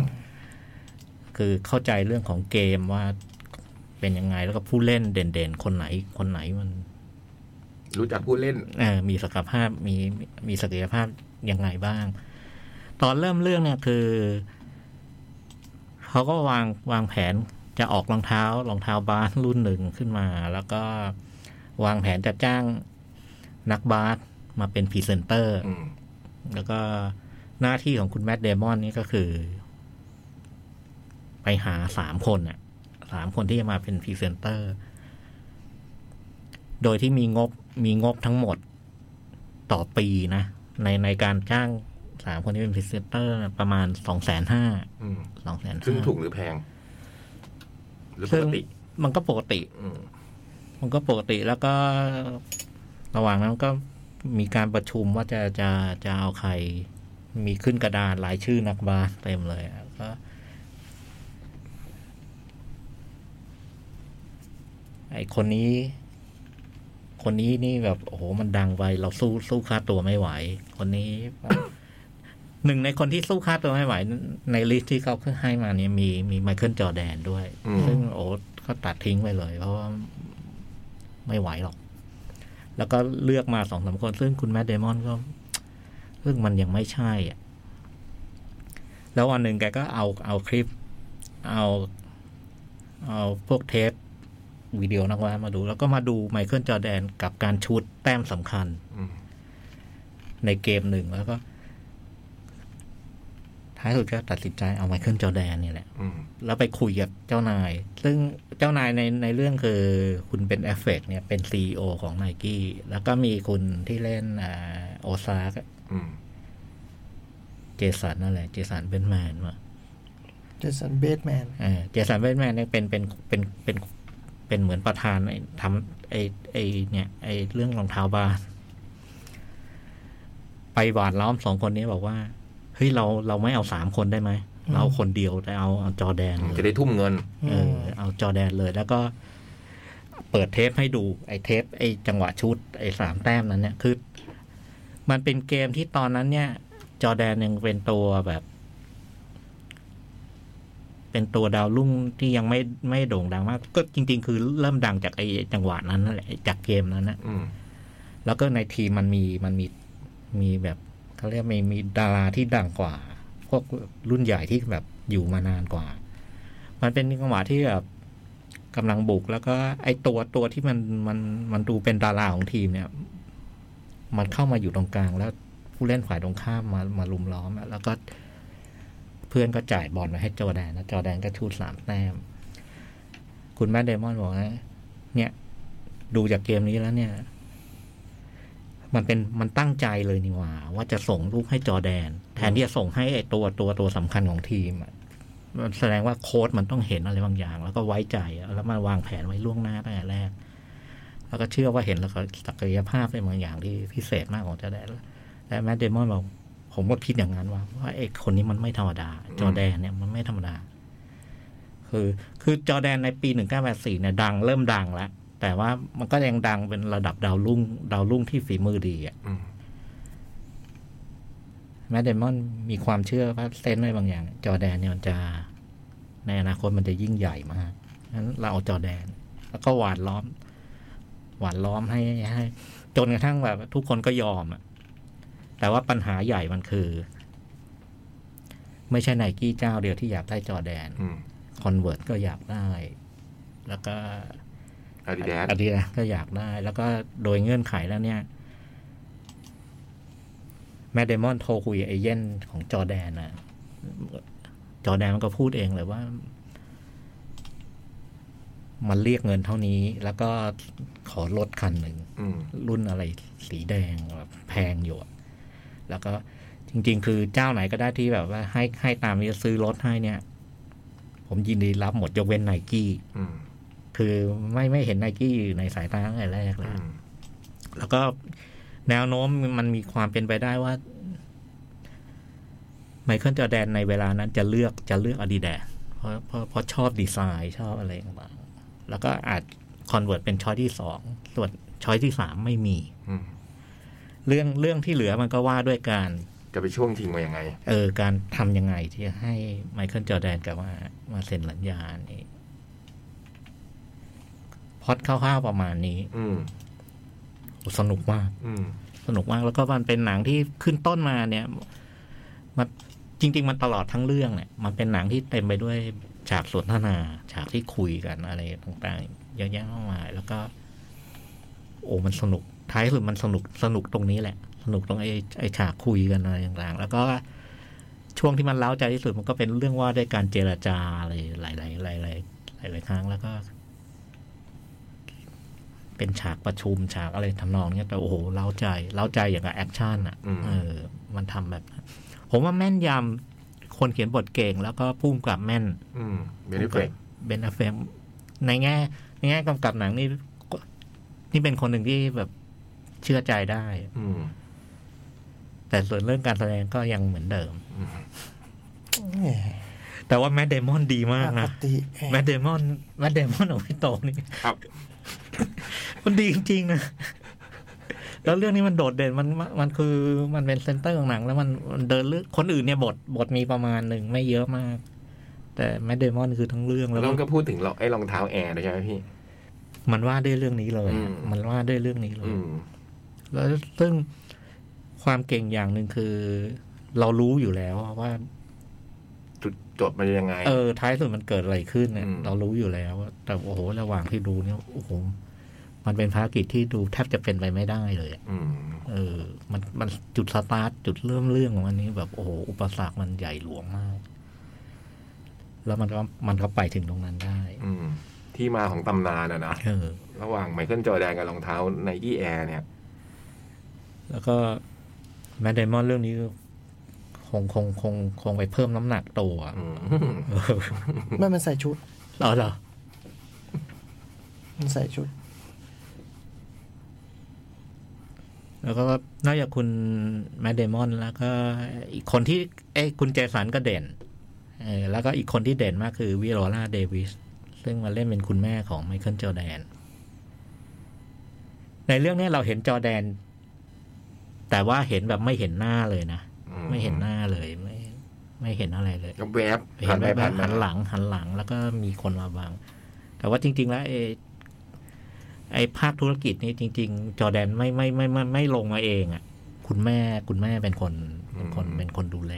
Speaker 4: คือเข้าใจเรื่องของเกมว่าเป็นยังไงแล้วก็ผู้เล่นเด่นๆ คนไหนคนไหนมัน
Speaker 3: รู้จักผู้เล่น
Speaker 4: เอ่อมีศักยภาพมีมีศักยภาพยังไงบ้าง ตอนเริ่มเรื่องเนี่ยคือ เขาก็วางวางแผนจะออกรองเท้ารองเท้าบาสรุ่นหนึ่งขึ้นมา แล้วก็วางแผนจะจ้างนักบาสมาเป็นพรีเซนเตอร์
Speaker 3: อืม
Speaker 4: แล้วก็หน้าที่ของคุณแมดเดมอนนี่ก็คือ ไปหาสามคนน่ะสามคนที่จะมาเป็นพรีเซนเตอร์ โดยที่มีงบมีงบทั้งหมดต่อปีนะ ในในการจ้างสามคนที่เป็นพรีเซนเตอร์น่ะประมาณสองแสนห้า
Speaker 3: อืม
Speaker 4: สองแสนห้า
Speaker 3: ซึ่งถูกหรือแพง หรือปกติ
Speaker 4: มันก็ปกติ
Speaker 3: อืม
Speaker 4: มันก็ปกติแล้วก็ระหว่างนั้นก็มีการประชุมว่าจะจะจะเอาใคร มีขึ้นกระดานรายชื่อนักบาสเต็มเลยอะก็ไอคนนี้ คนนี้นี่แบบโอ้โหมันดังไปเราสู้สู้ค่าตัวไม่ไหว คนนี้ หนึ่งในคนที่สู้ค่าตัวไม่ไหว ในลิสต์ที่เขาให้มาเนี่ยมีมีไมเคิลจอร์แดนด้วย
Speaker 3: อืม
Speaker 4: ซึ่งโอ๊ตก็ตัดทิ้งไปเลย เพราะว่าไม่ไหวหรอก แล้วก็เลือกมาสองสามคน ซึ่งคุณแมดเดมอนก็ซึ่งมันยังไม่ใช่อ่ะ แล้ววันหนึ่งแกก็เอาเอาคลิป เอาเอาพวกเทปวิดีโอนักว่ามาดู แล้วก็มาดูไมเคิลจอร์แดนกับการชุดแต้มสำคัญ
Speaker 3: อืม
Speaker 4: ในเกมหนึ่งแล้วก็ ท้ายสุดก็ตัดสินใจเอาไมเคิลจอร์แดนเนี่ยแหละ
Speaker 3: อืม
Speaker 4: แล้วไปคุยกับเจ้านาย ซึ่งเจ้านายในในเรื่องคือคุณเป็นเอฟเฟกเนี่ยเป็นซีอของไนกี้แล้วก็มีคุณที่เล่นอ่าโอซาร์ก
Speaker 3: อืม
Speaker 4: เจสันนั่นแหละ เจสันเบนแมนวะ
Speaker 2: เจสันเบทแมน
Speaker 4: เออเจสันเบนแมนเนี่ยเป็นเป็นเป็นเป็นเป็นเหมือนประธานไอ้ทำไอไอเนี่ย ไอเรื่องรองเท้าบาสไปหวานล้อมสองคนนี้บอกว่า เฮ้ยเราเราไม่เอาสามคนได้ไหม เราเอาคนเดียวแต่เอาเอาจอร์แดนเลย
Speaker 3: จะได้ทุ่มเงิน
Speaker 4: เออเอาจอแดนเลยแล้วก็เปิดเทปให้ดูไอ้เทป ไอ้จังหวะชุด ไอ้สามแต้มนั้นเนี่ยคือ มันเป็นเกมที่ตอนนั้นเนี่ย จอแดนยังเป็นตัวแบบ เป็นตัวดาวรุ่งที่ยังไม่ไม่โด่งดังมาก ก็จริง ๆ คือเริ่มดังจากไอ้จังหวะนั้นนั่นแหละจากเกมนั้นนะ
Speaker 3: อืม
Speaker 4: แล้วก็ในทีมมันมีมันมีมีแบบเขาเรียกมีมีดาราที่ดังกว่า พวกรุ่นใหญ่ที่แบบอยู่มานานกว่า มันเป็นจังหวะที่แบบกำลังบุก แล้วก็ไอตัวตัวที่มันมันมันดูเป็นดาราของทีมเนี่ย มันเข้ามาอยู่ตรงกลางแล้วผู้เล่นฝ่ายตรงข้ามมามาลุมล้อมอะแล้วก็เพื่อนก็จ่ายบอลมาให้จอร์แดนนะจอร์แดนก็ชูดสามแต้ม คุณแม่เดมอนบอกว่าเนี่ย ดูจากเกมนี้แล้วเนี่ย มันเป็นมันตั้งใจเลยนี่หว่า ว่าจะส่งลูกให้จอร์แดน แทนที่จะส่งให้ไอ้ตัวตัวตัวสำคัญของทีมอะมันแสดงว่าโค้ดมันต้องเห็นอะไรบางอย่าง แล้วก็ไว้ใจแล้วมันวางแผนไว้ล่วงหน้าตั้งแต่แรก แล้วก็เชื่อว่าเห็นแล้วก็ศักยภาพเป็นบางอย่างที่พิเศษมากของจอร์แดนและแมดเดมอนบอกผมก็คิดอย่างนั้นว่าว่าไอ้คนนี้มันไม่ธรรมดา จอร์แดนเนี่ยมันไม่ธรรมดา คือคือจอร์แดนในปี 1984เนี่ยดังเริ่มดังแล้ว แต่ว่ามันก็ยังดังเป็นระดับดาวรุ่ง ดาวรุ่งที่ฝีมือดีอะ
Speaker 3: อืม
Speaker 4: แมดเดมอนมีความเชื่อว่าเซนส์อะไรบางอย่าง จอร์แดนเนี่ยมันจะ ในอนาคตมันจะยิ่งใหญ่มากงั้นเราเอาจอร์แดน แล้วก็หวานล้อม หวานล้อมให้ให้ จนกระทั่งแบบทุกคนก็ยอมอะแต่ว่าปัญหาใหญ่มันคือ ไม่ใช่ไนกี้เจ้าเดียวที่อยากได้จอร์แดน
Speaker 3: อืม
Speaker 4: คอนเวิร์ตก็อยากได้ แล้วก็
Speaker 3: อาดิดาส
Speaker 4: อาดิดาสก็อยากได้ แล้วก็โดยเงื่อนไขแล้วเนี่ย แมดเดมอนโทรคุยกับเอเย่นของจอร์แดนนะจอร์แดนมันก็พูดเองเลยว่า มันเรียกเงินเท่านี้ แล้วก็ขอลดคันหนึ่ง
Speaker 3: อืม
Speaker 4: รุ่นอะไรสีแดงแบบแพงอยู่อะแล้วก็จริง ๆ คือเจ้าไหนก็ได้ที่แบบว่าให้ให้ตามนี้ซื้อรถให้เนี่ย ผมยินดีรับหมดยกเว้นไนกี้
Speaker 3: อืม
Speaker 4: คือไม่ไม่เห็นไนกี้อยู่ในสายตาตั้งแต่แรกเล
Speaker 3: อื
Speaker 4: ย
Speaker 3: ม
Speaker 4: แล้วก็แนวโน้มมันมีความเป็นไปได้ว่า ไมเคิลจอร์แดนในเวลานั้นจะเลือกจะเลือกอาดิดาเพราะเพราะเพราะชอบดีไซน์ชอบอะไรต่างๆแล้วก็อาจคอนเวิร์ตเป็นช้อยที่สองส่วนช้อยที่สามไม่มี
Speaker 3: อืม
Speaker 4: เรื่องเรื่องที่เหลือมันก็ว่าด้วยการ
Speaker 3: จะไปช่วงทิ้งมายังไง
Speaker 4: เออการทำยังไงที่จะให้ไมเคิลจอร์แดนกลับมามาเซ็นสัญญานี่พล็อดคร่าวๆประมาณนี้
Speaker 3: อืม
Speaker 4: โอ้สนุกมาก
Speaker 3: อืม
Speaker 4: สนุกมากแล้วก็มันเป็นหนังที่ขึ้นต้นมาเนี่ย มันจริง ๆ มันตลอดทั้งเรื่องเนี่ยมันเป็นหนังที่เต็มไปด้วยฉากสนทนา ฉากที่คุยกันอะไรต่างๆเยอะแยะมากมาย แล้วก็ โอ้มันสนุกท้ายสุดมันสนุกสนุกตรงนี้แหละ สนุกตรงไอ้ไอ้ฉากคุยกันอะไรต่างๆ แล้วก็ช่วงที่มันเล้าใจที่สุดมันก็เป็นเรื่องว่าด้วยการเจรจาอะไรหลาย ๆ หลาย ๆ หลาย ๆ ครั้งแล้วก็ เป็นฉากประชุมฉากอะไรทำนองเนี้ยแต่โอ้โหเล้าใจเล้าใจอย่างกับแอคชั่นอ่ะ
Speaker 3: อืม
Speaker 4: เออ มันทำแบบ ผมว่าแม่นยำคนเขียนบทเก่ง แล้วก็พุ่มกับแม่น
Speaker 3: อืมเบนเฟก
Speaker 4: เบนอาเฟมในแง่ในแง่กำกับหนังนี่ก็นี่เป็นคนหนึ่งที่แบบเชื่อใจได้
Speaker 3: อืม
Speaker 4: แต่ส่วนเรื่องการแสดงก็ยังเหมือนเดิม
Speaker 2: แหม
Speaker 4: แต่ว่าแมดเดมอนดีมาก
Speaker 2: ป
Speaker 4: นะ
Speaker 2: กติ
Speaker 4: แมดเดมอนแมดเดมอนเอาไว้โตนี่
Speaker 3: ครับ
Speaker 4: มันดีจริงๆนะแล้วเรื่องนี้มันโดดเด่นมันมันมันคือมันเป็นเซนเตอร์ของหนัง แล้วมันมันเดินเรื่องคนอื่นเนี่ยบทบทมีประมาณหนึ่งไม่เยอะมาก แต่แมดเดมอนคือทั้งเรื่อง
Speaker 3: แล้
Speaker 4: แล้ว ว
Speaker 3: มั
Speaker 4: มัน
Speaker 3: นก็พูดถึงเราไอ้รองเท้าแอร์ด้วยใช่ไหมพี่
Speaker 4: มันว่าด้วยเรื่องนี้เลย
Speaker 3: อืม
Speaker 4: มันว่าด้วยเรื่องนี้เลย
Speaker 3: อืม
Speaker 4: แล้วซึ่งความเก่งอย่างหนึ่งคือ เรารู้อยู่แล้วว่า
Speaker 3: จุดจบมันยังไง
Speaker 4: เออท้ายสุดมันเกิดอะไรขึ้นเนี่ย
Speaker 3: อืม
Speaker 4: เรารู้อยู่แล้วอะแต่โอ้โหระหว่างที่ดูเนี่ยโอ้โหมันเป็นภารกิจที่ดูแทบจะเป็นไปไม่ได้เลยอะ
Speaker 3: อืม
Speaker 4: เออ มันมันจุดสตาร์ทจุดเริ่มเรื่องของอันนี้แบบโอ้โหอุปสรรคมันใหญ่หลวงมาก แล้วมันก็มันก็ไปถึงตรงนั้นได้
Speaker 3: อืม ที่มาของตำนานอะนะ
Speaker 4: เออ
Speaker 3: ระหว่างไมเคิลจอร์แดนกับรองเท้าไนกี้แอร์เนี่ย
Speaker 4: แล้วก็แมดเดมอนเรื่องนี้คงคงคงคงไปเพิ่มน้ำหนักตัวอะ
Speaker 3: อืม
Speaker 4: เออ
Speaker 2: ไม่มันใส่ชุด
Speaker 4: เอาเหรอ
Speaker 2: มันใส่ชุด
Speaker 4: แล้วก็นอกจากคุณแมดเดมอน แล้วก็อีกคนที่เอ้ยคุณเจสันก็เด่นเออแล้วก็อีกคนที่เด่นมากคือวิโรล่าเดวิส ซึ่งมาเล่นเป็นคุณแม่ของไมเคิลจอร์แดน ในเรื่องเนี้ยเราเห็นจอร์แดน แต่ว่าเห็นแบบไม่เห็นหน้าเลยนะ
Speaker 3: อืม
Speaker 4: ไม่เห็นหน้าเลยไม่ไม่เห็นอะไรเลย
Speaker 3: ก็แวบ
Speaker 4: เห็
Speaker 3: ผ่าน
Speaker 4: น
Speaker 3: ไป
Speaker 4: แบบ
Speaker 3: ผ่านมา
Speaker 4: หันหลังหันหลังแล้วก็มีคนมาบัง แต่ว่าจริง ๆ แล้วไอ้ไอ้ภาคธุรกิจนี่จริง ๆ จอร์แดนไม่ไม่ไม่ไม่ไม่ลงมาเองอ่ะ คุณแม่คุณแม่เป็นคนเป็นคนเป็นคนดูแล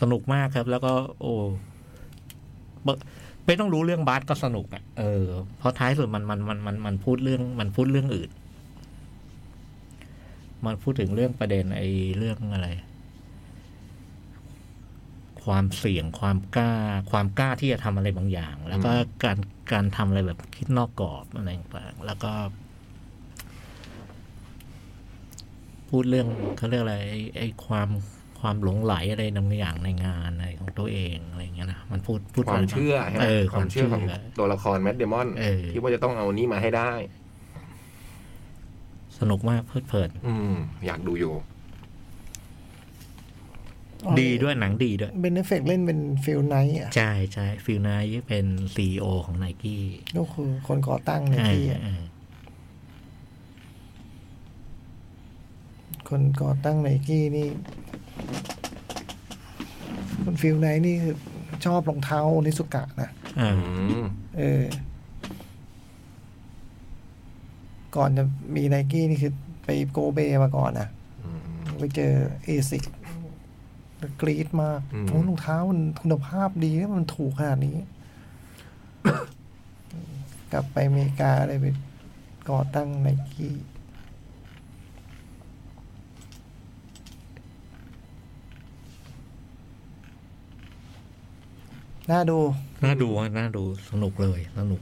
Speaker 4: สนุกมากครับ แล้วก็ โอ้เบไม่ต้องรู้เรื่องบาสก็สนุกอ่ะเออเพราะท้ายสุดมันมันมันมันมันพูดเรื่อง มันพูดเรื่องอื่น มันพูดถึงเรื่องประเด็นไอ้เรื่องอะไร ความเสี่ยงความกล้า ความกล้าที่จะทำอะไรบางอย่าง แล้วก็การการทำอะไรแบบคิดนอกกรอบอะไรต่างๆแล้วก็ พูดเรื่องเขาเรียกอะไรไอ้ไอ้ความความหลงไหลอะไรบางอย่างในงานอะไรของตัวเองอะไรอย่างเงี้ยนะมันพูดพูด
Speaker 3: ความเชื่อใช่ไหม
Speaker 4: เออค
Speaker 3: คาว
Speaker 4: วาม ม
Speaker 3: เชื่
Speaker 4: เชื่
Speaker 3: อ
Speaker 4: อ
Speaker 3: ของตัวละครแมดเดมอน
Speaker 4: เออ
Speaker 3: ที่ว่าจะต้องเอานี้มาให้ได้
Speaker 4: สนุกมากเพลิดเพลิน
Speaker 3: อืม อยากดูอยู่
Speaker 4: ดีด้วยหนังดีด้วย
Speaker 2: เบนเอฟเฟกเล่นเป็นฟิลไนท์อ่ะ
Speaker 4: ใช่ใช่ฟิลนายเป็นซีอของไนกี้
Speaker 2: ก็คือคนก่อตั้งในที่อะคนก่อตั้งในที่นี่คนฟิลไนท์นี่คือชอบรองเท้าโอนิสุกะนะ
Speaker 4: อ่า
Speaker 3: อืม
Speaker 2: เออ ก่อนจะมีไนกี้นี่คือไปโกเบมาก่อนนะ
Speaker 3: อืม
Speaker 2: ไปเจอเอซิกกรีดมาก
Speaker 3: อืม
Speaker 2: โอ้รองเท้ามันคุณภาพดีแล้วมันถูกขนาดนี้ กลับไปอเมริกาเลยไปก่อตั้งไนกี้ น่าดู
Speaker 4: น่าดูอะน่าดูสนุกเลยสนุก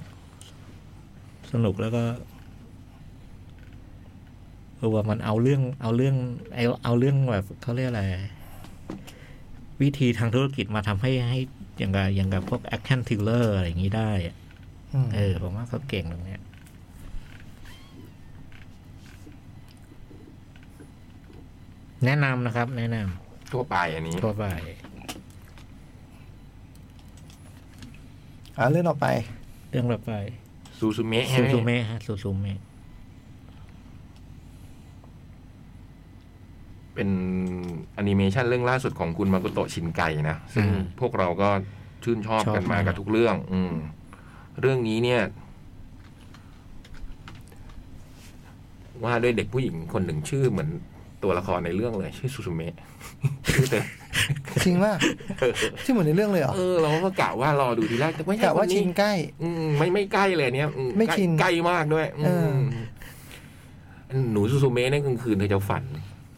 Speaker 4: สนุกแล้วก็เออว่ามันเอาเรื่อง เอาเรื่องเอาเอาเรื่องแบบเขาเรียกอะไร วิธีทางธุรกิจมาทำให้ให้อย่างกับอย่างกับพวกแอคชั่นทิลเลอร์อะไรอย่างนี้ได้อะ
Speaker 2: อืม
Speaker 4: เออผมว่าเขาเก่งตรงเนี้ย แนะนำนะครับ แนะนำ
Speaker 3: ทั่วไปอันนี้
Speaker 4: ทั่วไป
Speaker 2: อ่าเรื่องต่อไป
Speaker 4: เรื่องต่อไป
Speaker 3: ซูซูเมะใช่
Speaker 4: ซู
Speaker 3: ไหม
Speaker 4: ซูเมะฮะซูซูเมะ
Speaker 3: เป็นแอนิเมชันเรื่องล่าสุดของคุณมากุโตะชินไก่นะ ซึ่งพวกเราก็ชื่นชอบกันมากับทุกเรื่อง อืม เรื่องนี้เนี่ย ว่าด้วยเด็กผู้หญิงคนหนึ่งชื่อเหมือนตัวละครในเรื่องเลย ชื่อซูซูเมะ ชื่อเต็ม
Speaker 2: จริงว่า ที่เหมือนในเรื่องเลยเหรอ
Speaker 3: เออเราก็กะว่ารอดูทีแรกแต่ไม่ใช่
Speaker 2: กะว่า
Speaker 3: คน
Speaker 2: ชิ
Speaker 3: นี้
Speaker 2: นใกล้
Speaker 3: อืมไม่ไม่ใกล้เลยเนี้ยอื
Speaker 2: ไม่
Speaker 3: ใกล้
Speaker 2: ชิน
Speaker 3: ใกล้มากด้วย
Speaker 2: เออ
Speaker 3: มหนูซูซูเมะเนี่ยกลางคืนเธอจะฝัน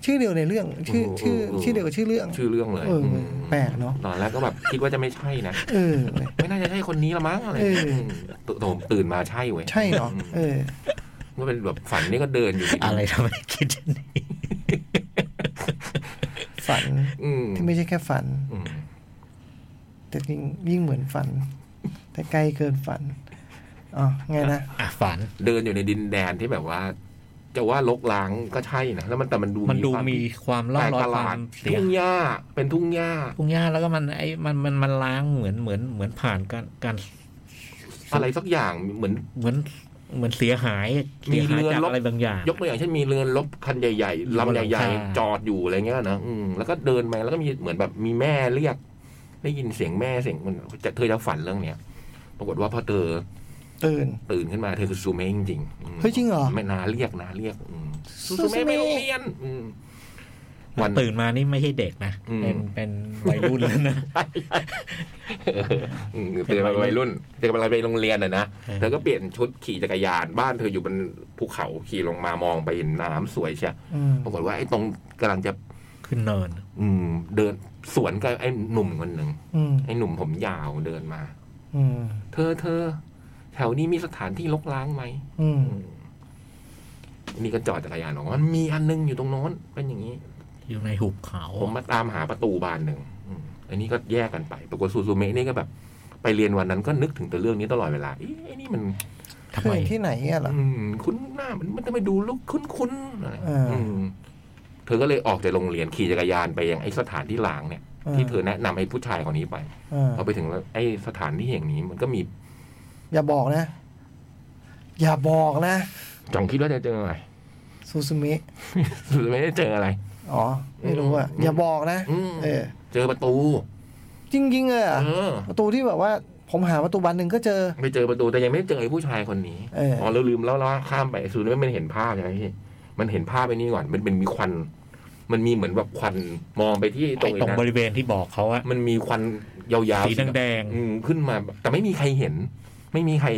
Speaker 2: ชื่อเดียวในเรื่อง ชื่อ
Speaker 3: โอ้โห
Speaker 2: ชื่อชื่อเดียวกับชื่อเรื่อง
Speaker 3: ชื่อเรื่องเลย
Speaker 2: เออ
Speaker 3: ม
Speaker 2: แปลกเนอะ
Speaker 3: ตอนแรกก็แบบคิดว่าจะไม่ใช่นะ
Speaker 2: เออเว้ย
Speaker 3: ไม่น่าจะใช่คนนี้ละมั้งอะไร
Speaker 2: เออ
Speaker 3: มโตมตื่นมาใช่เว้ย
Speaker 2: ใช่เนาะเออ
Speaker 3: มันเป็นแบบฝันนี่ก็เดินอยู่ดี
Speaker 4: อะไรทำไมคิดเช่นนี้
Speaker 2: ฝัน
Speaker 3: อืม
Speaker 2: ที่ไม่ใช่แค่ฝัน
Speaker 3: อืม
Speaker 2: แต่ยิ่งยิ่งเหมือนฝัน แต่ไกลเกินฝันอ๋อไงนะ
Speaker 4: อ่ะฝัน
Speaker 3: เดินอยู่ในดินแดนที่แบบว่า จะว่าลกล้างก็ใช่นะแล้วมันแต่มันดู
Speaker 4: มันดู
Speaker 3: ควา
Speaker 4: มีความร่อ
Speaker 3: แป
Speaker 4: ง
Speaker 3: ลกป
Speaker 4: รอย
Speaker 3: ระห
Speaker 4: ควา
Speaker 3: ลาด
Speaker 4: มเสีย
Speaker 3: ทุ่งหญ้าเป็นทุ่งหญ้า
Speaker 4: พุ่งหญ้าแล้วก็มันไอ้มันมันมันล้างเหมือนเหมือนเหมือนผ่านการการ
Speaker 3: อะไรสักอย่างเหมือน
Speaker 4: เหมือนเหมือนเสียหาย
Speaker 3: มี
Speaker 4: เสียหาย
Speaker 3: เรือ
Speaker 4: จาก
Speaker 3: ลบ
Speaker 4: อะไรบางอย่าง
Speaker 3: ยกตัวอย่างเช่นมีเรือลบคันใหญ่
Speaker 4: อยู่
Speaker 3: ๆ
Speaker 4: บน
Speaker 3: ลำ
Speaker 4: หลัง
Speaker 3: ใหญ่
Speaker 4: คา
Speaker 3: ๆ จอดอยู่อะไรเงี้ยนะอืมแล้วก็เดินไปแล้วก็มีเหมือนแบบมีแม่เรียก ได้ยินเสียงแม่เสียงมันจะเธอจะฝันเรื่องเนี้ยปรากฏว่าพอเธอ
Speaker 2: ตื่น ตื่น
Speaker 3: ตื่นขึ้นมาเธอคือซูเมะจริงๆอืม
Speaker 2: เฮ้ยจริงเหรอ
Speaker 3: ไม่นาเรียกนาเรียกอืมซู
Speaker 2: ซู
Speaker 3: ซู
Speaker 2: เมะ
Speaker 3: เมะไปโรงเรียนอืม
Speaker 4: มันตื่นมานี่ไม่ใช่เด็กนะ
Speaker 3: อืม
Speaker 4: เป็นเป็นวัยรุ่นแล้วนะ
Speaker 3: อืมเป็นวัยรุ่นเธอกำลังไปโรงเรียนอ่ะนะ
Speaker 4: เออ
Speaker 3: เธอก็เปลี่ยนชุดขี่จักรยานบ้านเธออยู่บนภูเขาขี่ลงมามองไปเห็นน้ำสวยใช่
Speaker 2: อืม
Speaker 3: ปรากฏว่าไอ้ตรงกำลังจะ
Speaker 4: ขึ้นเนิน
Speaker 3: อืมเดินสวนกับไอ้หนุ่มคนหนึ่ง
Speaker 2: อืม
Speaker 3: ไอ้หนุ่มผมยาวเดินมา
Speaker 2: อืม
Speaker 3: เธอเธอ แถวนี้มีสถานที่ลกล้างไหม
Speaker 2: อืม
Speaker 3: อืมนี่ก็จอดจักรยานออกมันมีอันนึงอยู่ตรงโน้นเป็นอย่างนี้
Speaker 4: อยู่ในหุบเขา
Speaker 3: ผมมาตามหาประตูบานหนึ่งอืมอันนี้ก็แยกกันไปปรากฏซูซูเมะนี่ก็แบบ ไปเรียนวันนั้นก็นึกถึงแต่เรื่องนี้ตลอดเวลาเอ๊ะไอ้นี่มัน
Speaker 4: ทำ
Speaker 2: คื
Speaker 4: ไม
Speaker 2: นที่ไหนอะเหรอ
Speaker 3: อืมคุ้นหน้ามันมันทำไมดูลุกคุ้นๆอะไร
Speaker 2: เอออื
Speaker 3: มเธอก็เลยออกจากโรงเรียนขี่จักรยานไปยังไอ้สถานที่ล้างเนี่ย ที่เธอแนะนำไอ้ผู้ชายคนนี้ไป
Speaker 2: เออ
Speaker 3: พอไปถึงแล้วไอ้สถานที่แห่งนี้มันก็มี
Speaker 2: อย่าบอกนะ อย่าบอกนะ
Speaker 3: จ่องคิดว่าจะเจออะไร
Speaker 2: ซูซูมิ
Speaker 3: สุดไม่ได้เจออะไร
Speaker 2: อ๋อ ไม่รู้อะอย่าบอกนะ
Speaker 3: อืม
Speaker 2: เออ
Speaker 3: เจอประตู
Speaker 2: จริงๆเลยเหรอ
Speaker 3: เออ
Speaker 2: ประตูที่แบบว่า ผมหาประตูบานหนึ่งก็เจอ
Speaker 3: ไปเจอประตูแต่ยังไม่ได้เจอไอ้ผู้ชายคนนี้
Speaker 2: เอออ๋
Speaker 3: อ๋อเราลืมแล้วเราข้ามไปสุดไม่มันเห็นภาพใช่ไหมพี่มันเห็นภาพไอ้นี่ก่อนมันเป็นมีควัน มันมีเหมือนแบบควันมองไปที่ต
Speaker 4: ไอ้
Speaker 3: รง
Speaker 4: ตรง
Speaker 3: นั้น
Speaker 4: บริเวณที่บอกเขาอะ
Speaker 3: มันมีควันยาวๆ
Speaker 4: สีแดงๆ
Speaker 3: อืมขึ้นมา แต่ไม่มีใครเห็น ไม่มีใคร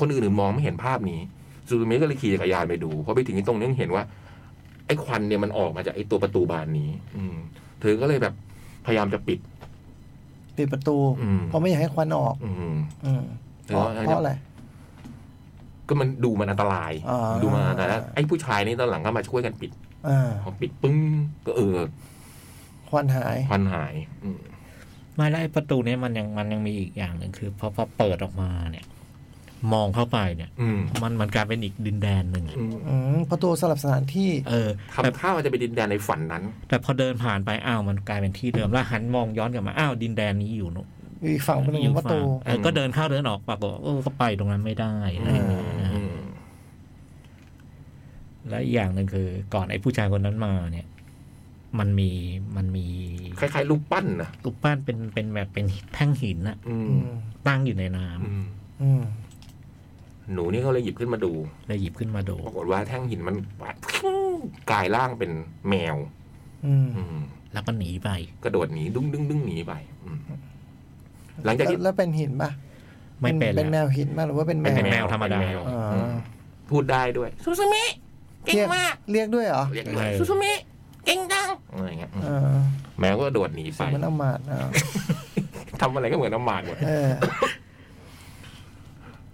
Speaker 3: คนอื่นๆมองไม่เห็นภาพนี้ซูซูเมะก็เลยขี่จักรยานไปดูพอไปถึงตรงนี้เห็นว่า ไอ้ควันเนี่ยมันออกมาจากไอ้ตัวประตูบานนี้ อืมเธอก็เลยแบบพยายามจะปิด
Speaker 2: ปิดประตู
Speaker 3: อืม
Speaker 2: เพราะไม่อยากให้ควันออก
Speaker 3: อืม
Speaker 2: อืม
Speaker 3: เอ
Speaker 2: เพราะ
Speaker 3: อ
Speaker 2: เพราะอะไร
Speaker 3: ก็มันดูมันอันตราย
Speaker 2: อ่า
Speaker 3: ดูมันอันตรายไอ้ผู้ชายนี่ตอนหลังก็มาช่วยกันปิด
Speaker 2: อ่า
Speaker 3: พอปิดปึ้งก็เออ
Speaker 2: ควันหาย
Speaker 3: ควันหายอืม
Speaker 4: ไม่แล้วไอ้ประตูเนี้ยมันยังมันยังมีอีกอย่างหนึ่งคือพอพอเปิดออกมาเนี่ย มองเข้าไปเนี่ย
Speaker 3: อืม
Speaker 4: มันมันกลายเป็นอีกดินแดนหนึ่งอะ
Speaker 3: อืม
Speaker 2: อืมประตูสลับสถานที่
Speaker 4: เออแต่
Speaker 3: ทำท่าว่าจะไปดินแดนในฝันนั้น
Speaker 4: แต่พอเดินผ่านไปอ้าวมันกลายเป็นที่เดิมแล้วหันมองย้อนกลับมาอ้าวดินแดนนี้อยู่เนอะ
Speaker 2: อยู่อีกฝั่งเป็นหนึ่งประตู
Speaker 4: เออก็เดินเข้าเดินออกปรากฏว่าเออก็ไปตรงนั้นไม่ได้อะไรอย่างเงี้ยนะ
Speaker 3: อืม
Speaker 4: และอีกอย่างหนึ่งคือ ก่อนไอ้ผู้ชายคนนั้นมาเนี่ย มันมีมันมี
Speaker 3: คล้ายๆรูปปั้นนะ
Speaker 4: รูปปั้นเป็นเป็นแบบเป็นแท่งหินน่ะ
Speaker 3: อืม
Speaker 2: อืม
Speaker 4: ตั้งอยู่ในน้
Speaker 3: อืม
Speaker 2: อืม
Speaker 3: หนูนี่เขาเลยหยิบขึ้นมาดู
Speaker 4: ำเลยหยิบขึ้นมาดู
Speaker 3: ปรากฏว่าแท่งหินมันปะกลายร่างเป็นแมว
Speaker 2: อืม
Speaker 3: อืม
Speaker 4: แล้วก็หนีไป
Speaker 3: กระโดดหนีดึงดึงดึงหนีไปอืมหลังจาก
Speaker 2: แล้ว
Speaker 3: ที่
Speaker 2: แล้วเป็นหินปะ
Speaker 4: ไม่เป็น
Speaker 2: เป็นแม
Speaker 4: แล้ว
Speaker 2: วหินปะหรือว่าเป็นแมว
Speaker 4: เป็นแมวธรรมดา
Speaker 3: เป็นแว
Speaker 2: อ่า
Speaker 3: อืมพูดได้ด้วยซูซูมิเก่ง
Speaker 2: เรียก
Speaker 3: มาก
Speaker 2: เรียกด้วยเหรอ
Speaker 3: เรียกด้วย
Speaker 4: เออ
Speaker 3: ซูซูมิเก่งจังอะไรอย่างเงี้ย
Speaker 2: เออ
Speaker 3: แมวก็โดดหนีไป
Speaker 2: เสียงมันอำมาดอ่ะ
Speaker 3: ทำอะไรก็เหมือนน้ำหมากหมด
Speaker 2: เออ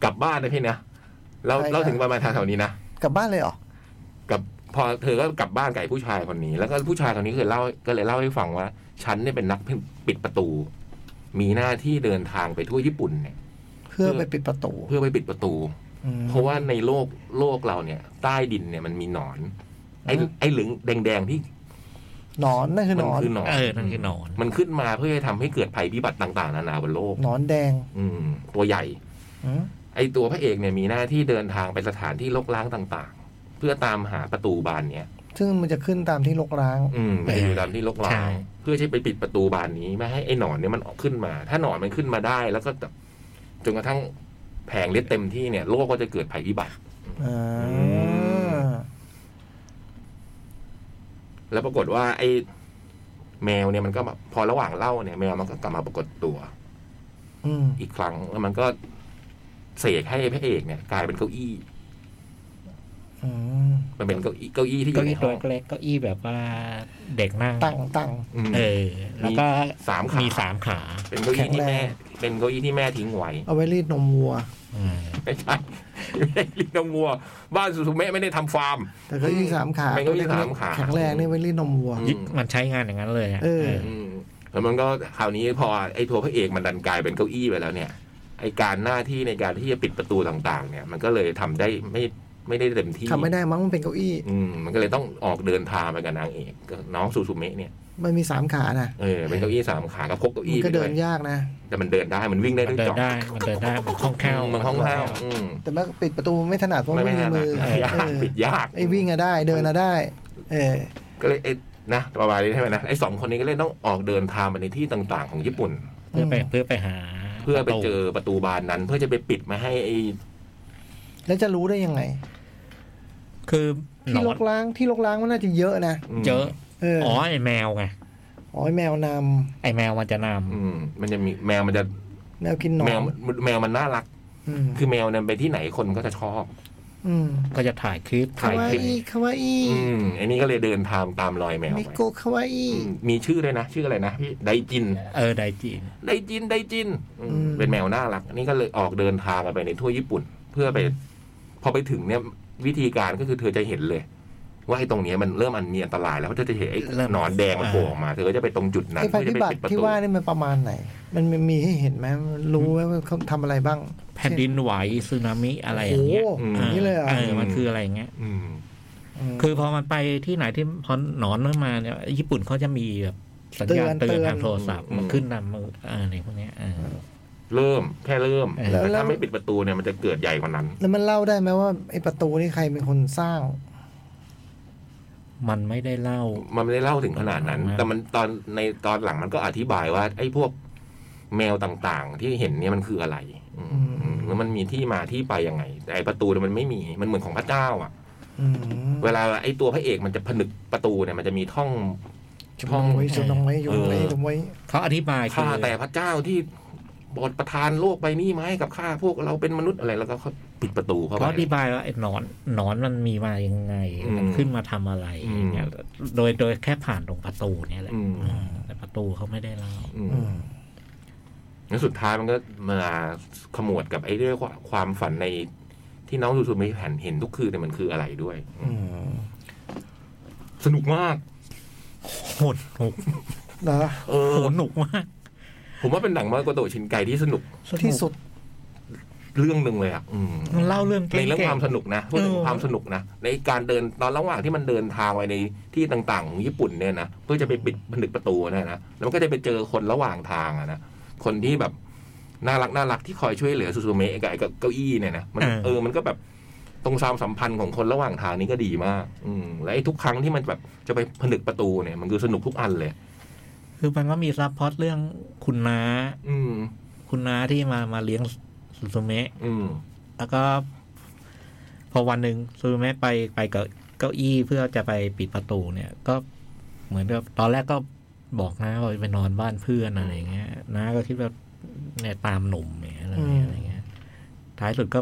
Speaker 3: กลับบ้านนะพี่นะเรา
Speaker 2: ใช่ครับ
Speaker 3: เราถึงประมาณทางแถวนี้นะ
Speaker 2: กลับบ้านเลยเหรอ
Speaker 3: กับพอเธอก็กลับบ้านกับไอ้ผู้ชายคนนี้ แล้วก็ผู้ชายคนนี้เคยเล่าก็เลยเล่าให้ฟังว่า ฉันเนี่ยเป็นนักปิดประตู มีหน้าที่เดินทางไปทั่วญี่ปุ่นเนี่ย
Speaker 2: เพื่อไปปิดประตู
Speaker 3: เพื่อไปปิดประตู
Speaker 2: อืม
Speaker 3: เพราะว่าในโลกโลกเราเนี่ย ใต้ดินเนี่ยมันมีหนอน ไอ้
Speaker 2: อืม
Speaker 3: ไอ้เหลืองแดงๆที่
Speaker 2: หนอนนั่นคือ
Speaker 3: มั
Speaker 2: หนอน
Speaker 3: คือหนอน
Speaker 4: เออนั่นคือหนอน
Speaker 3: มันขึ้นมาเพื่อทำให้เกิดภัยพิบัติต่างๆ นานาบนโลก
Speaker 2: หนอนแดง
Speaker 3: อืม ตัวใหญ่
Speaker 2: อืม
Speaker 3: ไอตัวพระเอกเนี่ยมีหน้าที่เดินทางไปสถานที่ลกล้างต่างๆ เพื่อตามหาประตูบานเนี้ย
Speaker 2: ซึ่งมันจะขึ้นตามที่รกร้าง
Speaker 3: อืมไปอยู่ตามที่ลกล้าง เพื่อที่ไปปิดประตูบานนี้ไม่ให้ไอ้หนอนเนี่ยมันออกขึ้นมา ถ้าหนอนมันขึ้นมาได้ แล้วก็แบบจนกระทั่งแผงเล็ดเต็มที่เนี่ย โลกก็จะเกิดภัยพิบัติ
Speaker 2: อ่า
Speaker 3: แล้วปรากฏว่า ไอ้แมวเนี่ยมันก็แบบพอระหว่างเล่าเนี่ย แมวมันก็กลับมาปรากฏตัว
Speaker 2: อืม
Speaker 3: อีกครั้งแล้วมันก็เสกให้พระเอกเนี่ย กลายเป็นเก้าอี้
Speaker 2: อืม
Speaker 3: มันเป็นเก้าอี้เก้าอี้ที่อ
Speaker 4: เก้า
Speaker 3: ยู่ใน
Speaker 4: อี้
Speaker 3: ห้
Speaker 4: ตัว
Speaker 3: อง
Speaker 4: เล็กเก้าอี้แบบว่าเด็กนั่ง
Speaker 2: ตั้งตั้ง
Speaker 3: อืม
Speaker 4: เออ แล้วก็
Speaker 3: สามขามี
Speaker 4: สามขา
Speaker 3: เป็นเก้าอี้ที่
Speaker 2: แข็งแร
Speaker 3: แม่
Speaker 2: ง
Speaker 3: เป็นเก้าอี้ที่แม่ทิ้งไว้
Speaker 2: เอาไว้รีดนมวัว
Speaker 4: เออ
Speaker 3: ไม่ใช่ลิงกังวัว บ้านสุสุเมะไม่ได้ทำฟาร์ม
Speaker 2: แต่เก็ยี่สามขา
Speaker 3: ไม่เก้าอี้สามขา
Speaker 2: แข็งแรงนี่ไว้รีดนมวัว
Speaker 3: อืม
Speaker 4: ยึดมันใช้งานอย่างนั้นเลยอะ
Speaker 2: เออ
Speaker 4: เออ
Speaker 3: อืมแล้วมันก็คราวนี้พอไอ้ตัวพระเอกมันดันกลายเป็นเก้าอี้ไปแล้วเนี่ย ไอ้การหน้าที่ในการที่จะปิดประตูต่าง ๆ เนี่ย มันก็เลยทำได้ไม่ไม่ได้เต็มที่
Speaker 2: ทำไม่ได้มั้งมันเป็นเก้าอี้
Speaker 3: อืมมันก็เลยต้องออกเดินทางไปกับนางเอกก็น้องสุสุเมะเนี่ย
Speaker 2: มันมีสามขาน่ะ
Speaker 3: เออเป็นเก้าอี้สามขาก็พกเก้า
Speaker 2: มั
Speaker 3: อี้
Speaker 2: น
Speaker 3: ไป
Speaker 2: ก็
Speaker 3: ด้
Speaker 2: เดิ
Speaker 3: วย
Speaker 2: นยากนะ
Speaker 3: แต่มันเดินได้มันวิ่งได้
Speaker 4: มัน
Speaker 3: ด้วย
Speaker 4: เดิน
Speaker 3: จอก
Speaker 4: ได้มันเดินได้มันคล่องแคล่ว
Speaker 3: มันคล่องแคล่วอืม
Speaker 2: แต่ว่าปิดประตูไม่ถนัดเพราะ
Speaker 3: ไม่
Speaker 2: ไม่
Speaker 3: ไม่น่า
Speaker 2: มีมือ
Speaker 3: ยาก
Speaker 2: เออ
Speaker 3: ปิดยาก
Speaker 2: ไอ้วิ่งอะได้เดินอะได้ เออ
Speaker 3: ก็เลยไอ้นะประมาณนี้ใช่ไหมนะไอ้สองคนนี้ก็เลยต้องออกเดินทางไปในที่ต่างๆ ของญี่ปุ่น
Speaker 4: เพื่อไปเพื่อไปหา
Speaker 3: เพื่อไป
Speaker 4: ระตู
Speaker 3: เจอประตูบานนั้น เพื่อจะไปปิดไม่ให้ไอ้
Speaker 2: แล้วจะรู้ได้ยังไง
Speaker 4: คือหน
Speaker 2: ที่
Speaker 4: อ
Speaker 2: ร
Speaker 4: น
Speaker 2: กล้างที่รกล้างมันน่าจะเยอะนะ
Speaker 3: ม
Speaker 4: เจอ
Speaker 2: เออ
Speaker 4: อ๋อไอแมวไง
Speaker 2: อ๋อแมวน
Speaker 4: ไอแมวมันจะน
Speaker 3: อืมมันจะมีแมวมันจะ
Speaker 2: ำแมวกินหนอ
Speaker 3: แมวน แมวมันน่ารัก
Speaker 2: อืม
Speaker 3: คือแมวเนี่ยไปที่ไหนคนก็จะชอบ
Speaker 2: อืม
Speaker 4: ำก็จะถ่ายคลิป
Speaker 2: คา
Speaker 4: ถ่ายว
Speaker 2: า
Speaker 4: คลิป
Speaker 2: อีคาวาอี
Speaker 3: อืมไอ้นี่ก็เลยเดินทางตามรอยแมว
Speaker 2: มิ
Speaker 3: ไป
Speaker 2: โกะคาวาอี
Speaker 3: อืมมีชื่อด้วยนะ ชื่ออะไรนะพี่ไดจิน
Speaker 4: เออไดจีน
Speaker 3: ไดจินไดจินอืมเป็นแมวน่ารักอันนี่ก็เลยออกเดินทางกันไปในทั่วญี่ปุ่น เพื่อไป พอไปถึงเนี่ยวิธีการก็คือเธอจะเห็นเลย ว่าไอ้ตรงเนี้ยมันเริ่มอันมีอันตรายแล้วเพราะเธอจะเห็นไอ้หนอนแดงมันโผล่ออกมา เธอก็จะไปตรงจุดนั้น
Speaker 2: ไอ้ภัย
Speaker 3: เพื่อ
Speaker 2: พิ
Speaker 3: จะไป
Speaker 2: บั
Speaker 3: ปิ
Speaker 2: ติ
Speaker 3: ดประ
Speaker 2: ที่
Speaker 3: ตู
Speaker 2: ว่านี่มันประมาณไหน มันมันมีให้เห็นไหมมันรู้ไหมว่าเขาทำอะไรบ้าง
Speaker 4: แผ่นดินไหวสึนามิอะไรอย่างเงี้ย
Speaker 2: โโหอย่างนี้เลยเหรอ
Speaker 4: เออมันคืออะไรอย่างเงี้ย
Speaker 3: อืม
Speaker 2: ม
Speaker 4: คือพอมันไปที่ไหนที่พอหนอนเริ่มมาเนี่ยญี่ปุ่นเขาจะมีแบบสัญญาณ
Speaker 2: เตือ
Speaker 4: เตือนน
Speaker 2: เตือน
Speaker 4: ทางโทรศัพท์
Speaker 3: อืม
Speaker 4: มันขึ้นนำมืออะไรพวกเนี้ยเออ
Speaker 3: เริ่มแค่เริ่ม
Speaker 4: แล้ว
Speaker 3: แต่
Speaker 2: แล้ว
Speaker 3: ถ้าไม่ปิดประตูเนี่ยมันจะเกิดใหญ่กว่านั้น
Speaker 2: แล้วมันเล่าได้ไหมว่าไอ้ประตูนี่ใครเป็นคนสร้าง
Speaker 4: มันไม่ได้เล่า
Speaker 3: มันไม่ได้เล่าถึงขนาดนั้น
Speaker 4: อืม
Speaker 3: แต่มันตอนในตอนหลังมันก็อธิบายว่า ไอ้พวกแมวต่างๆ ที่เห็นเนี่ยมันคืออะไรอืม
Speaker 2: อืม
Speaker 3: อืมแล้วมันมีที่มาที่ไปยังไง แต่ไอ้ประตูเนี่ยมันไม่มีมันเหมือนของพระเจ้าอ่ะ
Speaker 2: อืม
Speaker 3: เวลาไอ้ตัวพระเอกมันจะผนึกประตูเนี่ยมันจะมีท่อง
Speaker 2: จุดลงไว้จุดลงไว้จุดลงไว้
Speaker 3: เออ
Speaker 2: จุดลงไว้
Speaker 4: เขาอธิบายคื
Speaker 3: ข้า
Speaker 4: อ
Speaker 3: แต่พระเจ้าที่โปรดประทานโลกใบนี้มาให้กับข้าพวกเราเป็นมนุษย์อะไรแล้วก็เขาปิดประตูเข้าไป
Speaker 4: เขาอธิบายว่าไอ้หนอนหนอนมันมีมายังไง
Speaker 3: อืม
Speaker 4: มันขึ้นมาทำอะไร
Speaker 3: อืม
Speaker 4: อย่างเงี้ยโดยโดยแค่ผ่านตรงประตูเนี่ยแหละ
Speaker 3: อืม
Speaker 4: อ่าแต่ประตูเขาไม่ได้เล่า
Speaker 3: อืม
Speaker 2: อืม
Speaker 3: แล้วสุดท้ายมันก็มาขมวดกับไอ้เรื่องความฝันในที่น้องดูซูมิแผ่นเห็นทุกคืนเนี่ยมันคืออะไรด้วย
Speaker 2: อืม
Speaker 3: สนุกมาก
Speaker 4: โหดหนุก
Speaker 2: เหรอ
Speaker 3: เอ
Speaker 4: โห
Speaker 3: อ
Speaker 4: ดหนุกมาก
Speaker 3: ผมว่าเป็นหนังมากกว่าโตชินไก่ที่สนุก
Speaker 4: นุก
Speaker 2: ที่สุด
Speaker 3: เรื่องหนึ่งเลยอ่ะอืม
Speaker 4: มันเล่าเรื่อง
Speaker 3: ใน
Speaker 4: เก่งๆ
Speaker 3: เรื่องความสนุกนะพูดถึง
Speaker 4: เออ
Speaker 3: ความสนุกนะ ในการเดินตอนระหว่างที่มันเดินทางไปในที่ต่างๆของญี่ปุ่นเนี่ยนะเพื่อจะไปปิดผนึกประตูเนะนะแล้วมันก็จะไปเจอคนระหว่างทางอะนะคนที่แบบน่ารักน่ารักที่คอยช่วยเหลือซูซูเมะกับไอ้เก้าอี้เนี่ยนะมันเออมันก็แบบตรงสามสัมพันธ์ของคนระหว่างทางนี้ก็ดีมาก อืมและไอ้ทุกครั้งที่มันแบบจะไปผนึกประตูเนี่ย มันคือสนุกทุกอันเลย
Speaker 4: คือมันก็มีซับพล็อตเรื่องคุณน้า
Speaker 3: อืม
Speaker 4: คุณน้าที่มามาเลี้ยงซูซูเมะ
Speaker 3: อืม
Speaker 4: แล้วก็พอวันหนึ่งซูซูเมะไปไปกับเก้าอี้เพื่อจะไปปิดประตูเนี่ย ก็เหมือนกับตอนแรกก็บอกนะว่าไปนอนบ้านเพื่อนอะไรอย่างเงี้ยน้าก็คิดว่าเนี่ยตามหนุ่มเนี่ยอะไรอย่างเงี้ยอะไรอย่างเงี้ย ท้ายสุดก็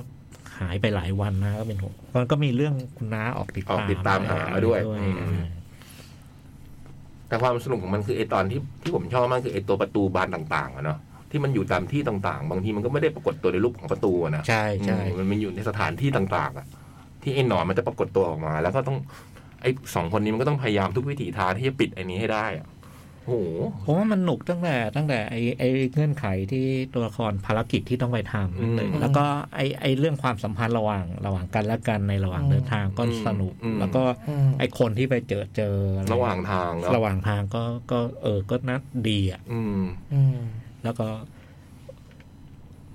Speaker 4: หายไปหลายวันนะก็เป็นห่วงมันก็มีเรื่องคุณน้าออกติด
Speaker 3: ออก
Speaker 4: ตาม
Speaker 3: ติดตามหาด้วย
Speaker 4: อะไร
Speaker 3: อืม แต่ความสนุกของมันคือไอตอนที่ที่ผมชอบมากคือไอตัวประตูบานต่างๆอะเนาะที่มันอยู่ตามที่ต่างๆ บางทีมันก็ไม่ได้ปรากฏตัวในรูปของประตูอะนะ
Speaker 4: ใช่ใช่
Speaker 3: อืมมันมันอยู่ในสถานที่ต่าง ๆอะที่ไอหนอนมันจะปรากฏตัวออกมา แล้วก็ต้องไอสองคนนี้มันก็ต้องพยายามทุกวิถีทางที่จะปิดไอนี้ให้ได้อะโอ้โห
Speaker 4: ผมว่ามันหนุกตั้งแต่ ตั้งแต่ไอไอเงื่อนไขที่ตัวละครภารกิจที่ต้องไปทำแล้วก็ไอไอเรื่องความสัมพันธ์ระหว่างระหว่างกันและกันในระหว่างเดินทางก็สนุก แล้วก็
Speaker 2: อืม
Speaker 4: ไอคนที่ไปเจอเจออไ
Speaker 3: ระหว่างทางเนาะ
Speaker 4: ระหว่างทางก็ก็เออก็น่าดีอ่ะ
Speaker 3: อืม
Speaker 2: อืม
Speaker 4: แล้วก็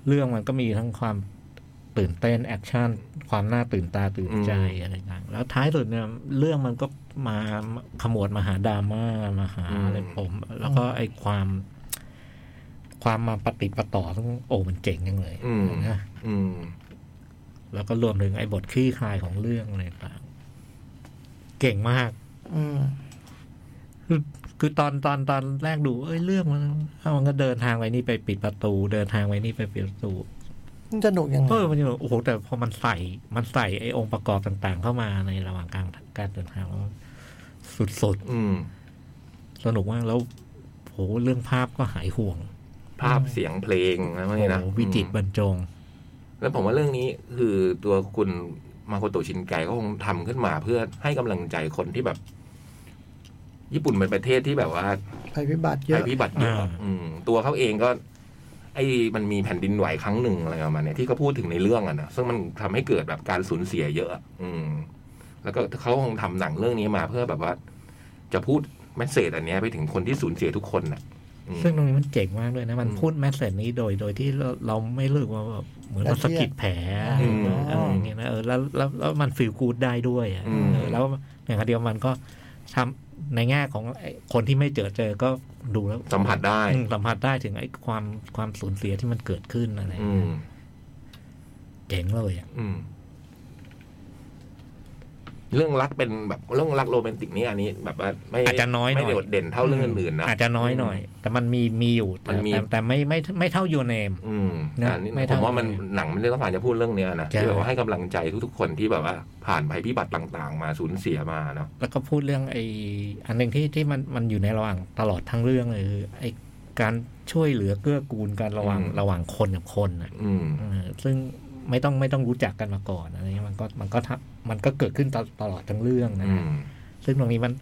Speaker 4: เรื่องมันก็มีทั้งความตื่นเต้นแอคชั่น ความน่าตื่นตาตื่นใจ
Speaker 3: อืม
Speaker 4: อะไรต่างแล้วท้ายสุดเนี่ย เรื่องมันก็มาขมวดมาหาดราม่ามาหา
Speaker 3: อืม
Speaker 4: อะไรผม แล้วก็ไอ้ความ ความมาปฏิดประต่อต้องโอ้มันเจ๋งยังเลย
Speaker 3: อืม
Speaker 4: นะ
Speaker 3: อืม
Speaker 4: แล้วก็รวมถึงไอ้บทคลี่คลายของเรื่องอะไรต่างเก่งมาก
Speaker 2: อืม
Speaker 4: คือคือตอนตอนตอนแรกดูเอ้ยเรื่องมันเอามันก็เดินทางไปนี่ไปปิดประตู เดินทางไปนี่ไปปิดประตู
Speaker 2: มันจะหนุกยังไง
Speaker 4: เออมันอยู่โอ้โห แต่พอมันใส่ มันใส่ไอ้องค์ประกอบต่างๆ เข้ามาในระหว่างการการเดินทางแล้วสุด
Speaker 3: อืม
Speaker 4: ๆ สนุกมาก แล้วโหเรื่องภาพก็หายห่วง
Speaker 3: ภาพเสียงเพลงนะไม่
Speaker 4: โอ้
Speaker 3: นะ
Speaker 4: โหวิจิตรบรรจง
Speaker 3: แล้วผมว่าเรื่องนี้คือตัวคุณมาโคโตะชินไกก็คงทำขึ้นมาเพื่อให้กำลังใจคนที่แบบ ญี่ปุ่นเป็นประเทศที่แบบว่า
Speaker 2: ภัยพิบัติเย
Speaker 3: ภั
Speaker 2: อะ
Speaker 3: ยพิบัติเยอะ
Speaker 4: อ่า
Speaker 3: อืมตัวเขาเองก็ ไอ้มันมีแผ่นดินไหวครั้งหนึ่งอะไรประมาณเนี้ยที่เขาพูดถึงในเรื่องอะนะซึ่งมันทำให้เกิดแบบการสูญเสียเยอะ อืม แล้วก็เขาคงทำหนังเรื่องนี้มาเพื่อแบบว่า จะพูดแมสเซจอันเนี้ยไปถึงคนที่สูญเสียทุกคนน่ะอืม
Speaker 4: ซึ่งตรงนี้มันเจ๋งมากเลยนะ มัน
Speaker 3: อืม
Speaker 4: พูดแมสเซจนี้โดยโดยที่เราเราไม่รู้สึกว่าแบบเหมือนมันสะกิดแผล
Speaker 3: อืม
Speaker 4: อะไรอย่างเงี้ยนะเออแล้วแล้วแล้วแล้วมันฟีลกูดได้ด้วยอะ
Speaker 3: อืม
Speaker 4: เออแล้วอย่างเดียวมันก็ทำในแง่ของไอ้คนที่ไม่เจอเจอก็ดูแล้ว
Speaker 3: สัมผัสได้
Speaker 4: อืมสัมผัสได้ถึงไอ้ความความสูญเสียที่มันเกิดขึ้นอะไร
Speaker 3: อืม
Speaker 4: เจ๋งเลยอ่ะ
Speaker 3: อืม เรื่องรักเป็นแบบเรื่องรักโรแมนติกนี่อันนี้ แบบว่าไม่
Speaker 4: อาจจะน้อยห
Speaker 3: ไม่
Speaker 4: น่อย
Speaker 3: โดดเด่นเท่าเรื่องอื่นๆนะ
Speaker 4: อาจจะน้อยหน่อย แต่มันมีมีอยู่แต่
Speaker 3: มันมี
Speaker 4: แต่แต่ไม่ไม่ไม่เท่ายูเนม
Speaker 3: อืม
Speaker 4: นะ
Speaker 3: อันนี้
Speaker 4: ไม่
Speaker 3: ผ
Speaker 4: เท่าม
Speaker 3: ว่ามันหนังมันได้ต้องการจะพูดเรื่องเนี้ยนะ
Speaker 4: ใช่
Speaker 3: ที่แบบว่าให้กำลังใจทุกๆคนที่แบบว่า ผ่านภัยพิบัติต่างๆ มาสูญเสียมาเนาะ
Speaker 4: แล้วก็พูดเรื่องไอ้อันหนึ่งที่ที่มันมันอยู่ในระหว่างตลอดทั้งเรื่องเลยคือไอ้การช่วยเหลือเกื้อกูลกันระหว่างระหว่างคนกับคนน่ะ
Speaker 3: อืม
Speaker 4: เออซึ่งไม่ต้องไม่ต้องรู้จักกันมาก่อนอะไรเงี้ยมันก็มันก็ทำมันก็เกิดขึ้นตลตลอดทั้งเรื่องนะ
Speaker 3: อืม
Speaker 4: ซึ่งตรงนี้มัน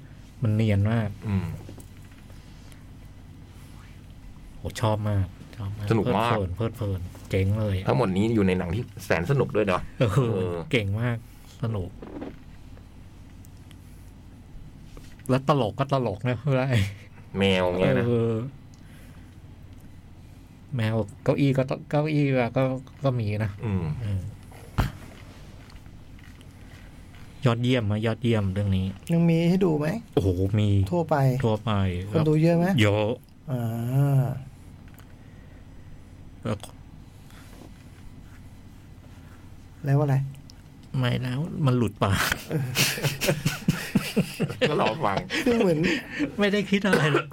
Speaker 4: มันเนียนมาก
Speaker 3: อืม
Speaker 4: โหชอบมากชอบมาก
Speaker 3: สนุกมาก
Speaker 4: เพลิดเพลินเพลิดเพลินเจ๋งเลยอะ
Speaker 3: ทั้งหมดนี้อยู่ในหนังที่แสนสนุกด้วยเนาะ
Speaker 4: เอ
Speaker 3: เอ
Speaker 4: อ
Speaker 3: อ
Speaker 4: เก่งมาก สนุก แล้วตลกก็ตลกนะเพื่อน
Speaker 3: แมวเงี้ยนะ
Speaker 4: เออแมวเก้าอี้ก็ตเก้าอี้อะก็ก็มีนะ
Speaker 3: อืม
Speaker 4: เออ ยอดเยี่ยมมายอดเยี่ยมเรื่องนี้
Speaker 2: ยังมีให้ดูไหม
Speaker 4: โอ้โห มี
Speaker 2: ทั่วไป
Speaker 4: ทั่วไป
Speaker 2: ค
Speaker 4: แล้
Speaker 2: น
Speaker 4: ว
Speaker 2: ดูเยอะไหม
Speaker 4: เยอะ
Speaker 2: อ่า
Speaker 4: แล้วก็
Speaker 2: แล้วอะไร
Speaker 4: ไม่แล้ว มันหลุด ปาก
Speaker 3: ก็รอฟัง
Speaker 2: คือเหมือน
Speaker 4: ไม่ได้คิดอะไรเลย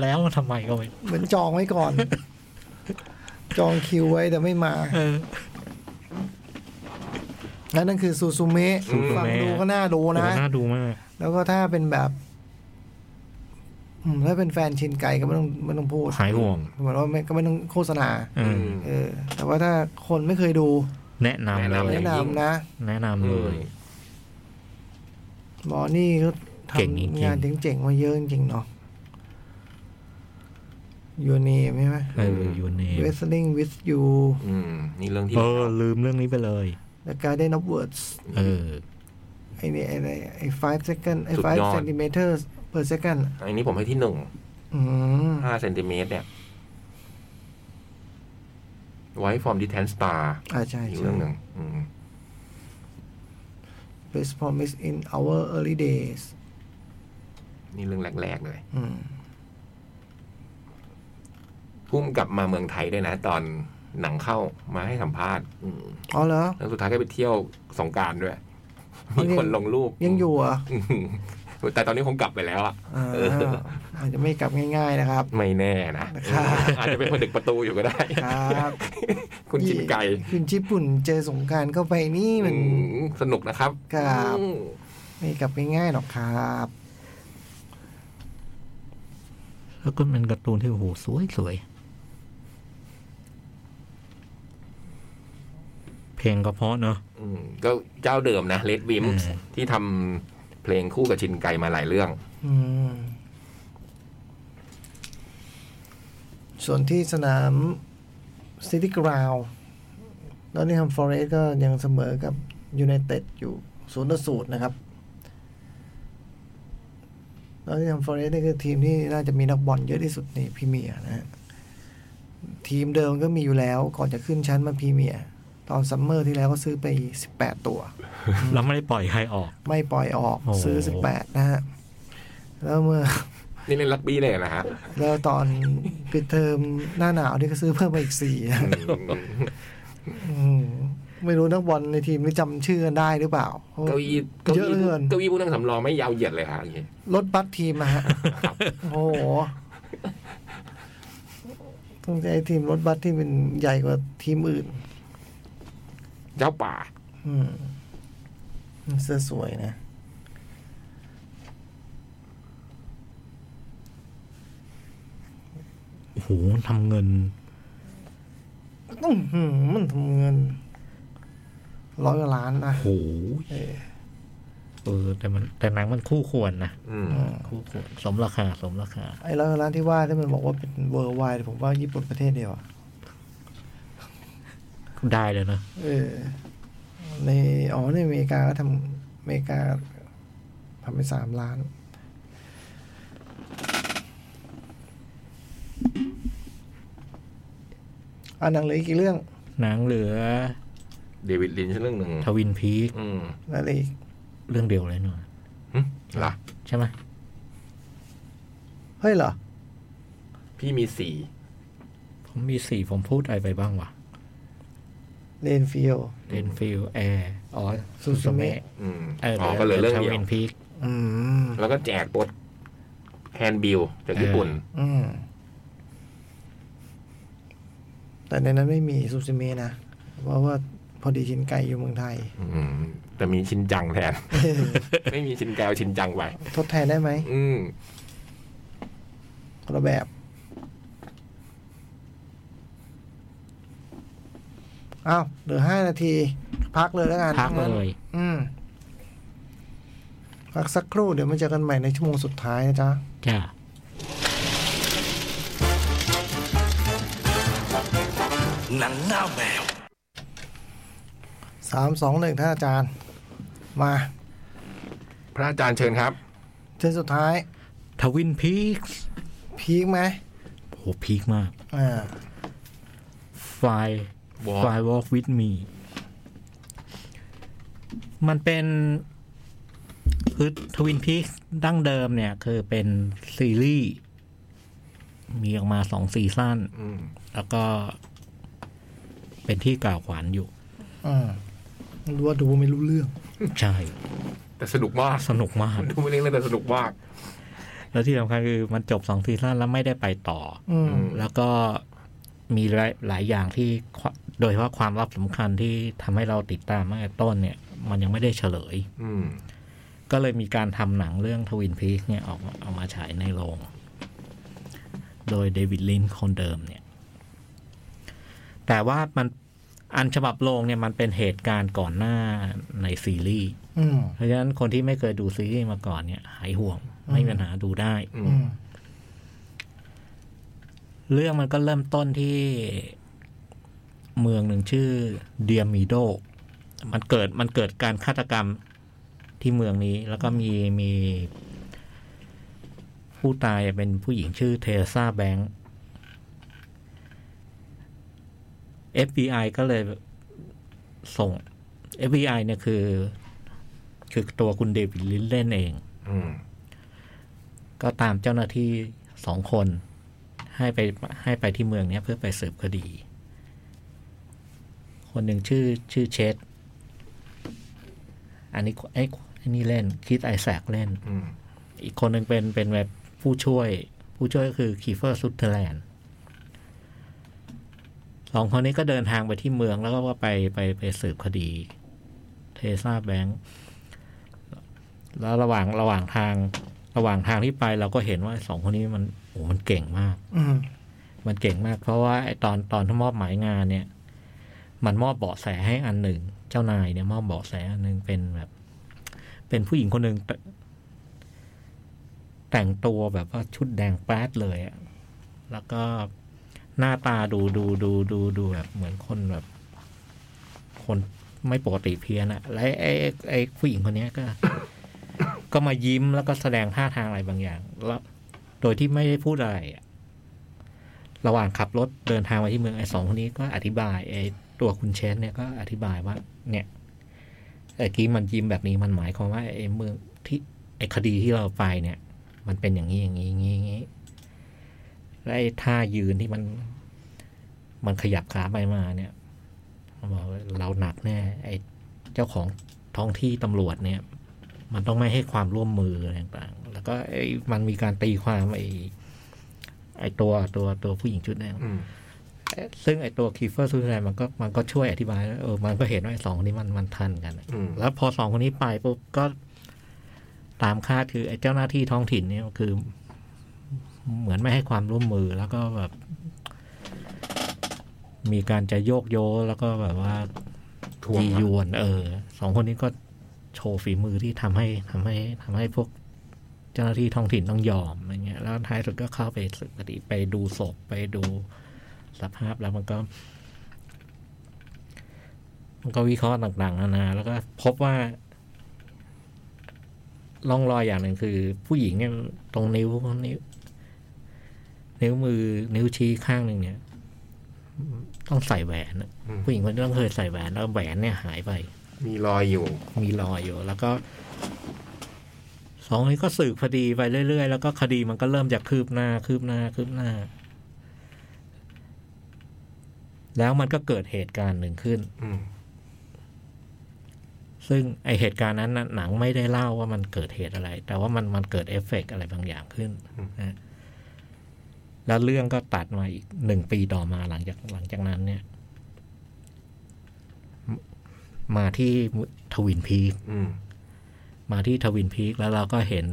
Speaker 4: แล้วมันทำไมก็ไม่
Speaker 2: เหมือนจองไว้ก่อน จองคิวไว้แต่ไม่มา
Speaker 4: เออ
Speaker 2: แล้วนั่นคือซูซูเมะ
Speaker 3: ซูซูเมะ
Speaker 2: ฟังดูก็น่าดูนะ
Speaker 4: โอ้น่าดูมาก
Speaker 2: แล้วก็ถ้าเป็นแบบ อืมถ้าเป็นแฟนชินไก่ก็ไม่ต้องไม่ต้องพูด
Speaker 4: หายห่วง
Speaker 2: เหมือนว่าไม่ก็ไม่ต้องโฆษณา
Speaker 4: เออ
Speaker 3: ม
Speaker 2: เออ แต่ว่าถ้าคนไม่เคยดู
Speaker 4: แนะนำ
Speaker 3: แนะนำ
Speaker 4: เลย
Speaker 2: แนะนำนะ
Speaker 4: แนะนำเลย
Speaker 2: หมอนี่ก็ ท
Speaker 4: เก่งจริงๆ
Speaker 2: ำงานเจ๋งๆมาเยอะจริงๆเนาะยูนีใช่ไหม
Speaker 4: เออยูเน
Speaker 2: Wrestling with you
Speaker 3: อืม นี่เรื่องที่
Speaker 4: เออ ลืมเรื่องนี้ไปเลย
Speaker 2: The Garden of Words
Speaker 4: เออ
Speaker 2: ไอ้นี่ไอ้ไอ้ไอ้ five second ไอ้
Speaker 3: สุดยอด
Speaker 2: five centimeters per second
Speaker 3: อันนี้ผมให้ที่หนึ่ง
Speaker 2: อืม
Speaker 3: ห้าเซนติเมตรเนี่ยไว้ฟอร์มดิแทนสตาร์
Speaker 2: อ่าใช่
Speaker 3: อีก
Speaker 2: ใช่
Speaker 3: เรื่องหนึ่งอืม
Speaker 2: Best promise in our early days
Speaker 3: นี่เรื่องแรก ๆ เลย
Speaker 2: อืม
Speaker 3: พุ่มกลับมาเมืองไทยด้วยนะ ตอนหนังเข้ามาให้สัมภาษณ์ อืม
Speaker 2: อ๋อเหรอ
Speaker 3: แล้วสุดท้ายก็ไปเที่ยวสงกรารด้วย
Speaker 2: อ๋อ
Speaker 3: มี
Speaker 2: ยัง
Speaker 3: คนลงรูป
Speaker 2: ยังอยู่เหรอ่ะ
Speaker 3: อืม แต่ตอนนี้คงกลับไปแล้วอะ
Speaker 2: อา
Speaker 3: เออ
Speaker 2: อาจจะไม่กลับง่าย ๆ นะครับ
Speaker 3: ไม่แน่นะ
Speaker 2: ครับ
Speaker 3: อาจจะเป็นคนเด็กประตูอยู่ก็ได้
Speaker 2: ครับ
Speaker 3: คุณจินไก่
Speaker 2: คุณญี่ปุ่นเจอสงกรารเข้าไปนี่มัน
Speaker 3: อืมสนุกนะครับ
Speaker 2: ครับ
Speaker 3: อืม
Speaker 2: ไม่กลับง่ายๆหรอกครับ
Speaker 4: แล้วก็เป็นการ์ตูนที่โอ้โหสวยสวย เพลงก็เพราะเนาะ
Speaker 3: อืมก็เจ้าเดิมนะเลดวิม
Speaker 4: อืม
Speaker 3: ที่ทำเพลงคู่กับชินไก่มาหลายเรื่อง
Speaker 2: อืมส่วนที่สนามซิตี้กราวแล้วนี่ทำฟอร์เรสก็ยังเสมอกับยูไนเต็ดอยู่ศูนย์ต่อศูนย์นะครับแล้วนี่ทำฟอร์เรสนี่คือทีมที่น่าจะมีนักบอลเยอะที่สุดในพรีเมียร์นะฮะทีมเดิมก็มีอยู่แล้วก่อนจะขึ้นชั้นมาพรีเมียร์ตอนซัมเมอร์ที่แล้วก็ซื้อไป 18 ตัว
Speaker 4: แล้วไม่ได้ปล่อยใครออก
Speaker 2: ไม่ปล่อยออก
Speaker 4: โอ้
Speaker 2: ซื้อ 18 นะฮะ แล้วเมื่อ
Speaker 3: นี่เล่นรักบี้เลยนะฮะ
Speaker 2: แล้วตอนปิดเทอมหน้าหนาวนี่ก็ซื้อเพิ่มมาอีกสี่ นะ
Speaker 3: อืม
Speaker 2: อืมไม่รู้นักบอลในทีมนี่จำชื่อกันได้หรือเปล่า
Speaker 3: เก้าอี้เก้า
Speaker 2: เยอะ
Speaker 3: อี้
Speaker 2: เหลือเกิน
Speaker 3: เก้าอี้ผู้นั่งสำรองไม่ยาวเหยียดเลยฮะอย่างเงี้ย
Speaker 2: รถบัสทีมอะฮะ โอ้โหต้องใช้ทีมรถบัสที่เป็นใหญ่กว่าทีมอื่น
Speaker 3: เจ้าป่า
Speaker 2: อืมเสื้อสวยนะ
Speaker 4: โอ้โหทำเงิน
Speaker 2: อื้อหือมันทำเงินร้อยกว่าล้านนะ
Speaker 4: โอ้โห
Speaker 2: เออ
Speaker 4: เออ แต่มันแต่หนังมันคู่ควรนะ
Speaker 3: อืม
Speaker 4: คู่ควร สมราคา สมราคา
Speaker 2: ไอ้ร้อยกว่าล้านที่ว่าที่มันบอกว่าเป็นเวอร์ไวผมว่าญี่ปุ่นประเทศเดียวอะ
Speaker 4: ได้เลยนะ
Speaker 2: เออในอ๋อในอเมริกาก็ทำอเมริกาทำไปสามล้าน อันหนังเหลืออีกกี่เรื่อง
Speaker 4: หนังเหลือ
Speaker 3: เดวิดลินช์เรื่องหนึ่ง
Speaker 4: ทวินพีค
Speaker 3: อืม
Speaker 2: นั่นเอง
Speaker 4: เรื่องเดียวเลยหน่อย
Speaker 3: หึเหรอ
Speaker 4: ใช่ไหม
Speaker 2: เฮ้ยเหรอ
Speaker 3: พี่มีสี่
Speaker 4: ผมมีสี่ผมพูดอะไรไปบ้างวะ
Speaker 2: เลนฟิล
Speaker 4: เดนฟิลแอร์อ๋อ
Speaker 2: ซูซูเมะ
Speaker 3: อืม
Speaker 4: เออ
Speaker 3: อ๋
Speaker 4: อ๋
Speaker 3: อก็เหลือเรื่องเดีย
Speaker 4: ทวิ
Speaker 3: วน
Speaker 4: พีค
Speaker 2: อืม
Speaker 3: แล้วก็แจกโปสแฮนด์บิลจากญี่ปุ่น
Speaker 2: อืม แต่ในนั้นไม่มีซูซิเมะนะ เพราะว่าพอดีชินไก่อยู่เมืองไทย
Speaker 3: อืมแต่มีชินจังแทน
Speaker 2: เออ
Speaker 3: ไม่มีชินแกวชินจังไป
Speaker 2: ทดแทนได้ไหม
Speaker 3: อืม
Speaker 2: คนละแบบ อ้าวเหลือห้านาที พักเลยแล้วกัน
Speaker 4: พักเลย
Speaker 2: อืม พักสักครู่เดี๋ยวมาเจอกันใหม่ในชั่วโมงสุดท้ายนะจ๊ะ
Speaker 4: จ้า
Speaker 1: หนังหน้าแมว
Speaker 2: สามสองหนึ่งท่านอาจารย์ มา
Speaker 3: พระอาจารย์เชิญครับ
Speaker 2: เช่นสุดท้าย
Speaker 4: ทวินพีค
Speaker 2: พีคไหม
Speaker 4: โหพีคมาก
Speaker 2: อ่า
Speaker 4: ไฟล์
Speaker 3: Walk
Speaker 4: ไฟล์ walk with me มันเป็นคือทวินพีคดั้งเดิมเนี่ย คือเป็นซีรีส์ มีออกมาสองซีซั่น
Speaker 3: อืม
Speaker 4: แล้วก็เป็นที่กล่าวขวัญอยู่
Speaker 2: อืมรู้ว่าดูไม่รู้เรื่อง
Speaker 4: ใช่
Speaker 3: แต่สนุกมาก
Speaker 4: สนุกมาก
Speaker 3: ดูไม่เล่นเลยแต่สนุกมาก
Speaker 4: แล้วที่สำคัญคือมันจบสองซีซั่นแล้วไม่ได้ไปต่อ
Speaker 2: อืม
Speaker 4: แล้วก็มีหลายหลายอย่างที่ควโดยเฉพาะความลับสำคัญที่ทำให้เราติดตามมาตั้งแต่ต้นเนี่ย มันยังไม่ได้เฉลย
Speaker 3: อืม
Speaker 4: ก็เลยมีการทำหนังเรื่องทวินพีคเนี่ยออกมาออกมาฉายในโรง โดยเดวิดลินช์คนเดิมเนี่ย แต่ว่ามัน อันฉบับโรงเนี่ยมันเป็นเหตุการณ์ก่อนหน้าในซีรีส์
Speaker 2: อืม
Speaker 4: เพราะฉะนั้นคนที่ไม่เคยดูซีรีส์มาก่อนเนี่ย หายห่วง ไม่มีปัญหาดูได้
Speaker 3: อื
Speaker 2: อื
Speaker 3: ม
Speaker 2: ม
Speaker 4: เรื่องมันก็เริ่มต้นที่เมืองหนึ่งชื่อเดียมิโด มันเกิดมันเกิดการฆาตกรรมที่เมืองนี้ แล้วก็มีมี ผู้ตายเป็นผู้หญิงชื่อเทเรซาแบงค์ FBI ก็เลยส่ง FBI เนี่ยคือ คือตัวคุณเดวิดลินเล่นเอง
Speaker 3: อืม
Speaker 4: ก็ตามเจ้าหน้าที่สองคน ให้ไปให้ไปที่เมืองเนี้ยเพื่อไปสืบคดี คนหนึ่งชื่อชื่อเชสอันนี้ไอ้ไอ้นี่เล่นคิดไอแซกเล่น
Speaker 3: อืม
Speaker 4: อีกคนหนึ่งเป็นเป็นแบบผู้ช่วย ผู้ช่วยก็คือคีเฟอร์ซุตเทอร์แลนด์สองคนนี้ก็เดินทางไปที่เมืองแล้วก็ไปไปไปสืบคดี เทซาแบงค์แล้วระหว่างระหว่างทางระหว่างทางที่ไปเราก็เห็นว่าสองคนนี้มันโอ้มันเก่งมาก
Speaker 2: อืม
Speaker 4: มันเก่งมาก เพราะว่าไอตอนตอนที่มอบหมายงานเนี่ย มันมอบเบาะแสให้อันหนึ่ง เจ้านายเนี่ยมอบเบาะแสอันหนึ่งเป็นแบบ เป็นผู้หญิงคนหนึ่งแต่แต่งตัวแบบว่าชุดแดงแป๊ดเลยอะแล้วก็หน้าตาดูดูดูดูดูแบบเหมือนคนแบบ คนไม่ปกติเพี้ยนอะและไอ้ไอ้ไอ้ผู้หญิงคนเนี้ยก็ ก็มายิ้มแล้วก็แสดงท่าทางอะไรบางอย่าง แล้วโดยที่ไม่ได้พูดอะไรอะ ระหว่างขับรถเดินทางไปที่เมืองไอ้สองคนนี้ก็อธิบายไอ้ตัวคุณเชนเนี่ยก็อธิบายว่า เนี่ยไอ้กี้มันยิ้มแบบนี้มันหมายความว่าไอ้เมืองที่ไอ้คดีที่เราไปเนี่ย มันเป็นอย่างนี้อย่างนี้อย่างนี้อย่างนี้และไอ้ท่ายืนที่มัน มันขยับขาไปมาเนี่ยมันบอกว่าเราหนักแน่ไอ้เจ้าของท้องที่ตำรวจเนี่ย มันต้องไม่ให้ความร่วมมืออะไรต่างๆแล้วก็ไอ้มันมีการตีความไอ้ไอ้ตัวตัวตัวผู้หญิงชุดแดง
Speaker 3: อืม
Speaker 4: ซึ่งไอตัวคีเฟอร์ซูซายมันก็มันก็ช่วยอธิบายว่าเออมันก็เห็นว่าไอสองคนนี้มันมันทันกันอะ
Speaker 3: อืม
Speaker 4: แล้วพอสองคนนี้ไปปุ๊บก็ตามคาดคือไอเจ้าหน้าที่ท้องถิ่นเนี่ยคือ เหมือนไม่ให้ความร่วมมือแล้วก็แบบ มีการจะโยกโยแล้วก็แบบว่า
Speaker 3: ทวง
Speaker 4: ยี
Speaker 3: ครับ
Speaker 4: ยวน เออสองคนนี้ก็โชว์ฝีมือที่ทำให้ทำให้ทำให้พวกเจ้าหน้าที่ท้องถิ่นต้องยอมอะไรเงี้ยแล้วท้ายสุดก็เข้าไปสืบคดีไปดูศพไปดู สภาพแล้วมันก็ มันก็วิเคราะห์ต่างๆนานาแล้วก็พบว่าร่องรอยอย่างหนึ่งคือ ผู้หญิงเนี่ยตรงนิ้วนิ้ว นิ้วมือนิ้วชี้ข้างหนึ่งเนี่ย ต้องใส่แหวนอะ
Speaker 3: อืม
Speaker 4: ผู้หญิงคนนี้ต้องเคยใส่แหวนแล้วแหวนเนี่ยหายไป
Speaker 3: มีรอยอยู่
Speaker 4: มีรอยอยู่ แล้วก็สองคนนี้ก็สืบคดีไปเรื่อยๆ แล้วก็คดีมันก็เริ่มจะคืบหน้า คืบหน้า คืบหน้า แล้วมันก็เกิดเหตุการณ์หนึ่งขึ้น
Speaker 3: อืม
Speaker 4: ซึ่งไอเหตุการณ์นั้นน่ะหนังไม่ได้เล่าว่ามันเกิดเหตุอะไร แต่ว่ามันมันเกิดเอฟเฟกต์อะไรบางอย่างขึ้นนะแล้วเรื่องก็ตัดมาอีกหนึ่งปีต่อมาหลังจากหลังจากนั้น เนี่ย มาที่ทวินพีค
Speaker 3: อืม
Speaker 4: มาที่ทวินพีคแล้วเราก็เห็น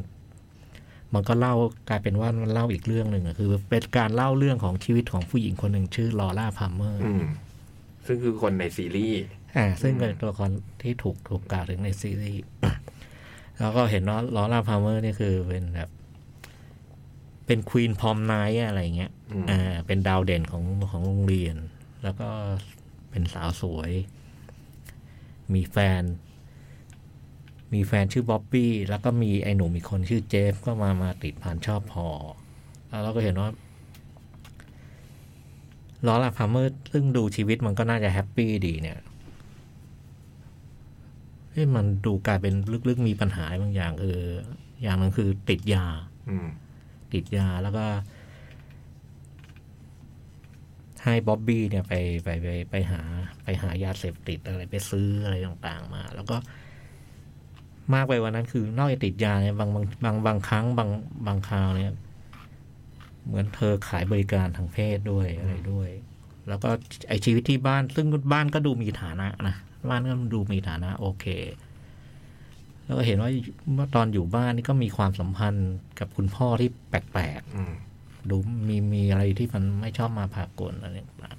Speaker 4: มันก็เล่ากลายเป็นว่ามันเล่าอีกเรื่องหนึ่งอะคือ เป็นการเล่าเรื่องของชีวิตของผู้หญิงคนหนึ่งชื่อลอร่าพาเมอร์
Speaker 3: อืมซึ่งคือคนในซีรีส์
Speaker 4: อ่าซึ่งเป็นตัวละครที่ถูกถูกกล่าวถึงในซีรีส์ แล้วก็เห็นว่าลอร่าพาเมอร์นี่คือเป็นแบบ เป็นควีนพอมไนท์อะไรอย่างเงี้ย
Speaker 3: อืม
Speaker 4: อ่าเป็นดาวเด่นของของโรงเรียน แล้วก็เป็นสาวสวย มีแฟน มีแฟนชื่อบ๊อบบี้ แล้วก็มีไอ้หนุ่มอีกคนชื่อเจฟ ก็มามาติดพันชอบพอ แล้วเราก็เห็นว่าลอร่าพาเมอร์ซึ่งดูชีวิตมันก็น่าจะแฮปปี้ดีเนี่ยเฮ้ยมันดูกลายเป็นลึกๆมีปัญหาบางอย่างคือ อย่างหนึงคือติดยา
Speaker 3: อืม
Speaker 4: ติดยาแล้วก็ ให้บ๊อบบี้เนี่ยไปไปไปไปหา ไปหายาเสพติดอะไรไปซื้ออะไรต่างๆมา แล้วก็มากไปกวันนั้นคือนอกจากติดยาเนี่ยบางบางบางบางครั้งบางบางคราวเนี่ย เหมือนเธอขายบริการทางเพศด้วยอะไรด้วย แล้วก็ไอชีวิตที่บ้าน ซึ่งบ้านก็ดูมีฐานะนะบ้านก็ดูมีฐานะ โอเค แล้วก็เห็นว่าเมื่อตอนอยู่บ้านนี่ก็มีความสัมพันธ์กับคุณพ่อที่แปลก
Speaker 3: อืม
Speaker 4: ๆดูมีมีอะไรที่มันไม่ชอบมาพากลอะไรต่าง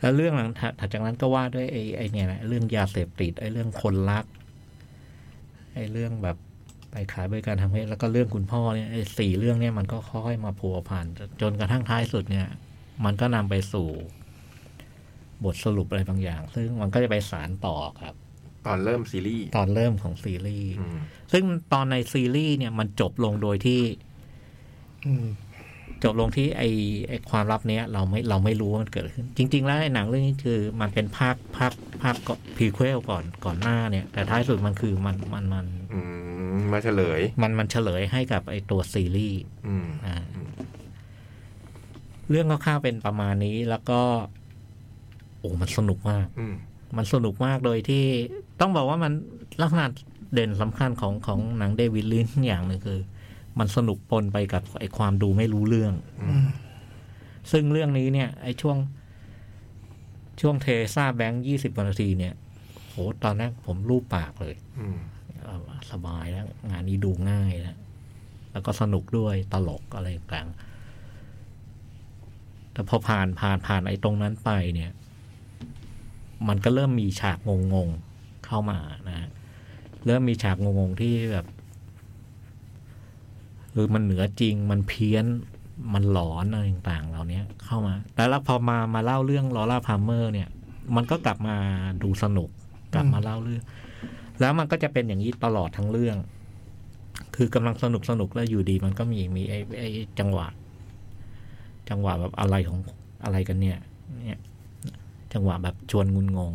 Speaker 4: แล้วเรื่องหลังถัดถัดจากนั้นก็ว่าด้วยไอ้ไอ้เนี่ยแหละเรื่องยาเสพติดไอ้เรื่องคนรักไอ้เรื่องแบบไปขายบริการทางเพศแล้วก็เรื่องคุณพ่อเนี่ยไอ้สี่เรื่องเนี่ยมันก็ค่อยๆมาผัวพันจนจนกระทั่งท้ายสุดเนี่ย มันก็นำไปสู่ บทสรุปอะไรบางอย่าง ซึ่งมันก็จะไปสารต่อครับ
Speaker 3: ตอนเริ่มซีรีส์
Speaker 4: ตอนเริ่มของซีรีส์
Speaker 3: อืม
Speaker 4: ซึ่งตอนในซีรีส์เนี่ยมันจบลงโดยที่
Speaker 2: อืม
Speaker 4: จบลงที่ไอไอความลับเนี้ยเราไม่เราไม่รู้ว่ามันเกิดอะไรขึ้น จริง ๆ แล้วไอหนังเรื่องนี้คือมันเป็นภาคภาคภาคก่อนพรีเควลก่อนก่อนหน้าเนี่ย แต่ท้ายสุดมันคือมันมันมัน
Speaker 3: อืมมาเฉลย
Speaker 4: มันมันเฉลยให้กับไอตัวซีรีส์
Speaker 3: อืม
Speaker 4: อ่าเรื่องคร่าวๆเป็นประมาณนี้แล้วก็ โอ้มันสนุกมาก
Speaker 3: อืม
Speaker 4: มันสนุกมากโดยที่ต้องบอกว่ามันลักษณะเด่นสำคัญของของหนังเดวิดลินช์อย่างหนึ่งคือ มันสนุกปนไปกับไอความดูไม่รู้เรื่อง
Speaker 2: อืม
Speaker 4: ซึ่งเรื่องนี้เนี่ยไอช่วง ช่วงเทซ่าแบงค์ยี่สิบนาทีเนี่ยโหตอนแรกผมรูปปากเลย
Speaker 3: อืม
Speaker 4: เอาล่ะสบายแล้ว งานนี้ดูง่ายแล้วแล้วก็สนุกด้วยตลกอะไรต่างแต่พอผ่านผ่านผ่านไอ้ตรงนั้นไปเนี่ย มันก็เริ่มมีฉากงงๆเข้ามานะฮะเริ่มมีฉากงงๆที่แบบคือมันเหนือจริงมันเพี้ยน มันหลอนอะไรต่างๆ เหล่านี้เข้ามา แต่แล้วพอมามาเล่าเรื่องลอร่าพาเมอร์เนี่ย มันก็กลับมาดูสนุกกลับมาเล่าเรื่อง แล้วมันก็จะเป็นอย่างนี้ตลอดทั้งเรื่อง คือกำลังสนุกสนุกแล้วอยู่ดี มันก็มีมีไอ้ไอ้จังหวะ จังหวะแบบอะไรของอะไรกันเนี่ย เนี่ย จังหวะแบบชวนงุนงง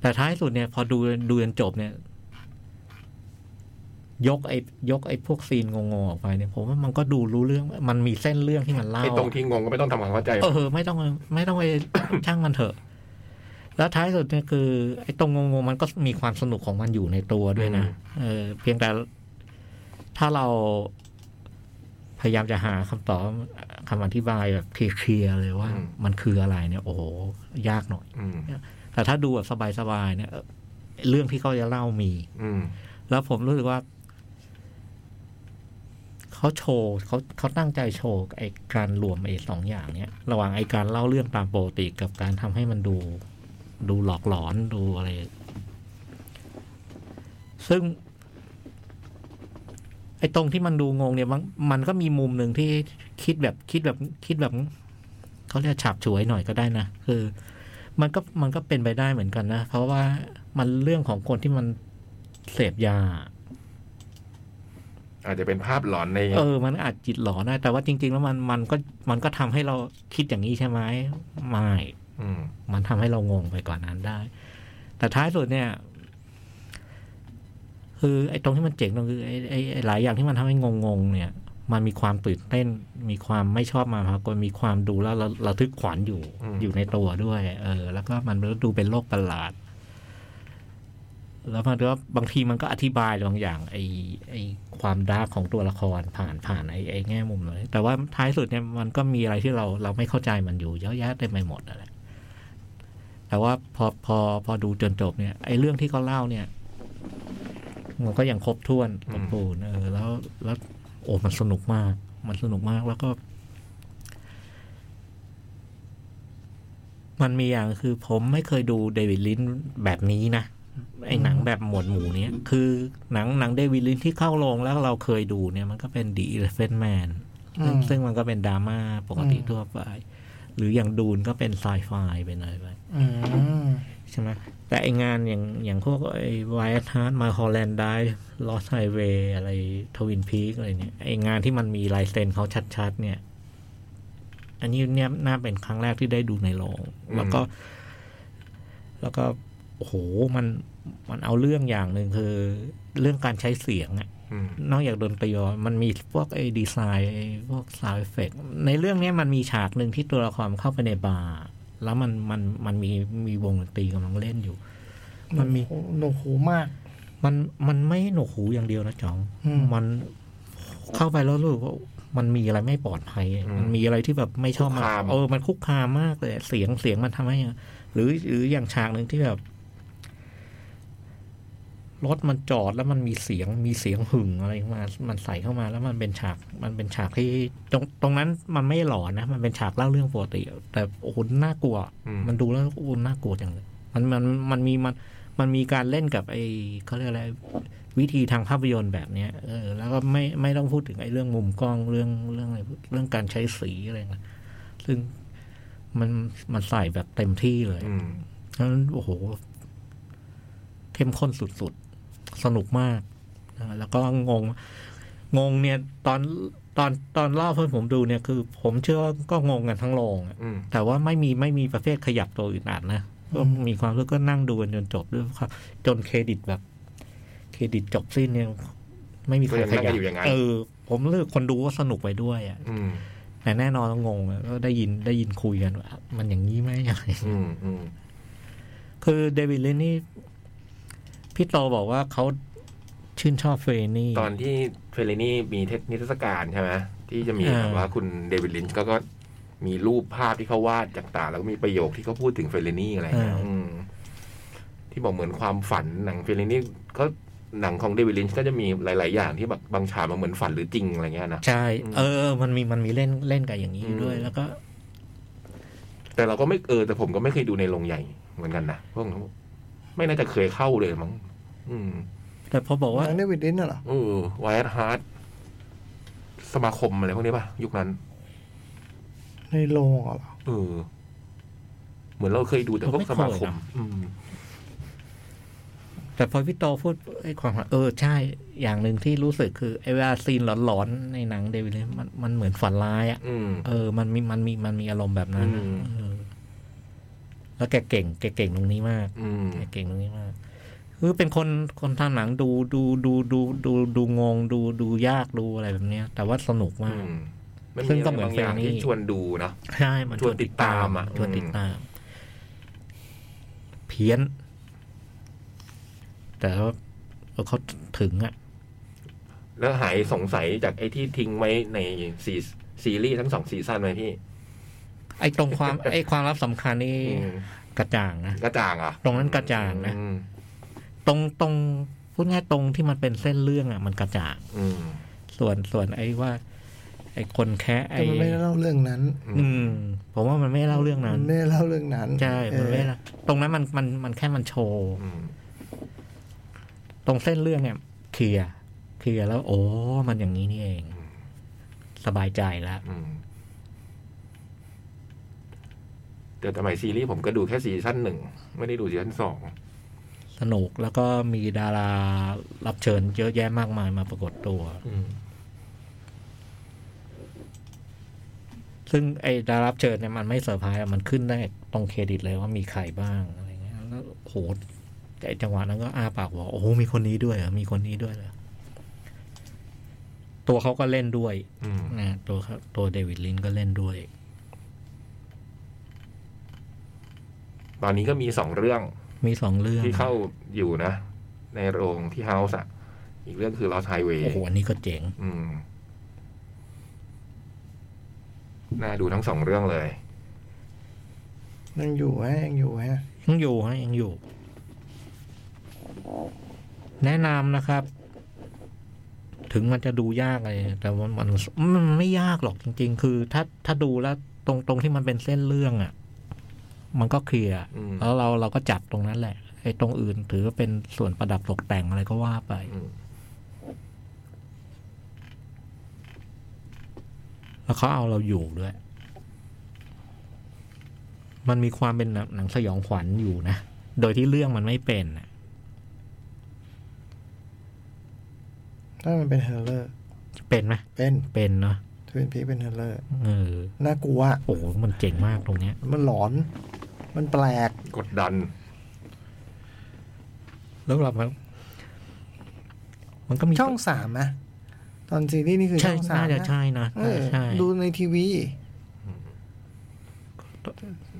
Speaker 4: แต่ท้ายสุดเนี่ย พอดูดูจนจบเนี่ย ยกไอ้ยกไอ้พวกซีนงงๆออกไปเนี่ยผมว่ามันก็ดูรู้เรื่องมันมีเส้นเรื่องที่มันเล่า
Speaker 3: ไอ้ตรงที่งงก็ไม่ต้องทำความเข้าใจ
Speaker 4: เออไม่ต้องไม่ต้องไป ช่างมันเถอะ แล้วท้ายสุดเนี่ยคือ ไอ้ตรงงงๆมันก็มีความสนุกของมันอยู่ในตัวด้วยนะ
Speaker 3: อืม
Speaker 4: เออ เพียงแต่ถ้าเราพยายามจะหาคำตอบคำอธิบายแบบเคลียร์ๆเลยว่า มันคืออะไรเนี่ย โอ้โหยากหน่อย
Speaker 3: อืม
Speaker 4: แต่ถ้าดูแบบสบายๆเนี่ยเออเรื่องที่เขาจะเล่ามี
Speaker 3: อืม
Speaker 4: แล้วผมรู้สึกว่า เขาโชว์เขาเขาตั้งใจโชว์ไอการรวมไอสองอย่างเนี้ย ระหว่างไอการเล่าเรื่องตามปกติกับการทำให้มันดู ดูหลอกหลอนดูอะไร ซึ่ง ไอตรงที่มันดูงงเนี่ยมันมันก็มีมุมหนึ่งที่คิดแบบคิดแบบคิดแบบเขาเรียกฉาบฉวยหน่อยก็ได้นะคือ มันก็มันก็เป็นไปได้เหมือนกันนะเพราะว่ามันเรื่องของคนที่มันเสพยา
Speaker 3: อาจจะเป็นภาพหลอนใน
Speaker 4: เออ มันอาจจิตหลอนได้ แต่ว่าจริง ๆ แล้วมันมันก็มันก็ทำให้เราคิดอย่างนี้ใช่ไหมไม่
Speaker 3: อืม
Speaker 4: มันทำให้เรางงไปกว่อนนั้นได้ แต่ท้ายสุดเนี่ย คือไอ้ตรงที่มันเจ๋งตรงคือไอ้ไอ้ไอ้หลายอย่างที่มันทำให้งงงๆเนี่ย มันมีความตื่นเต้น มีความไม่ชอบมาพากลมีความดูแล้วระระทึกขวัญอยู่
Speaker 3: อืม
Speaker 4: อยู่ในตัวด้วย เออ แล้วก็มันดูเป็นโลกประหลาด แล้วมันก็บางทีมันก็อธิบายบางอย่าง ไอ้ไอ้ความดาร์กของตัวละครผ่านผ่านไอ้ไอ้แง่มุมเลยแต่ว่าท้ายสุดเนี่ยมันก็มีอะไรที่เราเราไม่เข้าใจมันอยู่เยอะแยะเต็มไปหมดนั่นแหละ แต่ว่าพอพอพอดูจนจบเนี่ย ไอ้เรื่องที่เขาเล่าเนี่ย มันก็ยังครบถ้วน
Speaker 3: อืม
Speaker 4: สมบูรณ์เออแล้วแล้ว โอ้มันสนุกมาก มันสนุกมากแล้วก็ มันมีอย่างคือผมไม่เคยดูเดวิดลินช์แบบนี้นะ ไอ้หนังแบบหมวดหมู่เนี้ยคือหนังหนังเดวิดลินช์ที่เข้าโรงแล้วเราเคยดูเนี่ย มันก็เป็นดีเ p ฟนแมน
Speaker 2: อืม
Speaker 4: ซึ่งมันก็เป็นดราม่าปกติทั่วไป หรืออย่างดูนก็เป็นไซไฟเป็นอะไรไป
Speaker 2: อืม
Speaker 4: ใช่ไหมแต่ไองานอย่างอย่างพวกไอ้ไวท์ฮาร์ดมาฮอลแลนด์ได้ลอสไฮเวย์อะไรทวินพีกอะไรเนี่ย ไองานที่มันมีลายเซ็นเขาชัดๆ เนี่ย อันนี้เนี่ยน่าเป็นครั้งแรกที่ได้ดูในโรง
Speaker 3: อืม
Speaker 4: แล้วก็ แล้วก็ โอ้โห มันมันเอาเรื่องอย่างหนึ่งคือ เรื่องการใช้เสียงอะ
Speaker 3: อืม
Speaker 4: นอกจากดนตรีแล้วมันมีพวกไอ้ดีไซน์ไอ้พวกซาวเอฟเฟกในเรื่องเนี้ยมันมีฉากหนึ่งที่ตัวละครเข้าไปในบาร์แล้วมันมันมันมีมีวงดนตรีกำลังเล่นอยู่ มันมี
Speaker 2: โอ้โหโหนกหูมาก
Speaker 4: มันมันไม่หนวกหูอย่างเดียวนะจ๋อง
Speaker 2: อืม
Speaker 4: มันเข้าไปแล้วรู้สึกว่ามันมีอะไรไม่ปลอดภัย
Speaker 3: อืม
Speaker 4: มันมีอะไรที่แบบไม่ชอบมา
Speaker 3: คุกคาม
Speaker 4: เออมันคุกคามมากเลยเสียงเสียงมันทำให้หรือหรืออย่างฉากหนึ่งที่แบบ รถมันจอดแล้วมันมีเสียงมีเสียงหึ่งอะไรมา มันใส่เข้ามาแล้วมันเป็นฉาก มันเป็นฉากที่ตรงตรงนั้นมันไม่หลอนนะ มันเป็นฉากเล่าเรื่องปกติ แต่โอ้โหน่ากลัว
Speaker 3: อืม
Speaker 4: มันดูแล้วโอ้โหน่ากลัวจังเลย มันมันมันมีมันมันมีการเล่นกับไอ้เขาเรียกอะไรวิธีทางภาพยนตร์แบบเนี้ยเออแล้วก็ไม่ไม่ต้องพูดถึงไอ้เรื่องมุมกล้องเรื่องเรื่องอะไรเรื่องการใช้สีอะไรนะซึ่งมันมันใส่แบบเต็มที่เลย
Speaker 3: อืม
Speaker 4: เพราะฉะนั้นโอ้โห เข้มข้นสุดๆ สนุกมากนะแล้วก็งง งงเนี่ย ตอนตอนตอนเล่าเพื่อนผมดูเนี่ยคือ ผมเชื่อว่าก็งงกันทั้งโรงอะ
Speaker 3: อืม
Speaker 4: แต่ว่าไม่มีไม่มีประเภทขยับตัวอื่นอัดนะก็มีความรู้สึกก็นั่งดูกันจนจบด้วยครับ จนเครดิตแบบ เครดิตจบสิ้นเนี่ย ไม่มีใคร
Speaker 3: ก็ยังนั่
Speaker 4: ข
Speaker 3: งกั
Speaker 4: ยับ
Speaker 3: นอยู่อย่างนั้น
Speaker 4: เออ ผมเลือกคนดูก็สนุกไปด้วยอะ
Speaker 3: อืม
Speaker 4: แต่แน่นอนงงอะก็ได้ยินได้ยินคุยกันว่ามันอย่างนี้ไหม อะไร
Speaker 3: อืมอืม
Speaker 4: คือเดวิดลินนี่พี่โตบอกว่าเขาชื่นชอบเฟรนี่
Speaker 3: ตอนที่เฟรนี่มีเทศนิทรรศการใช่ไหมที่จะมี
Speaker 4: อ่า
Speaker 3: แบบว่าคุณเดวิดลินช์ก็ก็มีรูปภาพที่เขาวาดจากต่างแล้วก็มีประโยคที่เขาพูดถึงเฟรนี่อะไรอย่างเงี้ยอืมที่บอกเหมือนความฝันหนังเฟรนี่ก็หนังของเดวิดลินช์ก็จะมีหลาย ๆ อย่างที่แบบบางฉากมันเหมือนฝันหรือจริงอะไรเงี้ยนะ
Speaker 4: ใช่ เออ มันมีมันมีเล่นเล่นกับอย่างนี้อยู่ด้วย
Speaker 3: อืม
Speaker 4: แล้วก็
Speaker 3: แต่เราก็ไม่เออแต่ผมก็ไม่เคยดูในโรงใหญ่เหมือนกันนะพวกนั้นไม่น่าจะเคยเข้าเลยมั้งอืม
Speaker 4: แต่พอบอกว่า
Speaker 2: หนังเดวิดลินช์น่ะเหรอ
Speaker 3: เออไวท์ฮาร์ดสมาคมอะไรพวกนี้ป่ะ ยุคนั้น
Speaker 2: ในโรงเหรอ
Speaker 3: เออ เหมือนเราเคยดูแต่พว
Speaker 4: ผมไม่
Speaker 3: กสมาคม
Speaker 4: เคยนะ
Speaker 3: อืม
Speaker 4: แต่พอพี่โตพูดไอ้ความว่าเออ ใช่ อย่างหนึ่งที่รู้สึกคือไอ้เวลาซีนหลอนๆ ในหนังเดวิดลินช์มันมันเหมือนฝันร้ายอ่ะ
Speaker 3: อืม
Speaker 4: เออ มันมีมันมีมันมีอารมณ์แบบนั้น
Speaker 3: อื
Speaker 4: อะ
Speaker 3: ม
Speaker 4: เออ แล้วแกเก่งแกเก่งตรงนี้มาก
Speaker 3: อืม
Speaker 4: เก่งตรงนี้มาก คือเป็นคนคนทำหนังดูดูดูดูดูดูงงดูดูยากดูอะไรแบบเนี้ย แต่ว่าสนุกมา
Speaker 3: อื
Speaker 4: ก
Speaker 3: มมัน
Speaker 4: ซึ่
Speaker 3: มี
Speaker 4: งก็
Speaker 3: อะไร
Speaker 4: เหมือน
Speaker 3: บางอย่าง
Speaker 4: เฟรนี่
Speaker 3: ที่ชวนดูเนาะ
Speaker 4: ใช่มัน
Speaker 3: ชวนติดตามอะ
Speaker 4: ชวนติด
Speaker 3: อืม
Speaker 4: ตาม เพี้ยน แต่ว่าเขาถึงอ่ะ
Speaker 3: แล้วหายสงสัยจากไอ้ที่ทิ้งไว้ในซีซีรีส์ทั้งสองซีซั่นไหมพี่
Speaker 4: ไอ้ตรงความ ไอ้ความลับสำคัญนี่
Speaker 3: อืม
Speaker 4: กระจ่างนะ
Speaker 3: กระจ่างอ่ะ
Speaker 4: ตรงนั้นกระจ่างนะ
Speaker 3: อืม
Speaker 4: ตรงตรงพูดง่ายตรงที่มันเป็นเส้นเรื่องอ่ะ มันกระจ่าง
Speaker 3: อืม
Speaker 4: ส่วนส่วนไอ้ว่า ไอ้คนแค่ไอ้
Speaker 2: แต่มันไม่ได้เล่าเรื่องนั้น
Speaker 4: อืม ผมว่ามันไม่เล่าเรื่องนั้น
Speaker 2: มันไม่ได้เล่าเรื่องนั้น
Speaker 4: ใช่ มันไม่
Speaker 2: เออ
Speaker 4: ละตรงนั้นมันมันมันแค่มันโชว์
Speaker 3: อืม
Speaker 4: ตรงเส้นเรื่องเนี่ยเคลียร์เคลียร์แล้ว โอ้ มันอย่างนี้นี่เอง สบายใจแล้ว
Speaker 3: อืมแต่สมัยซีรีส์ผมก็ดูแค่ซีซั่นหนึ่ง ไม่ได้ดูซีซั่นสอง
Speaker 4: สนุกแล้วก็มีดารารับเชิญเยอะแยะมากมายมาปรากฏตัว ซึ่งไอ้ดารารับเชิญเนี่ยมันไม่เซอร์ไพรส์อะมันขึ้นได้ตรงเครดิตเลยว่ามีใครบ้างอะไรเงี้ยแล้วโหไอ้จังหวะนั้นก็อ้าปากบอกโอ้โหมีคนนี้ด้วยเหรอมีคนนี้ด้วยเหรอตัวเขาก็เล่นด้วย
Speaker 3: อืม
Speaker 4: นะตัวเขาตัวเดวิดลินก็เล่นด้วย
Speaker 3: ตอนนี้ก็มีสองเรื่อง
Speaker 4: มีสองเรื่อง
Speaker 3: ที่เข้าอยู่นะ ในโรงที่เฮาส์อ่ะ อีกเรื่องคือ Lost Highway
Speaker 4: โอ้โหอันนี้ก็เจ๋ง
Speaker 3: อืม น่าดูทั้งสองเรื่องเลย
Speaker 2: ยังอยู่ฮะยังอยู่ฮะ
Speaker 4: ยังอยู่ฮะยังอยู่ แนะนำนะครับ ถึงมันจะดูยากอะไรแต่ว่ามันมันไม่ยากหรอกจริง ๆ คือ ถ้าถ้าดูแล้วตรงตรงที่มันเป็นเส้นเรื่องอะ่ะ มันก็เคลียร์
Speaker 3: อืม
Speaker 4: แล้วเราเราก็จัดตรงนั้นแหละไอ้ตรงอื่นถือว่าเป็นส่วนประดับตกแต่งอะไรก็ว่าไป
Speaker 3: อืม
Speaker 4: แล้วเขาเอาเราอยู่ด้วย มันมีความเป็นหนังหนังสยองขวัญอยู่นะ โดยที่เรื่องมันไม่เป็นน่ะ
Speaker 2: ถ้ามันเป็นเฮอร์เลอร์
Speaker 4: เป็นไหม
Speaker 2: เป็น
Speaker 4: เป็นเนาะ
Speaker 2: ทวินพีเป็นเฮอร์เลอร์
Speaker 4: เออ
Speaker 2: น่ากลัว
Speaker 4: โอ้โหมันเจ๋งมากตรงเนี้ย
Speaker 2: มันหลอน มันแปลก
Speaker 3: กดดัน
Speaker 4: แล้วเรามันมันก็มี
Speaker 2: ช่องสามนะตอนซีรีส์นี่คือ
Speaker 4: ใช่
Speaker 2: ช่องสาม
Speaker 4: น่าจะ
Speaker 2: นะ
Speaker 4: ใช่นะ
Speaker 2: เอ
Speaker 4: น่า
Speaker 2: อ
Speaker 4: จะใช่
Speaker 2: ดูในทีวี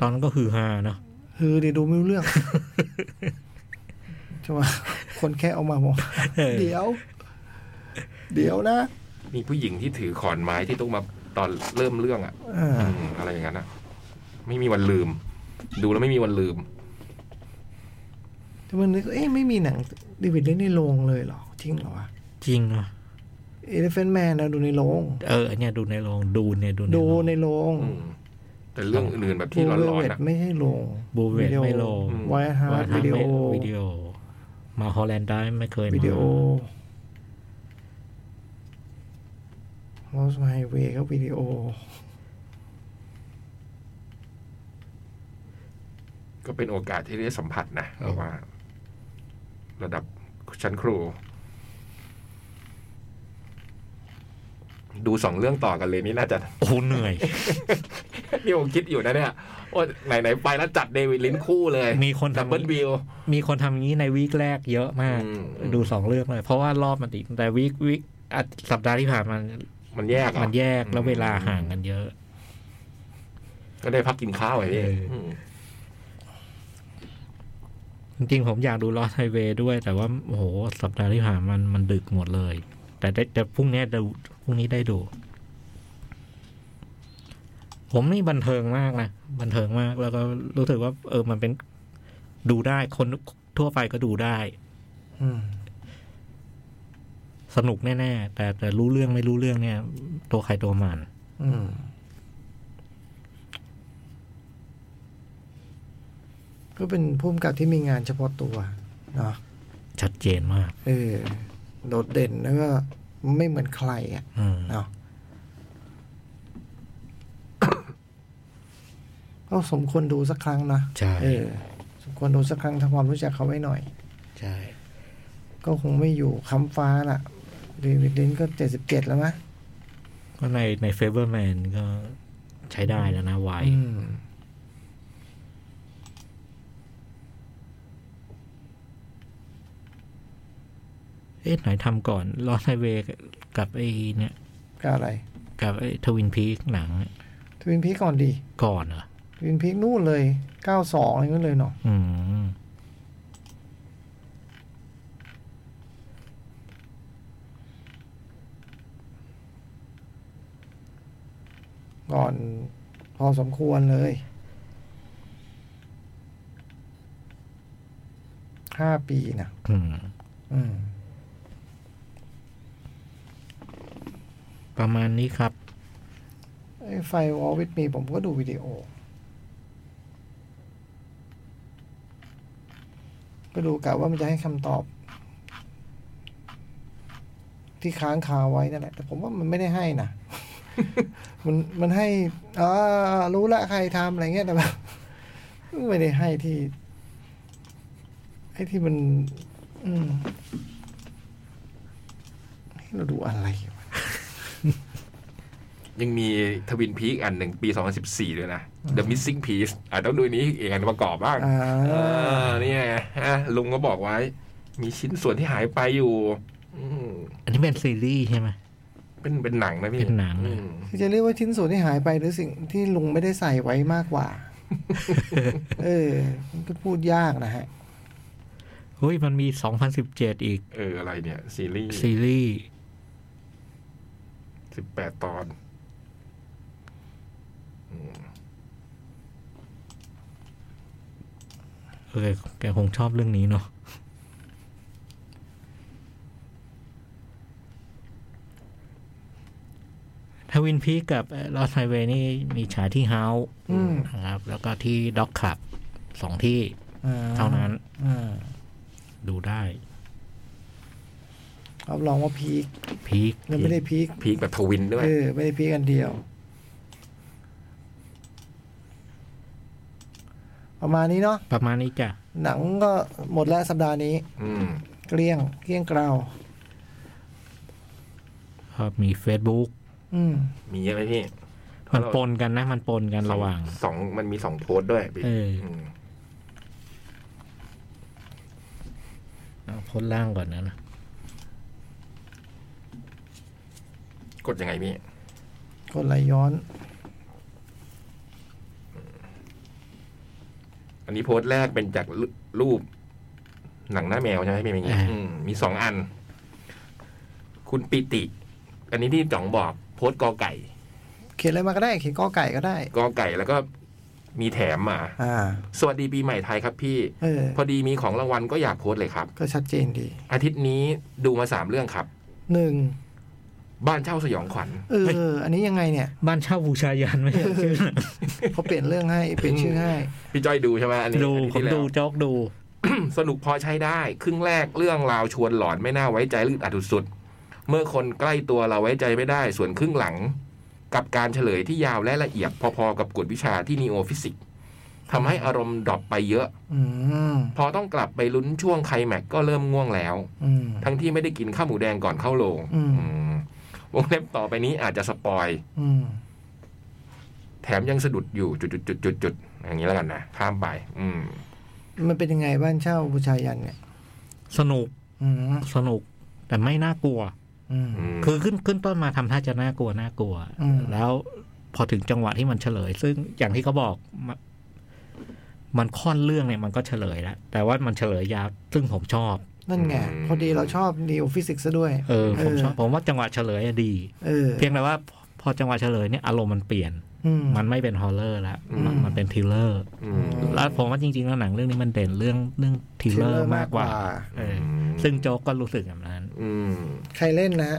Speaker 4: ตอนนั้นก็คือฮาเนาะ
Speaker 2: คือเดี๋ยวดูไม่รู้เรื่อง ใช่ไหมคนแค่เอามาบอก
Speaker 4: เออ
Speaker 2: เดี๋ยว เดี๋ยวนะ
Speaker 3: มีผู้หญิงที่ถือขอนไม้ที่ต้องมาตอนเริ่มเรื่องอ่ะ
Speaker 2: อ่า
Speaker 3: อืมอะไรอย่างนั้นอะไม่มีวันลืม ดูแล้วไม่มีวันลืม
Speaker 2: แต่มันนึกว่าเอ๊ะไม่มีหนังเดวิดเล่นในโรงเลยเหรอจริงเหรอวะ
Speaker 4: จริงเนาะ
Speaker 2: เอเลฟเฟนแมนเราดูในโรง
Speaker 4: เออเนี่ยดูในโรงดูเนี่ยดูใน
Speaker 2: ดู
Speaker 4: โรง
Speaker 2: ในโรง
Speaker 3: อืมแต่เรื่องอื่นๆแบบที่ร้อน
Speaker 2: เว
Speaker 3: ๆ
Speaker 2: ท
Speaker 3: นะ
Speaker 2: ไม่ใช่โรง
Speaker 4: Blue Velvet ไม่โรง
Speaker 2: ไวท์ฮาร์ดวิดีโอ
Speaker 4: วิดีโอ มาฮอลแลนด์ได้ไม่เคยมา
Speaker 2: วิดีโอมอสไฮเวย์ก็วิดีโอ
Speaker 3: ก็เป็นโอกาสที่ได้สัมผัสนะเราว่า ระดับชั้นครู ดูสองเรื่องต่อกันเลยนี่น่าจะ
Speaker 4: โอ้โหเห นื่อย
Speaker 3: นี่ผมคิดอยู่นะเนี่ยว่าไหนไหนๆไปแล้วจัดเดวิดลินคู่เลย
Speaker 4: มีคน
Speaker 3: ดับ
Speaker 4: ทำ
Speaker 3: เบิลบิล
Speaker 4: มีคนทำอย่างนี้ในวีคแรกเยอะมาก
Speaker 3: อืม
Speaker 4: ดูสองเรื่องเลย เพราะว่ารอบมันติดแต่วีควีคอ่ะสัปดาห์ที่ผ่านมา
Speaker 3: มันแยกเหรอ
Speaker 4: มันแยกแล้วเวลาห่างกันเยอะ
Speaker 3: ก็ได้พักกินข้าวไอ้นี่
Speaker 4: เอออื
Speaker 3: ม
Speaker 4: จริงๆผมอยากดูลอสไฮเวย์ด้วย แต่ว่าโอ้โหสัปดาห์ที่ผ่านมามันมันดึกหมดเลย แต่ได้แต่พรุ่งนี้ดูพรุ่งนี้ได้ดู ผมนี่บันเทิงมากนะบันเทิงมากแล้วก็รู้สึกว่า เออมันเป็นดูได้คนทั่วไปก็ดูได้
Speaker 2: อืม
Speaker 4: สนุกแน่ๆแต่แต่รู้เรื่องไม่รู้เรื่องเนี่ย ตัวใครตัวมัน
Speaker 2: อืม ก็เป็นผู้กำกับที่มีงานเฉพาะตัวเนาะ
Speaker 4: ชัดเจนมาก
Speaker 2: เออ โดดเด่นแล้วก็ไม่เหมือนใครอ่ะ
Speaker 4: อืม
Speaker 2: เนาะ ก็สมควรดูสักครั้งนะ
Speaker 4: ใช่
Speaker 2: เออ สมควรดูสักครั้งทำความรู้จักเขาไว้หน่อย
Speaker 4: ใช่
Speaker 2: ก็คงไม่อยู่ค้ำฟ้าล่ะเดวิดลินก็เจ็ดสิบเจ็ดแล้วมะ
Speaker 4: ก็ในในเฟเวอร์แมนก็ใช้ได้แล้วนะวัย
Speaker 2: อืม
Speaker 4: เอ๊ะไหนทำก่อนลอสไฮเวย์กับไอ้เนี่ย
Speaker 2: ก็อะไร
Speaker 4: กับไอ้ทวินพีคหนัง
Speaker 2: ทวินพีก่อนดี
Speaker 4: ก่อนเหรอ
Speaker 2: วินพีกนู่นเลยเก้าสองอะไรนู่นเลยเนาะ
Speaker 4: อืม
Speaker 2: ก่อนพอสมควรเลยห้าปีนะ
Speaker 4: อืม
Speaker 2: อืม
Speaker 4: ประมาณนี้ครับ
Speaker 2: ไอ้ไฟวอลวิดมีผมก็ดูวิดีโอ ก็ดูกะว่ามันจะให้คำตอบ ที่ค้างคาไว้นั่นแหละ แต่ผมว่ามันไม่ได้ให้นะ มันมันให้อ่ารู้ละใครทำอะไรเงี้ยแต่แบบไม่ได้ให้ที่ไอ้ที่มัน อืมนี่เราดูอะไรวะ
Speaker 3: ยังมีทวินพีกอันหนึ่งปี 2014 ด้วยนะ The Missing Piece อ่ะต้องดูนี้อีกอันประกอบบ้าง
Speaker 2: อ่า
Speaker 3: เออนี่ไงอ่ะลุงก็บอกไว้ มีชิ้นส่วนที่หายไปอยู่ อืม
Speaker 4: อันนี้เป็นซีรีส์ใช่ไหม
Speaker 3: เป็นเป็นหนังนะพี่
Speaker 4: เป็นหนัง
Speaker 3: อืม
Speaker 2: คือจะเรียกว่าชิ้นส่วนที่หายไปหรือสิ่งที่ลุงไม่ได้ใส่ไว้มากกว่า เออ มันก็พูดยากนะฮะ
Speaker 4: เฮ้ยมันมี 2017 อีก
Speaker 3: เอออะไรเนี่ย ซีรีส์
Speaker 4: ซีรีส์
Speaker 3: สิบแปดตอนอืม
Speaker 4: เออแกคงชอบเรื่องนี้เนาะทวินพีคกับลอสไฮเวย์นี่มีฉายที่เฮาส์
Speaker 2: อืม
Speaker 4: นะครับ แล้วก็ที่ด็อกขับสองที่
Speaker 2: อ่
Speaker 4: เท่านั้น
Speaker 2: อ่า
Speaker 4: ดูได้
Speaker 2: รับรองว่าพีค
Speaker 4: พีค
Speaker 2: แล้วไม่ได้พีค
Speaker 3: พีคแบบทวินด้วย
Speaker 2: เออ ไม่ได้พีคกันเดียว ประมาณนี้เนาะ
Speaker 4: ประมาณนี้จ้ะ
Speaker 2: หนังก็หมดแล้วสัปดาห์นี้
Speaker 3: อืม
Speaker 2: เกลี้ยง เกลี้ยงเกลา
Speaker 4: ครับมี Facebook
Speaker 2: อืม
Speaker 3: มีเยอะไหมพี่
Speaker 4: มันปนกันนะ มันปนกันระหว่าง
Speaker 3: สองมันมีสองโพสต์ด้วยพี่
Speaker 4: เออ
Speaker 3: ม
Speaker 4: เอาพ้นล่างก่อนนะนะ
Speaker 3: กดยังไงพี่
Speaker 2: คนไหลย้อน
Speaker 3: อันนี้โพสต์แรกเป็นจากรูรูป หนังหน้าแมวใช่ไหมพี่เป็นอย่างงี้
Speaker 4: อ่า
Speaker 3: อืมมีสองอัน คุณปิติ อันนี้ที่จ่องบอกโพสต์กอไก่
Speaker 2: เขียนอะไรมาก็ได้ เขียนกอไก่ก็ได้
Speaker 3: กอไก่แล้วก็ มีแถมมา
Speaker 2: อ่า
Speaker 3: สวัสดีปีใหม่ไทยครับพี่
Speaker 2: เออ
Speaker 3: พอดีมีของรางวัลก็อยากโพสต์เลยครับ
Speaker 2: ก็ชัดเจนดี
Speaker 3: อาทิตย์นี้ดูมาสามเรื่องครับ
Speaker 2: หนึ่ง
Speaker 3: บ้านเช่าสยองขวัญ
Speaker 2: เออ อันนี้ยังไงเนี่ย
Speaker 4: บ้านเช่าบูชายันไม่ใช่ชื่อหนัง
Speaker 2: เขาเปลี่ยนเรื่องให้เปลี่ยนชื่อให้
Speaker 3: พี่จ้อยดูใช่ไหมอันนี้
Speaker 4: ดู
Speaker 3: อันนี้
Speaker 4: ผม
Speaker 3: ที่แล้ว
Speaker 4: ดู โจ๊กดู
Speaker 3: สนุกพอใช้ได้ ครึ่งแรกเรื่องราวชวนหลอนไม่น่าไว้ใจลืดอัดสุดๆเมื่อคนใกล้ตัวเราไว้ใจไม่ได้ ส่วนครึ่งหลัง กับการเฉลยที่ยาวและละเอียดพอๆกับกฎวิชาที่นีโอฟิสิกส์ทำให้อารมณ์ดรอปไปเยอะ
Speaker 2: อืม
Speaker 3: พอต้องกลับไปลุ้นช่วงไคลแม็กซ์ก็เริ่มง่วงแล้ว
Speaker 2: อืม
Speaker 3: ทั้งที่ไม่ได้กินข้าวหมูแดงก่อนเข้าโรง
Speaker 2: อืม
Speaker 3: อืมวงเล็บต่อไปนี้อาจจะสปอย
Speaker 2: อืม
Speaker 3: แถมยังสะดุดอยู่จุดๆๆๆอย่างนี้แล้วกันนะข้ามไป อืม
Speaker 2: มันเป็นยังไงบ้านเช่าบูชายันเนี่ย
Speaker 4: สนุก
Speaker 2: อืม
Speaker 4: สนุก แต่ไม่น่ากลัว
Speaker 2: อืม
Speaker 3: อืม
Speaker 4: คือขึ้นขึ้นต้นมาทำท่าจะน่ากลัวน่ากลัว
Speaker 2: อืม
Speaker 4: แล้วพอถึงจังหวะที่มันเฉลย ซึ่งอย่างที่เขาบอกมะมันค่อนเรื่องเนี่ยมันก็เฉลยแล้ว แต่ว่ามันเฉลยยาวซึ่งผมชอบ
Speaker 2: นั่นไง
Speaker 3: อืม
Speaker 2: พอดีเราชอบดีโอฟิสิกส์ซะด้วย
Speaker 4: เออ ผมชอบ
Speaker 2: เออ
Speaker 4: ผมว่าจังหวะเฉลยอะดี
Speaker 2: เออ
Speaker 4: เพียงแต่ว่าพอพอจังหวะเฉลยเนี่ยอารมณ์มันเปลี่ยน
Speaker 2: อืม
Speaker 4: มันไม่เป็นฮอลเลอร์แล้วมัน
Speaker 2: อืม
Speaker 4: มันเป็นทริลเลอร์
Speaker 3: อืม
Speaker 4: แล้วผมว่าจริงๆแล้วหนังเรื่องนี้มันเด่นเรื่องเรื่องทริลเลอ
Speaker 2: thriller
Speaker 4: ร์มากกว่า เออ ซึ่งโจ๊กก็รู้สึกแบบนั้น
Speaker 3: อืม
Speaker 2: ใครเล่นนะ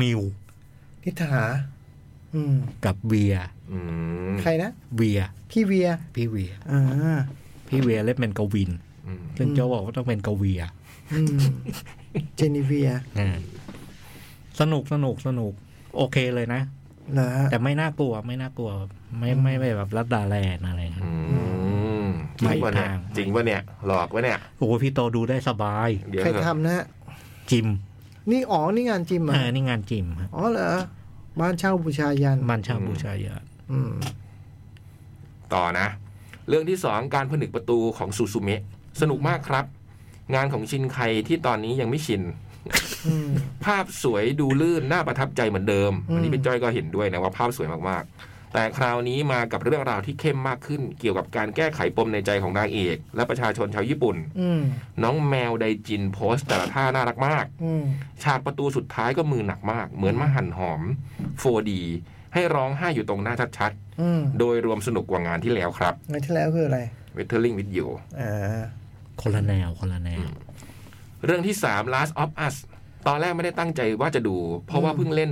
Speaker 4: มิว
Speaker 2: นิธาอืม
Speaker 4: กับเวียร์
Speaker 3: อืม
Speaker 2: ใครนะ
Speaker 4: เวียร์
Speaker 2: พี่เวีย
Speaker 4: พี่เวียร์
Speaker 2: อ่า
Speaker 4: พี่เวียร์เล่นเป็นกวิน
Speaker 3: อืม
Speaker 4: ซึ่งโจบอกว่าต้องเป็นกวีอ่ะ
Speaker 2: อืมเจนิเวีย
Speaker 4: สนุกสนุกสนุก โอเคเลยนะ
Speaker 2: เหรอฮะ
Speaker 4: แต่ไม่น่ากลัวไม่น่ากลัว ไม่ไม่ไม่แบบรัดดาแลนอะไรอย่างเงี้ย
Speaker 3: จริงปะเนี่ย
Speaker 4: ไปอีกทาง
Speaker 3: จริงปะเนี่ย หลอกปะเนี่ย
Speaker 4: โอ้โหพี่โตดูได้สบาย
Speaker 3: เดี๋ยว
Speaker 2: ใคร
Speaker 3: เถอะ
Speaker 2: ทำนะฮะ
Speaker 4: จิม
Speaker 2: นี่อ๋อนี่งานจิมเหร
Speaker 4: เอ
Speaker 2: อ่ะ
Speaker 4: อนี่งานจิมครับ
Speaker 2: อ๋อเหรอบ้านเช่าบูชายัน
Speaker 4: มันชาบูชายา
Speaker 2: อืม
Speaker 3: ต่อนะ เรื่องที่สองการผนึกประตูของซูซูเมะสนุกมากครับ งานของชินไคที่ตอนนี้ยังไม่ชิน
Speaker 2: อืม
Speaker 3: ภาพสวยดูลื่น น่าประทับใจเหมือนเดิม
Speaker 2: อืม
Speaker 3: อันนี้เป็นจ้อยก็เห็นด้วยนะว่าภาพสวยมากๆ แต่คราวนี้มากับเรื่องราวที่เข้มมากขึ้น เกี่ยวกับการแก้ไขปมในใจของนางเอก และประชาชนชาวญี่ปุ่น
Speaker 2: อืม
Speaker 3: น้องแมวไดจินโพสต์แต่ละท่าน่ารักมาก
Speaker 2: อืม
Speaker 3: ฉากประตูสุดท้ายก็มือหนักมาก เหมือนมาหั่นหอม 4D ให้ร้องไห้อยู่ตรงหน้าชัด
Speaker 2: อืม
Speaker 3: ๆ โดยรวมสนุกกว่างานที่แล้วครับ
Speaker 2: งานที่แล้วคืออะไร
Speaker 3: w e t e r l i n g with you
Speaker 2: อ่า
Speaker 4: คนละแนวคนละแนว
Speaker 3: เรื่องที่ 3 Last of Us ตอนแรกไม่ได้ตั้งใจว่าจะดู เพราะว่าเพิ่งเล่น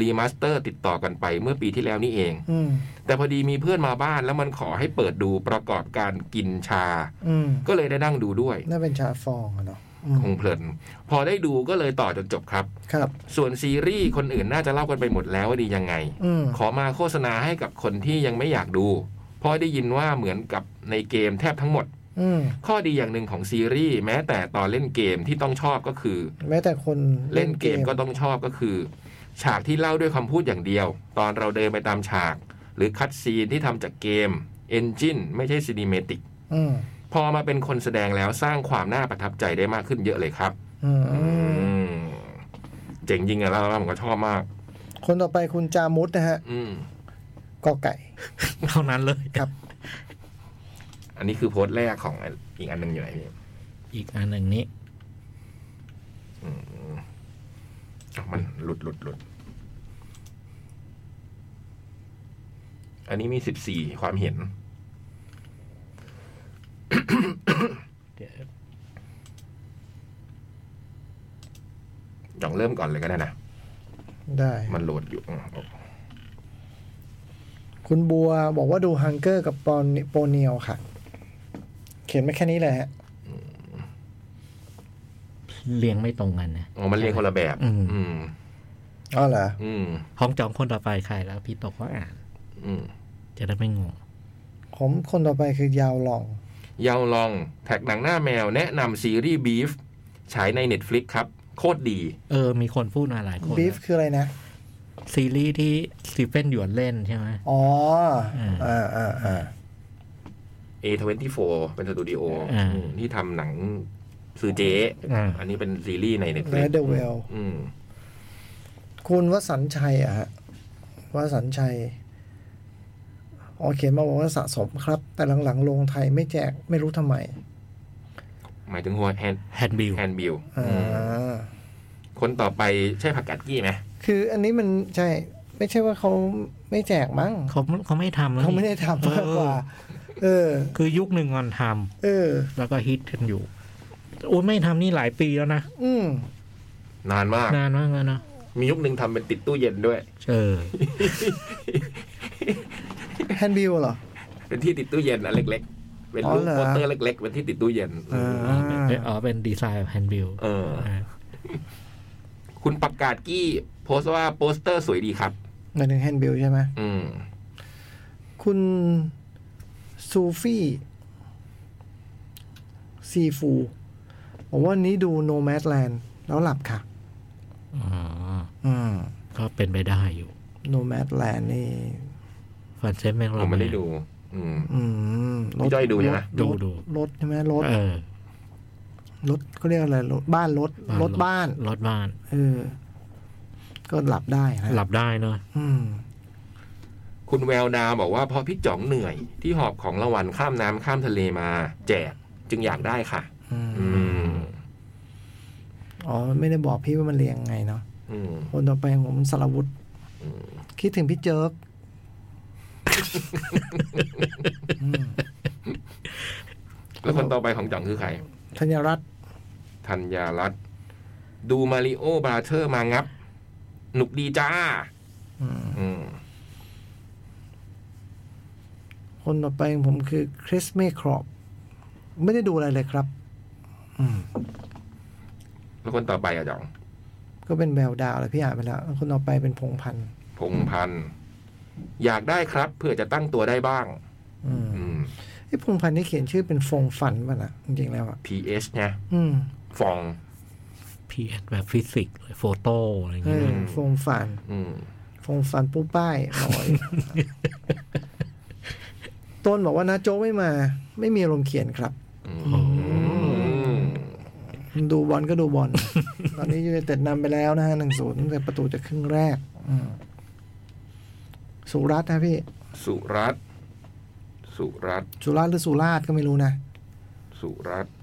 Speaker 3: รีมาสเตอร์ติดต่อกันไปเมื่อปีที่แล้วนี่เอง
Speaker 2: อืม
Speaker 3: แต่พอดีมีเพื่อนมาบ้านแล้วมันขอให้เปิดดูประกอบการกินชา
Speaker 2: อืม
Speaker 3: ก็เลยได้นั่งดูด้วย
Speaker 2: น่าเป็นชาฟองอะเนาะอืม
Speaker 3: คงเพลิน พอได้ดูก็เลยต่อจนจบครับ
Speaker 2: ครับ
Speaker 3: ส่วนซีรีส์คนอื่นน่าจะเล่ากันไปหมดแล้วว่าดียังไง
Speaker 2: อืม
Speaker 3: ขอมาโฆษณาให้กับคนที่ยังไม่อยากดู เพราะได้ยินว่าเหมือนกับในเกมแทบทั้งหมด
Speaker 2: อืม
Speaker 3: ข้อดีอย่างหนึ่งของซีรีส์แม้แต่ตอนเล่นเกมที่ต้องชอบก็คือ
Speaker 2: แม้แต่คน
Speaker 3: เล่นเกมก็ต้องชอบก็คือ ฉากที่เล่าด้วยคำพูดอย่างเดียว ตอนเราเดินไปตามฉาก หรือคัดซีนที่ทำจากเกมเอนจินไม่ใช่ซีนิเมติก
Speaker 2: อืม
Speaker 3: พอมาเป็นคนแสดงแล้วสร้างความน่าประทับใจได้มากขึ้นเยอะเลยครับ
Speaker 2: อื
Speaker 3: อืม
Speaker 2: ม
Speaker 3: เจ๋งจริงอะแล้วผมก็ชอบมาก
Speaker 2: คนต่อไปคุณจามุตนะฮะ
Speaker 3: อืม
Speaker 2: กอไก่
Speaker 4: เท่านั้นเลย
Speaker 2: ครับ
Speaker 3: อันนี้คือโพสต์แรกของอีกอันหนึ่งอยู่ไหนพี่
Speaker 4: อีกอันหนึ่งนี้
Speaker 3: อ่ะมันหลุดหลุดหลุด อันนี้มีสิบสี่ความเห็น
Speaker 4: เดี๋ยว
Speaker 3: จ่องเริ่มก่อนเลยก็ได้นะ
Speaker 2: ได้
Speaker 3: มันโหลดอยู่อืม
Speaker 2: คุณบัวบอกว่าดูฮังเกอร์กับปอนโปเนียวค่ะ เขียนมาแค่นี้แหละฮะ
Speaker 4: เรียงไม่ตรงกันนะ
Speaker 3: อ๋อมันเรียงคนละแบบ
Speaker 4: อืม
Speaker 3: อืม
Speaker 2: อ๋อเหรอ
Speaker 3: อืม
Speaker 4: ของจองคนต่อไปใครแล้วพี่ตกก็อ่าน
Speaker 3: อืม
Speaker 4: จะได้ไม่งง
Speaker 2: ผมคนต่อไปคือยาวหลอง
Speaker 3: เยาวลอง แท็กหนังหน้าแมว แนะนำซีรีส์บีฟฉายใน Netflix ครับ โคตรดี
Speaker 4: เออ มีคนพูดมาหลายคน
Speaker 2: บีฟคืออะไรนะ
Speaker 4: ซีรีส์ที่สตีเฟนหยวนเล่นใช่ไหม
Speaker 2: อ๋อ
Speaker 4: อ่า
Speaker 2: อ่าอ่าอ่า
Speaker 3: A24 เป็นสตูดิโอ
Speaker 4: อ่า
Speaker 3: อืมที่ทำหนังซื้อเจ๊
Speaker 4: อ่า
Speaker 3: อันนี้เป็นซีรีส์ใน Netflix
Speaker 2: Red Devil
Speaker 3: อืม
Speaker 2: คุณวสันต์ชัยอะฮะวสันต์ชัยอ๋อเขียนมาบอกว่าสะสมครับ แต่หลังๆลงไทยไม่แจกไม่รู้ทำไม
Speaker 3: หมายถึงหัวแฮน
Speaker 4: แฮนด์บิล
Speaker 3: แฮนบิล
Speaker 2: อ่า
Speaker 3: คนต่อไปใช่ผักกัดกี้ไหม
Speaker 2: คืออันนี้มันใช่ ไม่ใช่ว่าเขาไม่แจกมั้ง
Speaker 4: เขาเขาไม่ทำแล้ว
Speaker 2: เขาไม่
Speaker 4: นี่
Speaker 2: ได้ทำมากกว่า
Speaker 4: เออ
Speaker 2: เออ
Speaker 4: คือยุคหนึ่งมันท
Speaker 2: เออ
Speaker 4: ำแล้วก็ฮิตกันอยู่โอ้ยไม่ทำนี่หลายปีแล้วนะ
Speaker 2: อืม
Speaker 3: นานมาก
Speaker 4: นานมากแล้วนะ
Speaker 3: มียุคหนึ่งทำเป็นติดตู้เย็นด้วย
Speaker 4: เออ
Speaker 2: แฮนด์บิลเหรอ
Speaker 3: เป็นที่ติดตู้เย็นอันเล็ก ๆ เป็นรูป
Speaker 2: อ๋อเหรอ
Speaker 3: โปสเตอร์เล็ก ๆ เป็นที่ติดตู้เย็น
Speaker 2: อ่า
Speaker 4: เป็นอ๋อเป็นดีไซน์แบบแฮนด์บิล
Speaker 3: เออ คุณประกาศกี้โพสต์ว่าโปสเตอร์สวยดีครับ
Speaker 2: หมายถึงแฮนด์บิลใช่ไหม
Speaker 3: อืม
Speaker 2: คุณซูฟี่ซีฟูผมว่านี้ดูโนแม d แลนด์แล้วหลับค่ะ
Speaker 4: อ๋อ
Speaker 2: อืม
Speaker 4: ก็เป็นไปได้อยู่
Speaker 2: โนแม d แลนด์นี่
Speaker 4: ฟันเซนแมง
Speaker 3: ผมไม่ได้ดู อืม
Speaker 2: อืมรถ
Speaker 3: พี่จ้อยดูใช่ไหม
Speaker 2: รถ
Speaker 4: ดูดู
Speaker 2: รถใช่ไหมรถ
Speaker 4: เออ
Speaker 2: รถเขาเรียกอะไรรถบ้านรถรถบ้าน
Speaker 4: รถบ้าน
Speaker 2: เออ ก็หลับได้นะ
Speaker 4: หลับได้เนอะ
Speaker 2: อืม
Speaker 3: คุณแววดาวบอกว่าเพราะพี่จ๋องเหนื่อย ที่หอบของรางวัลข้ามน้ำข้ามทะเลมา แจกจึงอยากได้ค่ะ
Speaker 2: อืม
Speaker 3: อืม
Speaker 2: อ๋อไม่ได้บอกพี่ว่ามันเรียงไงเนาะ
Speaker 3: อืม
Speaker 2: คนต่อไปของผมสารวุฒิคิดถึงพี่เจิก อืม
Speaker 3: แล้วคนต่อไปของจ๋องคือใคร
Speaker 2: ธัญรัตน์
Speaker 3: ธัญญารัตน์ดูมาริโอบราเธอร์มางับ หนุกดีจ้า
Speaker 2: อืม
Speaker 3: อืม
Speaker 2: คนต่อไปของผมคือคริสเมครอบไม่ได้ดูอะไรเลยครับ อืม
Speaker 3: แล้วคนต่อไปอะจ๋อง
Speaker 2: ก็เป็นแววดาวเลยพี่อ่านไปแล้ว คนต่อไปเป็นพงพันธ์
Speaker 3: พงษ์พันธ์อยากได้ครับ เพื่อจะตั้งตัวได้บ้าง
Speaker 2: อืม
Speaker 3: อืม
Speaker 2: ไอ้พงพันธ์นี่เขียนชื่อเป็นฟงฝันป่ะนะจริงๆแล้วอ่ะ
Speaker 3: PH เนี่ย
Speaker 2: อืม
Speaker 3: ฟอง
Speaker 4: พีเอสแบบฟิสิกส์โฟโต้อะไรอย่าง
Speaker 2: เอ
Speaker 4: เงี้ย
Speaker 2: อฟงฝัน
Speaker 3: อืม
Speaker 2: ฟงฝันปูป้ายบอย ต้นบอกว่านะโจกไม่มา ไม่มีอารมณ์เขียนครับ
Speaker 3: อืม
Speaker 2: ดูบอลก็ดูบอล ตอนนี้ยูไนเต็ดนำไปแล้วนะฮะหนึ่งศูนย์ตั้งแต่ประตูจากครึ่งแรก อืมสุรัตน์นะพี่
Speaker 3: สุรัตน์สุรัตน์
Speaker 2: สุราษฎร์หรือสุราษฎร์ก็ไม่รู้นะ
Speaker 3: สุรัตน์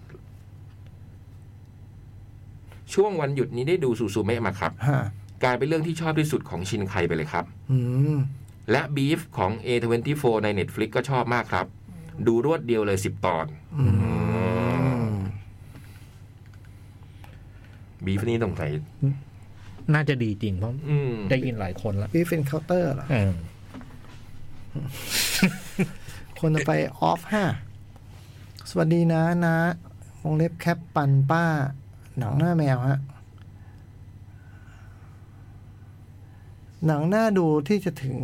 Speaker 3: ช่วงวันหยุดนี้ได้ดูซูซูเมะมาครับ
Speaker 2: ฮะ
Speaker 3: กลายเป็นเรื่องที่ชอบที่สุดของชินไคไปเลยครับ
Speaker 2: อืม
Speaker 3: และบีฟของ A24 ใน Netflix ก็ชอบมากครับ ดูรวดเดียวเลยสิบตอนบีฟนี่สงสัย
Speaker 4: น่าจะดีจริงเพราะ
Speaker 3: อืม
Speaker 4: ได้ยินหลายคนแล้ว
Speaker 2: พี่เป็นเคาน์เตอร์เหรอ
Speaker 4: เออ
Speaker 2: คนต่อไปออฟห้า สวัสดีนะนะวงเล็บแคปปันป้า หนังหน้าแมวฮะ หนังหน้าดูที่จะถึง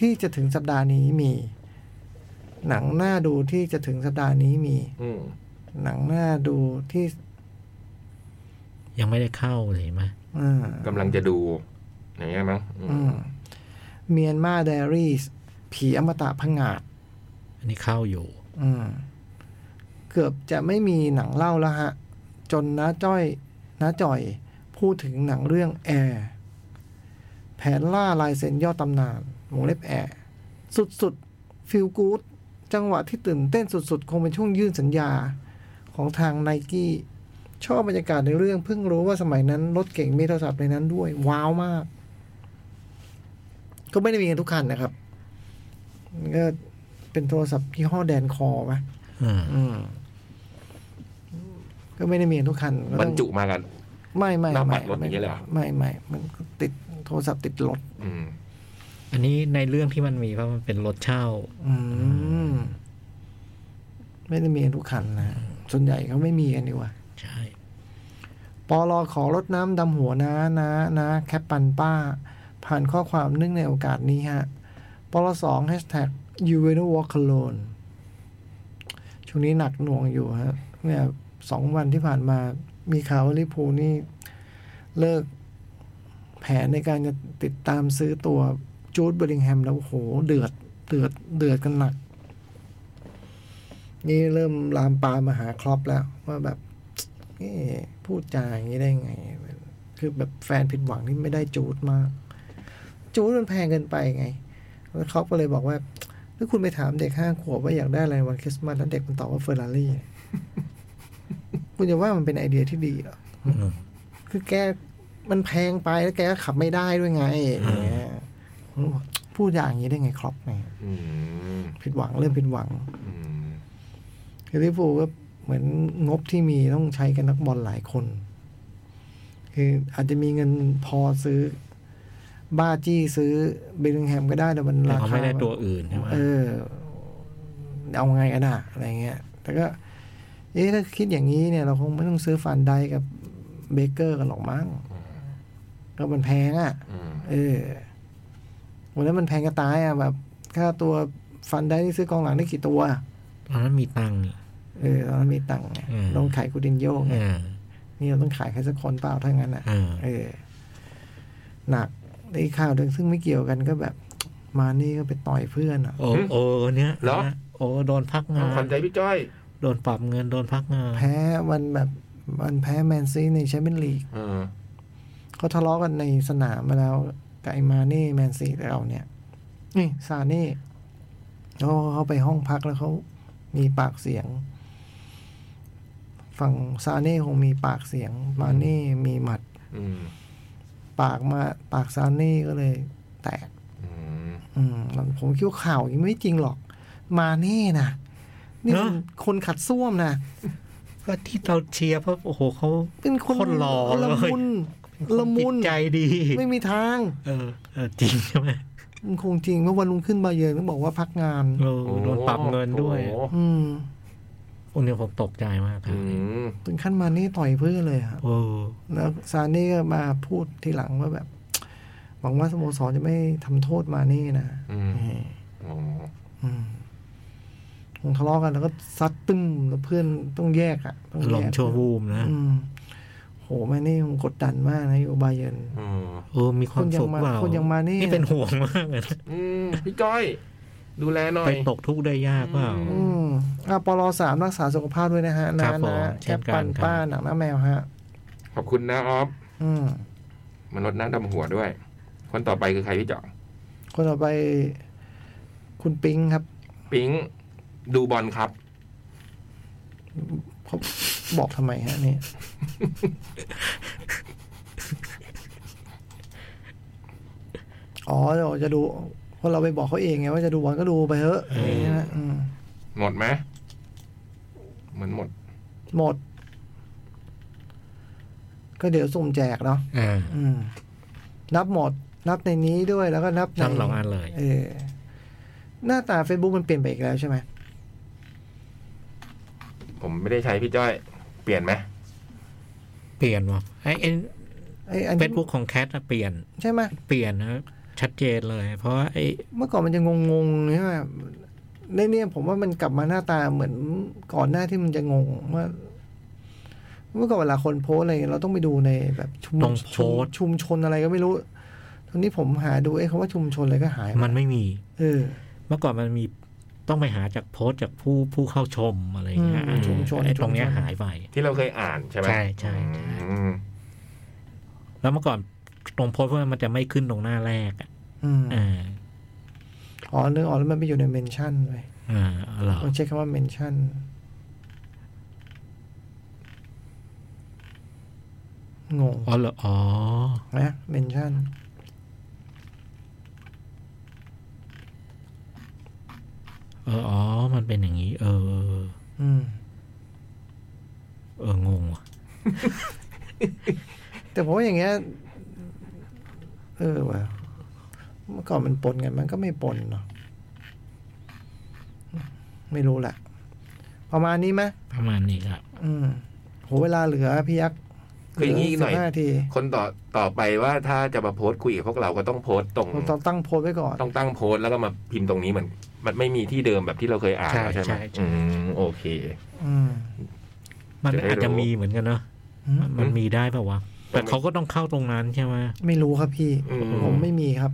Speaker 2: ที่จะถึงสัปดาห์นี้มี หนังหน้าดูที่จะถึงสัปดาห์นี้มี
Speaker 3: อืม
Speaker 2: หนังหน้าดูที่
Speaker 4: ยังไม่ได้เข้าเลยเห็นไหม
Speaker 2: อ่าก
Speaker 3: ำลังจะดูอย่างเงี้ยมั้งอืม
Speaker 2: อืมเมียนมาไดอารี่ผีอมตะพังงาด
Speaker 4: อันนี้เข้าอยู่
Speaker 2: อืมเกือบจะไม่มีหนังเล่าแล้วฮะ จนน้าจ้อยน้าจ่อย พูดถึงหนังเรื่องแอร์แผนล่าลายเซ็นยอดตำนานวงเล็บแอร์สุดๆฟิลกู๊ดจังหวะที่ตื่นเต้นสุดๆ คงเป็นช่วงยื่นสัญญาของทางไนกี้ชอบบรรยากาศในเรื่องเพิ่งรู้ว่าสมัยนั้น รถเก่งมีโทรศัพท์ในนั้นด้วย ว้าวมาก ก็ไม่ได้มีกันทุกคันนะครับมันก็เป็นโทรศัพท์ยี่ห้อแดนคอร์ปะ
Speaker 4: เออ
Speaker 2: ก็ไม่ได้มีทุกคันก็
Speaker 3: บร
Speaker 2: ต้
Speaker 3: ร
Speaker 2: อง
Speaker 3: จุมากัน
Speaker 2: ไม่ไม่
Speaker 3: หน้าปั
Speaker 2: ไม่
Speaker 3: ดรถอย่างเงี้ยเลยเหรอ
Speaker 2: ไม่ไม่มันก็ติดโทรศัพท์ติดรถ
Speaker 3: อืม
Speaker 4: อันนี้ในเรื่องที่มันมีเพราะมันเป็นรถเช่า
Speaker 2: อืมไม่ได้มีทุกคันนะส่วนใหญ่เขาไม่มีกันดีกว่า
Speaker 4: ใช่
Speaker 2: ปอลอขอรถน้ำดำหัวนะนะนะแคปปันป้า ผ่านข้อความเนื่องในโอกาสนี้ฮะปอลอสองแฮชแท็กยูเวนวอลคโลนช่วงนี้หนักหน่วงอยู่ฮะเนี่ยสองวันที่ผ่านมามีข่าวว่าลิเวอร์พูลนี่ เลิกแผนในการจะติดตามซื้อตัวจูดเบอริงแฮมแล้วโอ้โห เดือด เดือด เดือดกันหนัก นี่เริ่มลามปามมาหาครอปแล้ว ว่าแบบ นี่พูดจาอย่างนี้ได้ไง คือแบบแฟนผิดหวังที่ไม่ได้จูดมาก จูดมันแพงเกินไปไง แล้วครอปก็เลยบอกว่าถ้าคุณไปถามเด็กห้าขวบว่าอยากได้อะไรวันคริสต์มาสแล้วเด็กมันตอบว่าเฟอร์รารี่ คุณจะว่ามันเป็นไอเดียที่ดีเหรอ
Speaker 4: อืม
Speaker 2: คือแกมันแพงไปแล้วแกก็ขับไม่ได้ด้วยไงอย่างเงี้ยผมบอก พูดอย่างนี้ได้ไงครับเนี่ย
Speaker 3: อืม
Speaker 2: ผิดหวังเริ่มผิดหวัง
Speaker 3: อืม
Speaker 2: คือลิเวอร์พูลก็เหมือนงบที่มีต้องใช้กันนักบอลหลายคน คืออาจจะมีเงินพอซื้อ บ้าจี้ซื้อเบลลิงแฮมก็ได้แต่มัน
Speaker 4: แต่
Speaker 2: รา
Speaker 4: เขา
Speaker 2: คา
Speaker 4: ไม่ได้ตัวอื่นใช่ไหม
Speaker 2: เออ เอาไงกันอะอะไรเงี้ย แต่ก็ เอ๊ะถ้าคิดอย่างนี้เนี่ย เราคงไม่ต้องซื้อฟันไดกับเบเกอร์กันหรอกมั้ง ก็มันแพงอะ
Speaker 3: อืม
Speaker 2: เออ วันนั้นมันแพงกระตายอะแบบ ค่าตัวฟันไดที่ซื้อกองหลังได้กี่ตัว
Speaker 4: ตอนนั้นมีตังค์นี่
Speaker 2: เออตอนนั้นมีตังค์ไง
Speaker 4: อืม
Speaker 2: ลงขายกูดินโยไง
Speaker 4: อ่า
Speaker 2: นี่เราต้องขายใครสักคนเปล่าถ้างั้นอะ
Speaker 4: อ่า
Speaker 2: เออ หนักไอ้ข่าวหนึ่งซึ่งไม่เกี่ยวกันก็แบบ มานี่ก็ไปต่อยเพื่อนอะ
Speaker 4: โอ้โอ้เนี่ยนะโอ้โดนพักงา
Speaker 3: ขวัน ญใจพี่จ้อย
Speaker 4: โดนปรับเงินโดนพักงาน
Speaker 2: แพ้วันแบบมันแพ้แมนซีในแชมเปี้ยนลีก
Speaker 3: เออ
Speaker 2: เขาทะเลาะกันในสนามมาแล้วกับไอมาเน่แมนซีเราเนี่ย นี่ซาเน่เขาเขาไปห้องพักแล้วเขามีปากเสียง ฝั่งซาเน่คงมีปากเสียง มาเน่มีหมัด
Speaker 3: อืม
Speaker 2: ปากมาปากซาเน่ก็เลยแตก
Speaker 3: อืม
Speaker 2: อืมผมคิดว่าข่าวอย่างนี้ไม่จริงหรอก มาเน่นะนี่มันคนขัดส้วมนะ
Speaker 4: ก็ที่เราเชียร์เพราะโอ้โหเขา
Speaker 2: เป็นคน
Speaker 4: คนหล่อเล
Speaker 2: ละ
Speaker 4: ย
Speaker 2: มุนละมุน
Speaker 4: จิตใจดี
Speaker 2: ไม่มีทาง
Speaker 4: เออเออจริงใช่ไหม
Speaker 2: มันคงจริงเมื่อวันลุงขึ้นบาเยิร์นต้องบอกว่าพักงาน
Speaker 4: โอ้โดนปรับเงินด้วย
Speaker 3: โอ้โห
Speaker 2: อืม
Speaker 4: โอ้เนี่ยผมตกใจมากครั
Speaker 3: อื
Speaker 4: บ
Speaker 3: ม
Speaker 2: ถึงขั้นมานี่ต่อยเพื่อนเลยครับ
Speaker 4: โอ้
Speaker 2: แล้วซานี่ก็มาพูดทีหลังว่าแบบ หวังว่าสโมสรจะไม่ทำโทษมานี่นะ
Speaker 3: อืม
Speaker 2: เออ
Speaker 3: โอ้
Speaker 2: อืมคงทะเลาะกันแล้วก็ซัดตึ้มแล้วเพื่อนต้องแยกอ่ะต้อง
Speaker 4: อา
Speaker 2: แยก
Speaker 4: รมณ์ชั่ววูบนะ
Speaker 2: อืมโหมานี่คงกดดันมากนะอยู่บาเยิร์น
Speaker 3: เออ
Speaker 4: โอ้มีความสุข
Speaker 2: คนยังมา
Speaker 4: เปล่า
Speaker 2: คนยังมานี่
Speaker 4: นี่เป็นห่วงมากเลยนะ
Speaker 3: อืมพี่จ้อย ดูแลหน่อ
Speaker 4: ไป
Speaker 3: ย
Speaker 4: ตกทุกข์ได้ยากเปล่า
Speaker 3: อื
Speaker 2: อืมอ่ะปลอสามรักษาสุขภาพด้วยนะฮะ
Speaker 4: ครั
Speaker 2: นะ
Speaker 4: บผม
Speaker 2: นะ
Speaker 4: เช่
Speaker 2: แค่
Speaker 4: นกัน
Speaker 2: ปัน
Speaker 4: ครับ
Speaker 2: ป้าหนังหน้าแมวฮะ
Speaker 3: ขอบคุณนะออฟ
Speaker 2: อืม
Speaker 3: มันลดน้ำดำหัวด้วย คนต่อไปคือใครพี่จ่อง
Speaker 2: คนต่อไปคุณปิงครับ
Speaker 3: ปิ๊งดูบอลครับ
Speaker 2: เขาบอกทำไม ฮะเนี่ยอ๋อเดี๋ยวจะดูเพราะเราไปบอกเขาเองไงว่าจะดูบอลก็ดูไปเถอะอะไรอย่างเงี้ยนะอืม
Speaker 3: หมดไหมเหมือนหมด
Speaker 2: หมด ก็เดี๋ยวสุ่มแจกเนาะ
Speaker 4: อ่า
Speaker 2: อืม นับหมด นับในนี้ด้วยแล้วก็นับใน
Speaker 4: ทั้งสองอันเลย
Speaker 2: เออ หน้าตา Facebook มันเปลี่ยนไปอีกแล้วใช่ไหม
Speaker 3: ผมไม่ได้ใช้พี่จ้อย เปลี่ยนไหม
Speaker 4: เปลี่ยนว่ะไอ้
Speaker 2: ไอ้อัน
Speaker 4: เฟ
Speaker 2: ที่
Speaker 4: ซบุ๊กของแคทน่ะเปลี่ยน
Speaker 2: ใช่ไหม
Speaker 4: เปลี่ยนนะชัดเจนเลย เพราะว่าไอ้
Speaker 2: เมื่อก่อนมันจะงงงๆใช่ไหมในเนี่ยผมว่ามันกลับมาหน้าตาเหมือนก่อนหน้าที่มันจะงงว่า เมื่อก่อนเวลาคนโพสต์อะไรเราต้องไปดูในแบบชุม
Speaker 4: ตรง
Speaker 2: ช
Speaker 4: โพ
Speaker 2: ม
Speaker 4: สต์
Speaker 2: ชุมชนอะไรก็ไม่รู้ตอนนี้ผมหาดูไอ้คำว่าชุมชนอะไรก็หาย
Speaker 4: มันไม่มี
Speaker 2: เออ
Speaker 4: เมื่อก่อนมันมีต้องไปหาจากโพสต์จากผู้ผู้เข้าชมอะไรเงี้ย
Speaker 2: อืมชุมชน
Speaker 4: ไอ้
Speaker 2: ชุมชน
Speaker 4: ตรงเนี้ยหายไป
Speaker 3: ที่เราเคยอ่านใช่ไหม
Speaker 4: ใช่ใช่ใช่
Speaker 3: อืม
Speaker 4: แล้วเมื่อก่อนตรงโพสต์พวกนั้นมันจะไม่ขึ้นตรงหน้าแรกอะ
Speaker 2: อืม
Speaker 4: อ่า
Speaker 2: อ๋อเรื่องอ๋อแล้วมันไปอยู่ในเมนชั่นไป
Speaker 4: อ่าเหรอ
Speaker 2: มันใช้คำว่าเมนชั่นงง
Speaker 4: อ๋อเหรออ๋อ
Speaker 2: นะเมนชั่น
Speaker 4: เอออ๋อ มันเป็นอย่างนี้ เออ เออ
Speaker 2: อืม
Speaker 4: เอองงว่ะ
Speaker 2: แต่ผมว่าอย่างเงี้ย เออว่ะเมื่อก่อนมันปนกันมันก็ไม่ปนเนาะไม่รู้แหละ ประมาณนี้ไหม
Speaker 4: ประมาณนี้ครับ
Speaker 2: อืมโหเวลาเหลือพี่ยักษ์
Speaker 3: คืออย่างนี้อีกหน่อย
Speaker 2: เหลื15าที
Speaker 3: คนต่อต่อไปว่าถ้าจะมาโพสต์คุยกับพวกเราก็ต้องโพสต์ตรง
Speaker 2: ผมต้องตั้งโพสต์ไว้ก่อน
Speaker 3: ต้องตั้งโพสต์แล้วก็มาพิมพ์ตรงนี้เหมือนมันไม่มีที่เดิมแบบที่เราเคยอ่านแล้วใช่ไหมอืมโอเค
Speaker 2: อืม
Speaker 4: มัน
Speaker 3: จะได้รู้
Speaker 4: อาจจะมีเหมือนกันเนาะ
Speaker 2: อืม
Speaker 4: มันมีได้ป่าวะแต่เขาก็ต้องเข้าตรงนั้นใช่ไหม
Speaker 2: ไม่รู้ครับพี่
Speaker 3: อืม
Speaker 2: ผมไม่มีครับ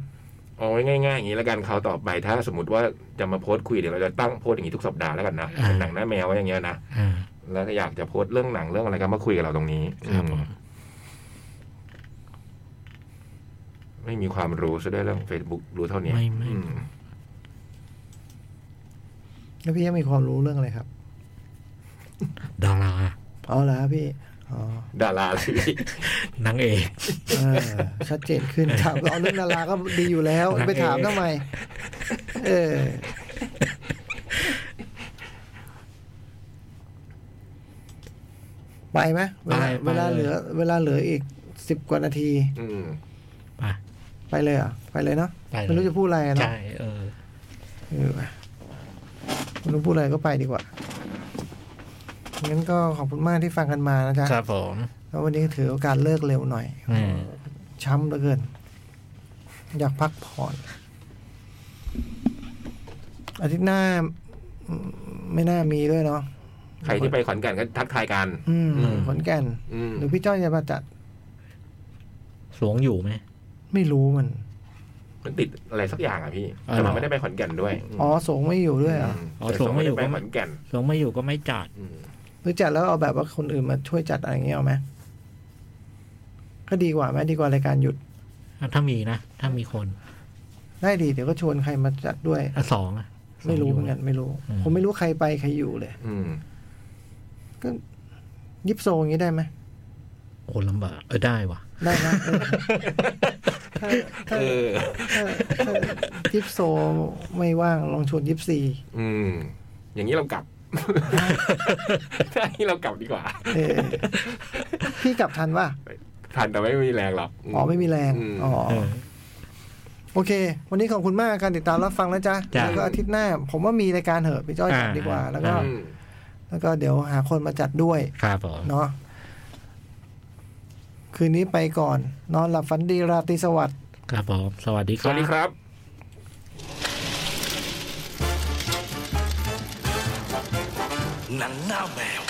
Speaker 3: เอาไว้ง่ายๆอย่างนี้แล้วกันเขาวต่อไปถ้าสมมติว่าจะมาโพสต์คุยเดี๋ยวเราจะตั้งโพสต์อย่างนี้ทุกสัปดาห์แล้วกันนะเป็นหนังหน้าแมวไว้อย่างเงี้ยนะ
Speaker 4: อ่า
Speaker 3: แล้วถ้าอยากจะโพสต์เรื่องหนังเรื่องอะไรก็มาคุยกับเราตรงนี้
Speaker 4: ครับผม
Speaker 3: ไม่มีความรู้ซะด้วยเรื่อง Facebook รู้เท่านี้
Speaker 4: ไม่ไม่
Speaker 3: อืม
Speaker 2: แล้วพี่ยักษ์มีความรู้เรื่องอะไรครับ
Speaker 4: ดารา
Speaker 2: เอาละพี่ อ๋อ
Speaker 3: ดาราสิ
Speaker 4: นางเอก
Speaker 2: เออชัดเจนขึ้นถามเอาเรื่องดาราก็ดีอยู่แล้ว ไปถามทำไม เออ ไปไหมเวลา
Speaker 4: ไปไป
Speaker 2: เวลาเหลือ เวลาเหลืออีกสิบกว่านาที
Speaker 3: อืม
Speaker 4: ป่ะ
Speaker 2: ไปเลยเหรอ่ะ ไปเลยเนาะ
Speaker 4: ไปเลย
Speaker 2: ไม่รู้จะพูดอะไรอะเนาะ
Speaker 4: ใช่เออ
Speaker 2: เออไปไม่รู้พูดอะไรก็ไปดีกว่างั้นก็ขอบคุณมากที่ฟังกันมานะจ๊ะ
Speaker 4: ครับผม
Speaker 2: แล้ววันนี้ถือโอกาสเลิกเร็วหน่อย
Speaker 4: อืม
Speaker 2: ช้ำเหลือเกิน อยากพักผ่อนอาทิตย์หน้าอืมไม่น่ามีด้วยเนาะ
Speaker 3: ใครที่ไปขอนแก่นก็ทักทายกัน
Speaker 2: อืม
Speaker 3: อืม
Speaker 2: ขอนแก่น
Speaker 3: อืม
Speaker 2: หรือพี่จ้อยจะมาจัด
Speaker 4: สวงอยู่ไหม
Speaker 2: ไม่รู้มัน
Speaker 3: มันติดอะไรสักอย่างอ่ะพี่
Speaker 4: อ๋อ
Speaker 3: แต่มันไม่ได้ไปขอนแก่นด้วย
Speaker 2: อ๋อสงไม่อยู่ด้วยเหรอ่ะ
Speaker 4: อ๋อส่งไม่อยู่
Speaker 3: แต่ส่งไม่ได้
Speaker 4: ก็ไม่
Speaker 3: ไปขอนแก่น
Speaker 4: สวงไม่อยู่ก็ไม่จัด
Speaker 3: อืม
Speaker 2: หรือจัดแล้วเอาแบบว่าคนอื่นมาช่วยจัดอะไรอย่างเงี้ยเอาไหมก็ดีกว่าไหมดีกว่ารายการหยุด
Speaker 4: อ่ะถ้ามีนะ ถ้ามีคน
Speaker 2: ได้ดีเดี๋ยวก็ชวนใครมาจัดด้วย
Speaker 4: อ่ะสองอ่ะสว
Speaker 2: ไม่
Speaker 4: ง
Speaker 2: รู้
Speaker 4: ยู่
Speaker 2: เหมือนกันไม่รู้
Speaker 4: อืม
Speaker 2: ผมไม่รู้ใครไปใครอยู่เลย
Speaker 3: อืม
Speaker 2: ก็ยิบโซอย่างนี้ได้ไหม
Speaker 4: โอ้ลำบากเออได้ว่ะ
Speaker 2: ได้นะเออถ้าถ้า
Speaker 3: เออ
Speaker 2: ถ้าถ้ายิปโซไม่ว่างลองชวนยิปซี
Speaker 3: อืม อย่างนี้เรากลับ ถ้าอย่างนี้เรากลับดีกว่า
Speaker 2: เออพี่กลับทันป่ะ
Speaker 3: ทันแต่ไม่มีแรงหรอก
Speaker 2: อ๋อไม่มีแรง
Speaker 3: ม
Speaker 2: อ๋อ
Speaker 4: เออ
Speaker 2: โอเค วันนี้ขอบคุณมากการติดตามรับฟังแล้วจ้ะ
Speaker 4: จ้ะ
Speaker 2: แล้วก็อาทิตย์หน้า ผมว่ามีรายการเหอะพี่จ้อยจัด
Speaker 4: อ่า
Speaker 2: ดีกว่า แล้วก็
Speaker 4: อ่า
Speaker 2: แล้วก็เดี๋ยวหาคนมาจัดด้วย
Speaker 4: ครับผม
Speaker 2: เนาะคืนนี้ไปก่อน นอนหลับฝันดีราตรีสวัสดิ์
Speaker 4: ครับผมสวัสดีค
Speaker 3: ส
Speaker 4: รับ
Speaker 3: วัสดี
Speaker 1: ห
Speaker 3: ครับ
Speaker 1: นังหน้าแมว